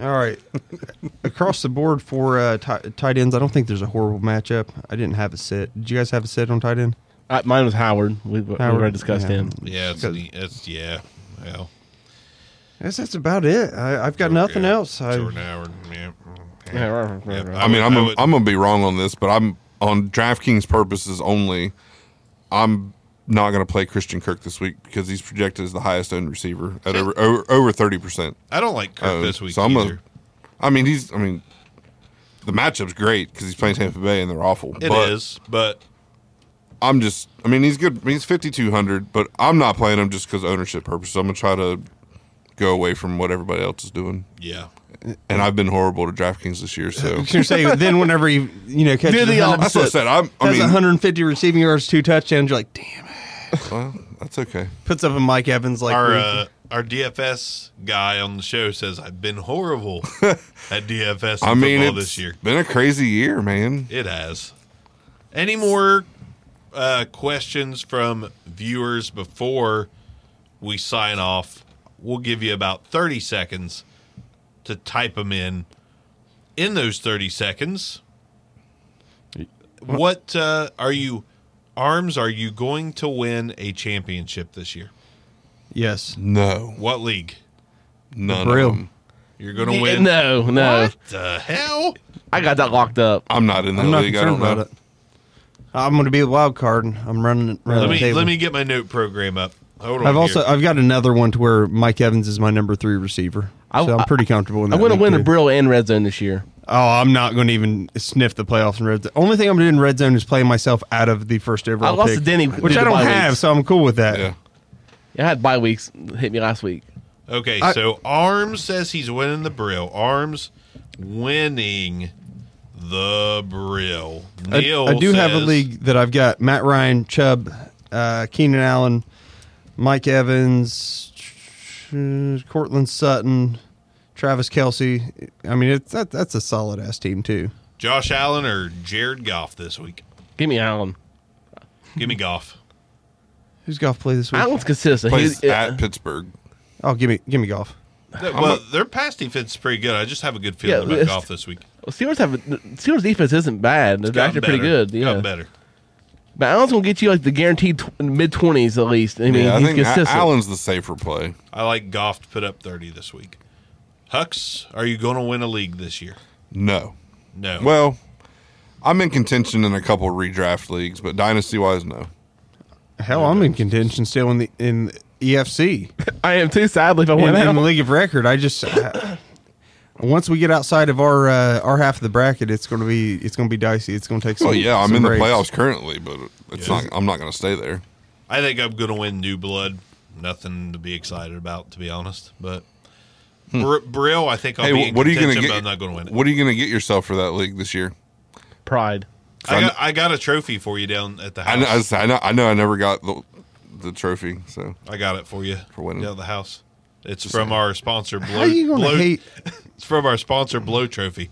Speaker 3: All right, across the board for uh, ti- tight ends, I don't think there's a horrible matchup. I didn't have a set. Did you guys have a set on tight end?
Speaker 5: Uh, mine was Howard. We, we already
Speaker 3: Howard,
Speaker 5: discussed
Speaker 3: yeah.
Speaker 5: him.
Speaker 1: Yeah, it's, an, it's yeah. Well,
Speaker 3: Yes, that's about it. I, I've got nothing
Speaker 1: yeah.
Speaker 3: else. I,
Speaker 1: Jordan Howard. Yeah.
Speaker 5: Yeah, right, right, right,
Speaker 1: Yeah,
Speaker 5: right.
Speaker 4: I mean, I'm
Speaker 1: I
Speaker 4: I am
Speaker 1: would-
Speaker 4: i I'm gonna be wrong on this, but I'm on DraftKings purposes only. I'm not gonna play Christian Kirk this week because he's projected as the highest owned receiver at over over- over thirty percent.
Speaker 1: I don't like Kirk this week
Speaker 4: Oh, I'm
Speaker 1: either.
Speaker 4: A, I mean, he's. I mean, the matchup's great because he's playing Tampa Bay and they're awful.
Speaker 1: It
Speaker 4: but
Speaker 1: is, but
Speaker 4: I'm just. I mean, he's good. He's 5200, but I'm not playing him just because ownership purposes. I'm gonna try to go away from what everybody else is doing.
Speaker 1: yeah.
Speaker 4: And I've been horrible to DraftKings this year, so
Speaker 3: I was gonna say then whenever you you know catches
Speaker 5: Do the
Speaker 3: 100
Speaker 4: that's what I said. I'm. I
Speaker 3: has
Speaker 4: mean,
Speaker 3: 150 receiving yards, two touchdowns, you're like, damn it.
Speaker 4: well, that's okay.
Speaker 3: Puts up a Mike Evans like
Speaker 1: Our
Speaker 3: week.
Speaker 1: uh, our DFS guy on the show says I've been horrible at DFS in
Speaker 4: I mean,
Speaker 1: football
Speaker 4: it's
Speaker 1: this year.
Speaker 4: been a crazy year, man.
Speaker 1: It has. Any more uh, questions from viewers before we sign off? We'll give you about 30 seconds to type them in. In those 30 seconds, what uh, are you, Arms, are you going to win a championship this year?
Speaker 3: yes,
Speaker 4: No,
Speaker 1: What league?
Speaker 4: none
Speaker 3: Real.
Speaker 4: of them.
Speaker 1: You're going to win.
Speaker 5: No, no.
Speaker 1: What the hell?
Speaker 5: I got that locked up.
Speaker 4: I'm not in that
Speaker 3: I'm not
Speaker 4: league. I
Speaker 3: concerned
Speaker 4: don't know.
Speaker 3: about it. I'm going to be a wild card. And I'm running. running
Speaker 1: Let
Speaker 3: the
Speaker 1: me
Speaker 3: table.
Speaker 1: let me get my note program up. Hold on.
Speaker 3: Uh, I've also uh,
Speaker 1: here.
Speaker 3: I've got another one to where Mike Evans is my number three receiver,
Speaker 5: I-
Speaker 3: so
Speaker 5: I-
Speaker 3: I'm pretty comfortable in that.
Speaker 5: I'm going to
Speaker 3: league,
Speaker 5: win
Speaker 3: too.
Speaker 5: the Brill and Red Zone this year.
Speaker 3: Oh, I'm not going to even sniff the playoffs in red. Zone. Only thing I'm doing in red zone is playing myself out of the first overall.
Speaker 5: I lost
Speaker 3: pick,
Speaker 5: to Denny
Speaker 3: which
Speaker 5: due
Speaker 3: I
Speaker 5: to
Speaker 3: don't
Speaker 5: bye
Speaker 3: have,
Speaker 5: weeks.
Speaker 3: so I'm cool with that.
Speaker 4: Yeah.
Speaker 5: I had bye weeks hit me last week.
Speaker 1: Okay,
Speaker 3: I-
Speaker 1: so Arms says he's winning the Brill. Arms winning the Brill.
Speaker 3: I,
Speaker 1: Neil,
Speaker 3: I do have a
Speaker 1: says-
Speaker 3: league that I've got Matt Ryan, Chubb, uh, Keenan Allen, Mike Evans, Cortland Sutton, Travis Kelsey. I mean, it's that, that's a solid ass team too.
Speaker 1: Josh Allen or Jared Goff this week.
Speaker 5: Give me Allen.
Speaker 1: Give me Goff.
Speaker 3: Who's golf play this week?
Speaker 5: Allen's consistent.
Speaker 4: Plays
Speaker 5: He-
Speaker 4: at
Speaker 5: uh,
Speaker 4: Pittsburgh.
Speaker 3: Oh, give me give me golf.
Speaker 1: Th- Well, their pass defense is pretty good. I just have a good
Speaker 5: Yeah,
Speaker 1: feeling about
Speaker 5: it's-
Speaker 1: Goff this week.
Speaker 5: Steelers have a, Steelers defense isn't bad. They're
Speaker 1: Gotten
Speaker 5: actually pretty
Speaker 1: better.
Speaker 5: good. Yeah,
Speaker 1: Gotten better.
Speaker 5: but Allen's gonna get you like the guaranteed tw- mid twenties at least. I mean,
Speaker 4: yeah, I
Speaker 5: he's
Speaker 4: think A-
Speaker 5: consistent.
Speaker 4: Allen's the safer play.
Speaker 1: I like Goff to put up 30 this week. Hux, are you going to win a league this year?
Speaker 4: No.
Speaker 1: No.
Speaker 4: Well, I'm in contention in a couple redraft leagues, but dynasty wise, no.
Speaker 3: Hell, I'm in contention still in the in EFC
Speaker 5: I am too. Sadly, if I
Speaker 3: in,
Speaker 5: went
Speaker 3: in the
Speaker 5: out,
Speaker 3: league of record. I just uh, once we get outside of our uh, our half of the bracket, it's going to be it's going to be dicey. It's going to take. Some,
Speaker 4: Well, yeah, I'm
Speaker 3: some
Speaker 4: in the
Speaker 3: breaks.
Speaker 4: playoffs currently, but it's not. I'm not going to stay there.
Speaker 1: I think I'm going to win New Blood. Nothing to be excited about, to be honest. But Br- Brill, I think I'll
Speaker 4: Hmm. hey,
Speaker 1: be
Speaker 4: wh-
Speaker 1: in
Speaker 4: what are you going to
Speaker 1: contention,
Speaker 4: get?
Speaker 1: but I'm not going to win it.
Speaker 4: What are you going to get yourself for that league this year?
Speaker 5: pride.
Speaker 1: I got, I got a trophy for you down at the
Speaker 4: I know. I,
Speaker 1: house.
Speaker 4: was- I know. I know. I never got the the trophy. So
Speaker 1: I, got it for you
Speaker 4: For winning.
Speaker 1: down at the house. It's from our sponsor. Blow,
Speaker 3: How you going
Speaker 1: Blow-
Speaker 3: to hate?
Speaker 1: It's from our sponsor, Blow Trophy.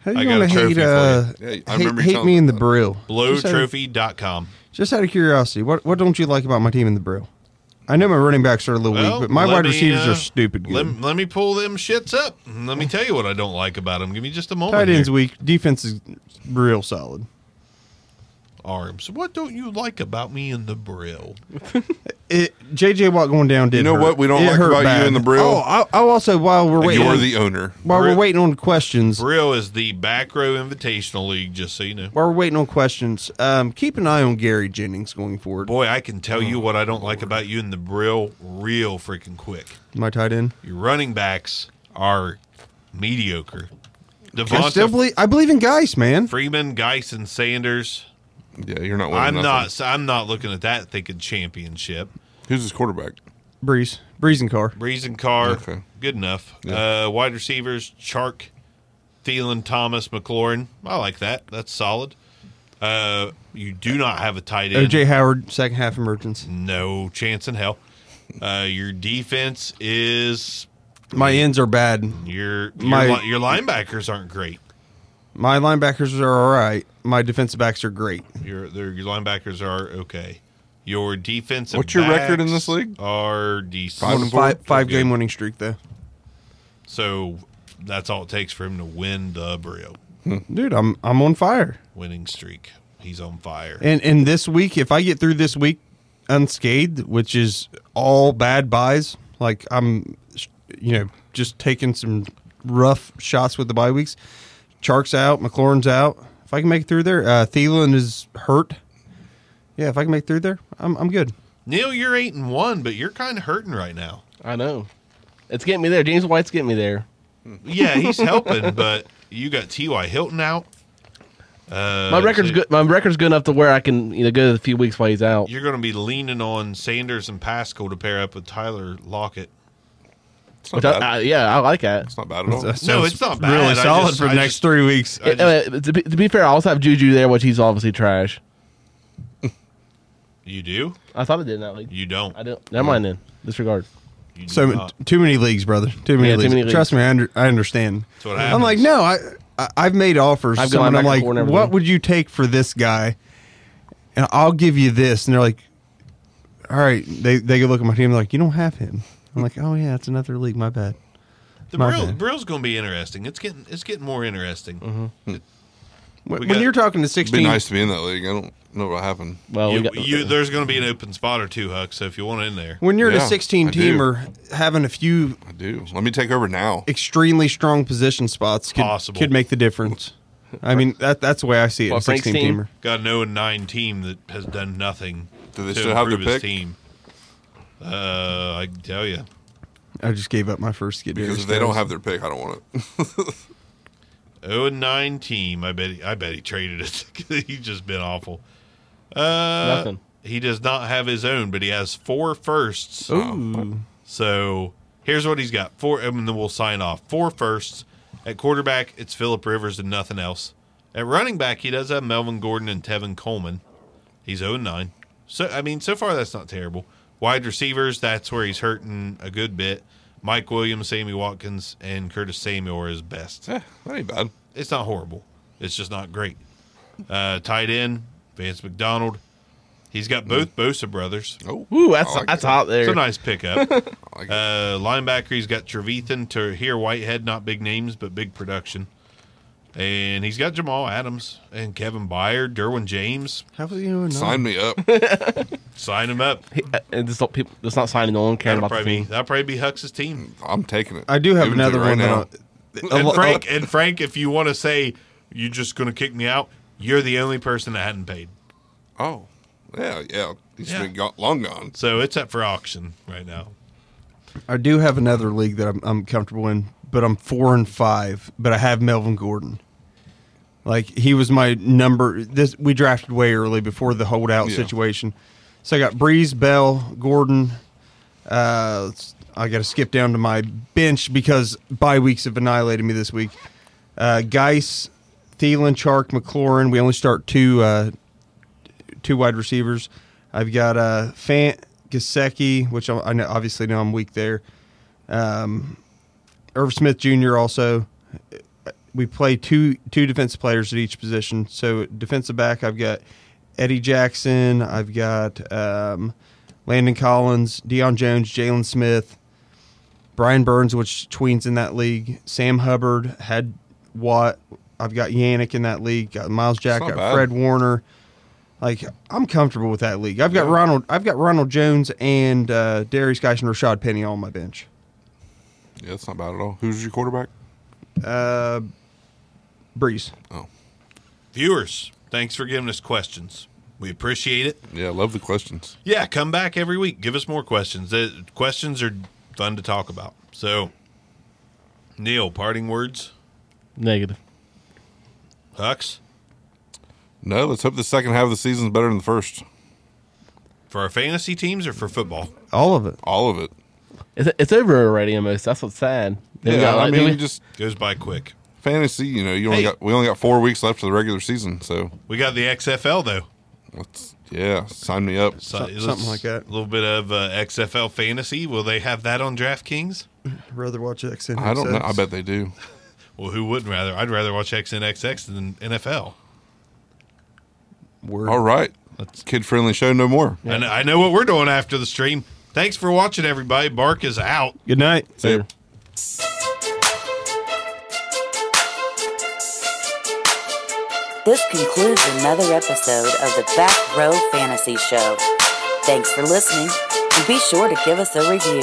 Speaker 3: How you
Speaker 1: I got
Speaker 3: going
Speaker 1: a
Speaker 3: to
Speaker 1: trophy for
Speaker 3: hate? Uh,
Speaker 4: you. Yeah, I
Speaker 3: hate
Speaker 4: remember you
Speaker 3: hate
Speaker 4: telling
Speaker 3: me
Speaker 4: me
Speaker 3: in the
Speaker 4: that.
Speaker 3: Brill. Just out of-
Speaker 1: BlowTrophy.com.
Speaker 3: Just out of curiosity, what what don't you like about my team in the Brill? I know my running backs are a little
Speaker 1: Well,
Speaker 3: weak, but my
Speaker 1: let
Speaker 3: wide
Speaker 1: me,
Speaker 3: receivers
Speaker 1: uh,
Speaker 3: are stupid good.
Speaker 1: Let, let me pull them shits up. and Let me tell you what I don't like about them. Give me just a moment.
Speaker 3: Tight ends
Speaker 1: here.
Speaker 3: weak, defense is real solid.
Speaker 1: Arms, what don't you like about me in the Brill?
Speaker 3: It, JJ Watt going down did.
Speaker 4: You know
Speaker 3: hurt.
Speaker 4: what we don't
Speaker 3: It
Speaker 4: like
Speaker 3: hurt
Speaker 4: about you
Speaker 3: bad.
Speaker 4: in the Brill?
Speaker 3: Oh, I, I also while we're waiting,
Speaker 4: You're the owner.
Speaker 3: while
Speaker 1: Brill-
Speaker 3: we're waiting on questions,
Speaker 1: Brill is the back row invitational league, just so you know.
Speaker 3: while we're waiting on questions, um, keep an eye on Gary Jennings going forward.
Speaker 1: Boy, I can tell
Speaker 3: Oh.
Speaker 1: you what I don't like about you in the Brill real freaking quick.
Speaker 3: My tight end.
Speaker 1: Your running backs are mediocre.
Speaker 3: I still
Speaker 1: Devonta
Speaker 3: believe I believe in Geist, man.
Speaker 1: Freeman, Geis, and Sanders.
Speaker 4: Yeah, you're
Speaker 3: Oh,
Speaker 4: not.
Speaker 1: I'm
Speaker 4: Winning
Speaker 1: not. I'm not looking at that thinking championship.
Speaker 4: Who's his quarterback?
Speaker 3: Breeze, Breeze and Carr.
Speaker 1: Breeze and Carr,
Speaker 4: Okay.
Speaker 1: good enough. Uh, wide receivers, Chark, Thielen, Thomas, McLaurin. I like that. That's solid. Uh, you do not have a tight end.
Speaker 3: OJ Howard, second half emergence.
Speaker 1: No chance in hell. Uh, your defense is
Speaker 3: My ends are bad.
Speaker 1: your your,
Speaker 3: My-
Speaker 1: li- your linebackers aren't great.
Speaker 3: My linebackers are all right. My defensive backs are great.
Speaker 1: Your their, your linebackers are okay. Your defense.
Speaker 4: What's your record in this league?
Speaker 1: Are decent.
Speaker 4: Five and four?
Speaker 3: Five five
Speaker 1: Okay.
Speaker 3: game winning streak though.
Speaker 1: So that's all it takes for him to win the Brio
Speaker 3: Dude, I'm I'm on fire.
Speaker 1: winning streak. He's on fire.
Speaker 3: And and this week, if I get through this week unscathed, which is all bad buys, like I'm, you know, just taking some rough shots with the bye weeks. Chark's out, McLaurin's out. If I can make it through there, uh, Thielen is hurt. Yeah, if I can make it through there, I'm I'm good.
Speaker 1: Neil, you're eight and one, but you're kind of hurting right now.
Speaker 5: I know. It's getting me there. James White's getting me there.
Speaker 1: Yeah, he's helping, but you got T.Y. Hilton out. Uh,
Speaker 5: My record's
Speaker 1: so
Speaker 5: good. My record's good enough to where I can you know go a few weeks while he's out.
Speaker 1: You're going to be leaning on Sanders and Pascal to pair up with Tyler Lockett.
Speaker 4: It's not
Speaker 5: Which I,
Speaker 4: bad.
Speaker 5: I, yeah, I like that.
Speaker 4: it's not bad at all.
Speaker 1: No, it's not bad. I
Speaker 3: Really solid
Speaker 1: just-
Speaker 3: for the
Speaker 1: I
Speaker 3: next
Speaker 1: just-
Speaker 3: three weeks.
Speaker 1: I just-
Speaker 5: Uh, to, be, to be fair, I also have Juju there, which he's obviously trash.
Speaker 1: you do?
Speaker 5: I thought I did in that league.
Speaker 1: You don't.
Speaker 5: I don't. Never mind then. Disregard.
Speaker 1: You do
Speaker 3: So
Speaker 1: not.
Speaker 3: t- too many leagues, brother. Too many,
Speaker 5: Yeah, too
Speaker 3: leagues.
Speaker 5: many
Speaker 3: Trust me, I, under, I understand.
Speaker 1: what
Speaker 3: I'm
Speaker 1: happens.
Speaker 3: like, no, I, I I've made offers.
Speaker 5: I've
Speaker 3: I've someone,
Speaker 5: gone
Speaker 3: I'm
Speaker 5: back and
Speaker 3: like,
Speaker 5: forth and everything.
Speaker 3: what would you take for this guy? And I'll give you this, and they're like, all right. They they go look at my team, like, you don't have him. I'm like, oh yeah, it's another league. My bad.
Speaker 1: the
Speaker 3: my
Speaker 1: Brill,
Speaker 3: bad.
Speaker 1: Brill's going to be interesting. It's getting it's getting more interesting.
Speaker 5: Mm-hmm.
Speaker 3: When,
Speaker 1: We
Speaker 3: when
Speaker 1: got-
Speaker 3: you're talking to
Speaker 4: It'd
Speaker 3: 16,
Speaker 4: be nice to be in that league. I don't know what happened.
Speaker 5: Well, Oh, we
Speaker 1: You,
Speaker 5: got,
Speaker 1: you, there's going to be an open spot or two, Huck. So if you want in there,
Speaker 3: when you're at
Speaker 4: Yeah,
Speaker 3: a 16
Speaker 4: I do.
Speaker 3: teamer, having a few
Speaker 4: I do. Let me take over now.
Speaker 3: extremely strong position spots could,
Speaker 1: Possible.
Speaker 3: could make the difference. I mean, that that's the way I see it.
Speaker 5: Well,
Speaker 3: in
Speaker 5: Frank's
Speaker 3: 16
Speaker 5: team-
Speaker 3: teamer.
Speaker 1: got an 0 9 team that has done nothing.
Speaker 4: Do they
Speaker 1: to
Speaker 4: still have their
Speaker 1: improve his
Speaker 4: pick?
Speaker 1: team. Uh, I can tell you.
Speaker 3: I just gave up my first skid.
Speaker 4: Because if they don't have their pick, I don't want it.
Speaker 1: 0 9 Oh team. I bet. He, I bet he traded it. He's just been awful. Uh,
Speaker 5: Nothing.
Speaker 1: He does not have his own, but he has four firsts.
Speaker 5: Ooh.
Speaker 1: So here's what he's got: four, and then we'll sign off. Four firsts at quarterback. It's Philip Rivers and nothing else. At running back, he does have Melvin Gordon and Tevin Coleman. He's 0 9. So I mean, so far that's not terrible. Wide receivers, that's where he's hurting a good bit. Mike Williams, Sammy Watkins, and Curtis Samuel are his best.
Speaker 4: Eh, that ain't bad.
Speaker 1: It's not horrible. It's just not great. Uh, tight end, Vance McDonald. He's got both Bosa brothers.
Speaker 4: Oh,
Speaker 5: Ooh, that's
Speaker 4: I like
Speaker 5: that's
Speaker 4: it.
Speaker 5: hot there.
Speaker 1: It's a nice pickup.
Speaker 4: I like it.
Speaker 1: Uh, linebacker, he's got Trevithan to here Whitehead, not big names, but big production. And he's got Jamal Adams and Kevin Byard, Derwin James.
Speaker 3: How was he doing?
Speaker 4: Sign me up.
Speaker 1: Sign him up.
Speaker 5: He- uh, and just don't people that's not signing. No one caring
Speaker 1: That'll
Speaker 5: about the
Speaker 1: probably, be,
Speaker 5: team.
Speaker 1: that'll probably be Hux's team.
Speaker 4: I'm taking it.
Speaker 3: I do have
Speaker 4: Giving it to
Speaker 3: another
Speaker 4: you right
Speaker 3: one.
Speaker 4: now.
Speaker 3: that I-
Speaker 1: And
Speaker 3: a-
Speaker 1: Frank, and Frank, if you want to say you're just going to kick me out, you're the only person that hadn't paid.
Speaker 4: Oh, yeah, yeah. He's
Speaker 1: Yeah.
Speaker 4: been go- long gone.
Speaker 1: So it's up for auction right now.
Speaker 3: I do have another league that I'm, I'm comfortable in, but I'm four and five. But I have Melvin Gordon. Like he was my number. This we drafted way early before the holdout
Speaker 4: Yeah.
Speaker 3: situation. So I got Breeze, Bell, Gordon. Uh, let's- I got to skip down to my bench because bye weeks have annihilated me this week. Uh, Geis, Thielen, Chark, McLaurin. We only start two uh, two wide receivers. I've got uh, Fant, Gasecki, which I, I know, obviously know I'm weak there. Um, Irv Smith Jr. also. We play two two defensive players at each position. So defensive back, I've got Eddie Jackson. I've got um, Landon Collins, Deion Jones, Jalen Smith, Brian Burns, which tweens in that league. Sam Hubbard had Watt. I've got Yannick in that league. Got Miles Jack.
Speaker 4: not
Speaker 3: Got
Speaker 4: bad.
Speaker 3: Fred Warner. Like I'm comfortable with that league. I've got Ronald. I've got Ronald Jones and uh, Darius Geis and Rashad Penny on my bench.
Speaker 4: Yeah, that's not bad at all. Who's your quarterback?
Speaker 3: Uh, Breeze.
Speaker 4: Oh,
Speaker 1: Viewers, thanks for giving us questions. We appreciate it.
Speaker 4: yeah. I love the questions.
Speaker 1: Yeah, come back every week. Give us more questions. The questions are fun to talk about. So, Neil, parting words.
Speaker 5: Negative.
Speaker 1: Hux,
Speaker 4: No, let's hope the second half of the season's better than the first.
Speaker 1: for our fantasy teams or for football?
Speaker 3: All of it.
Speaker 4: All of it.
Speaker 5: It's, it's over already almost. That's what's sad. Then we
Speaker 4: Yeah,
Speaker 5: got,
Speaker 4: I
Speaker 5: like, then
Speaker 4: mean,
Speaker 5: we-
Speaker 4: just
Speaker 1: Goes by quick.
Speaker 4: fantasy. You know, you only
Speaker 1: Hey.
Speaker 4: got we only got four weeks left of the regular season, so
Speaker 1: We got the XFL, though.
Speaker 4: let's yeah, sign me up.
Speaker 1: So,
Speaker 3: Some-
Speaker 1: let's-
Speaker 3: something like that.
Speaker 1: A little bit of uh, XFL fantasy. Will they have that on DraftKings?
Speaker 3: I'd rather watch X.
Speaker 4: I don't know. I bet they do.
Speaker 1: Well, who wouldn't rather? I'd rather watch XNXX than NFL.
Speaker 3: Word.
Speaker 4: All right, kid friendly show no more.
Speaker 1: I, know, I know what we're doing after the stream. Thanks for watching, everybody. Bark is out.
Speaker 3: Good night.
Speaker 4: See ya.
Speaker 7: This concludes another episode of the Back Row Fantasy Show. Thanks for listening, and be sure to give us a review.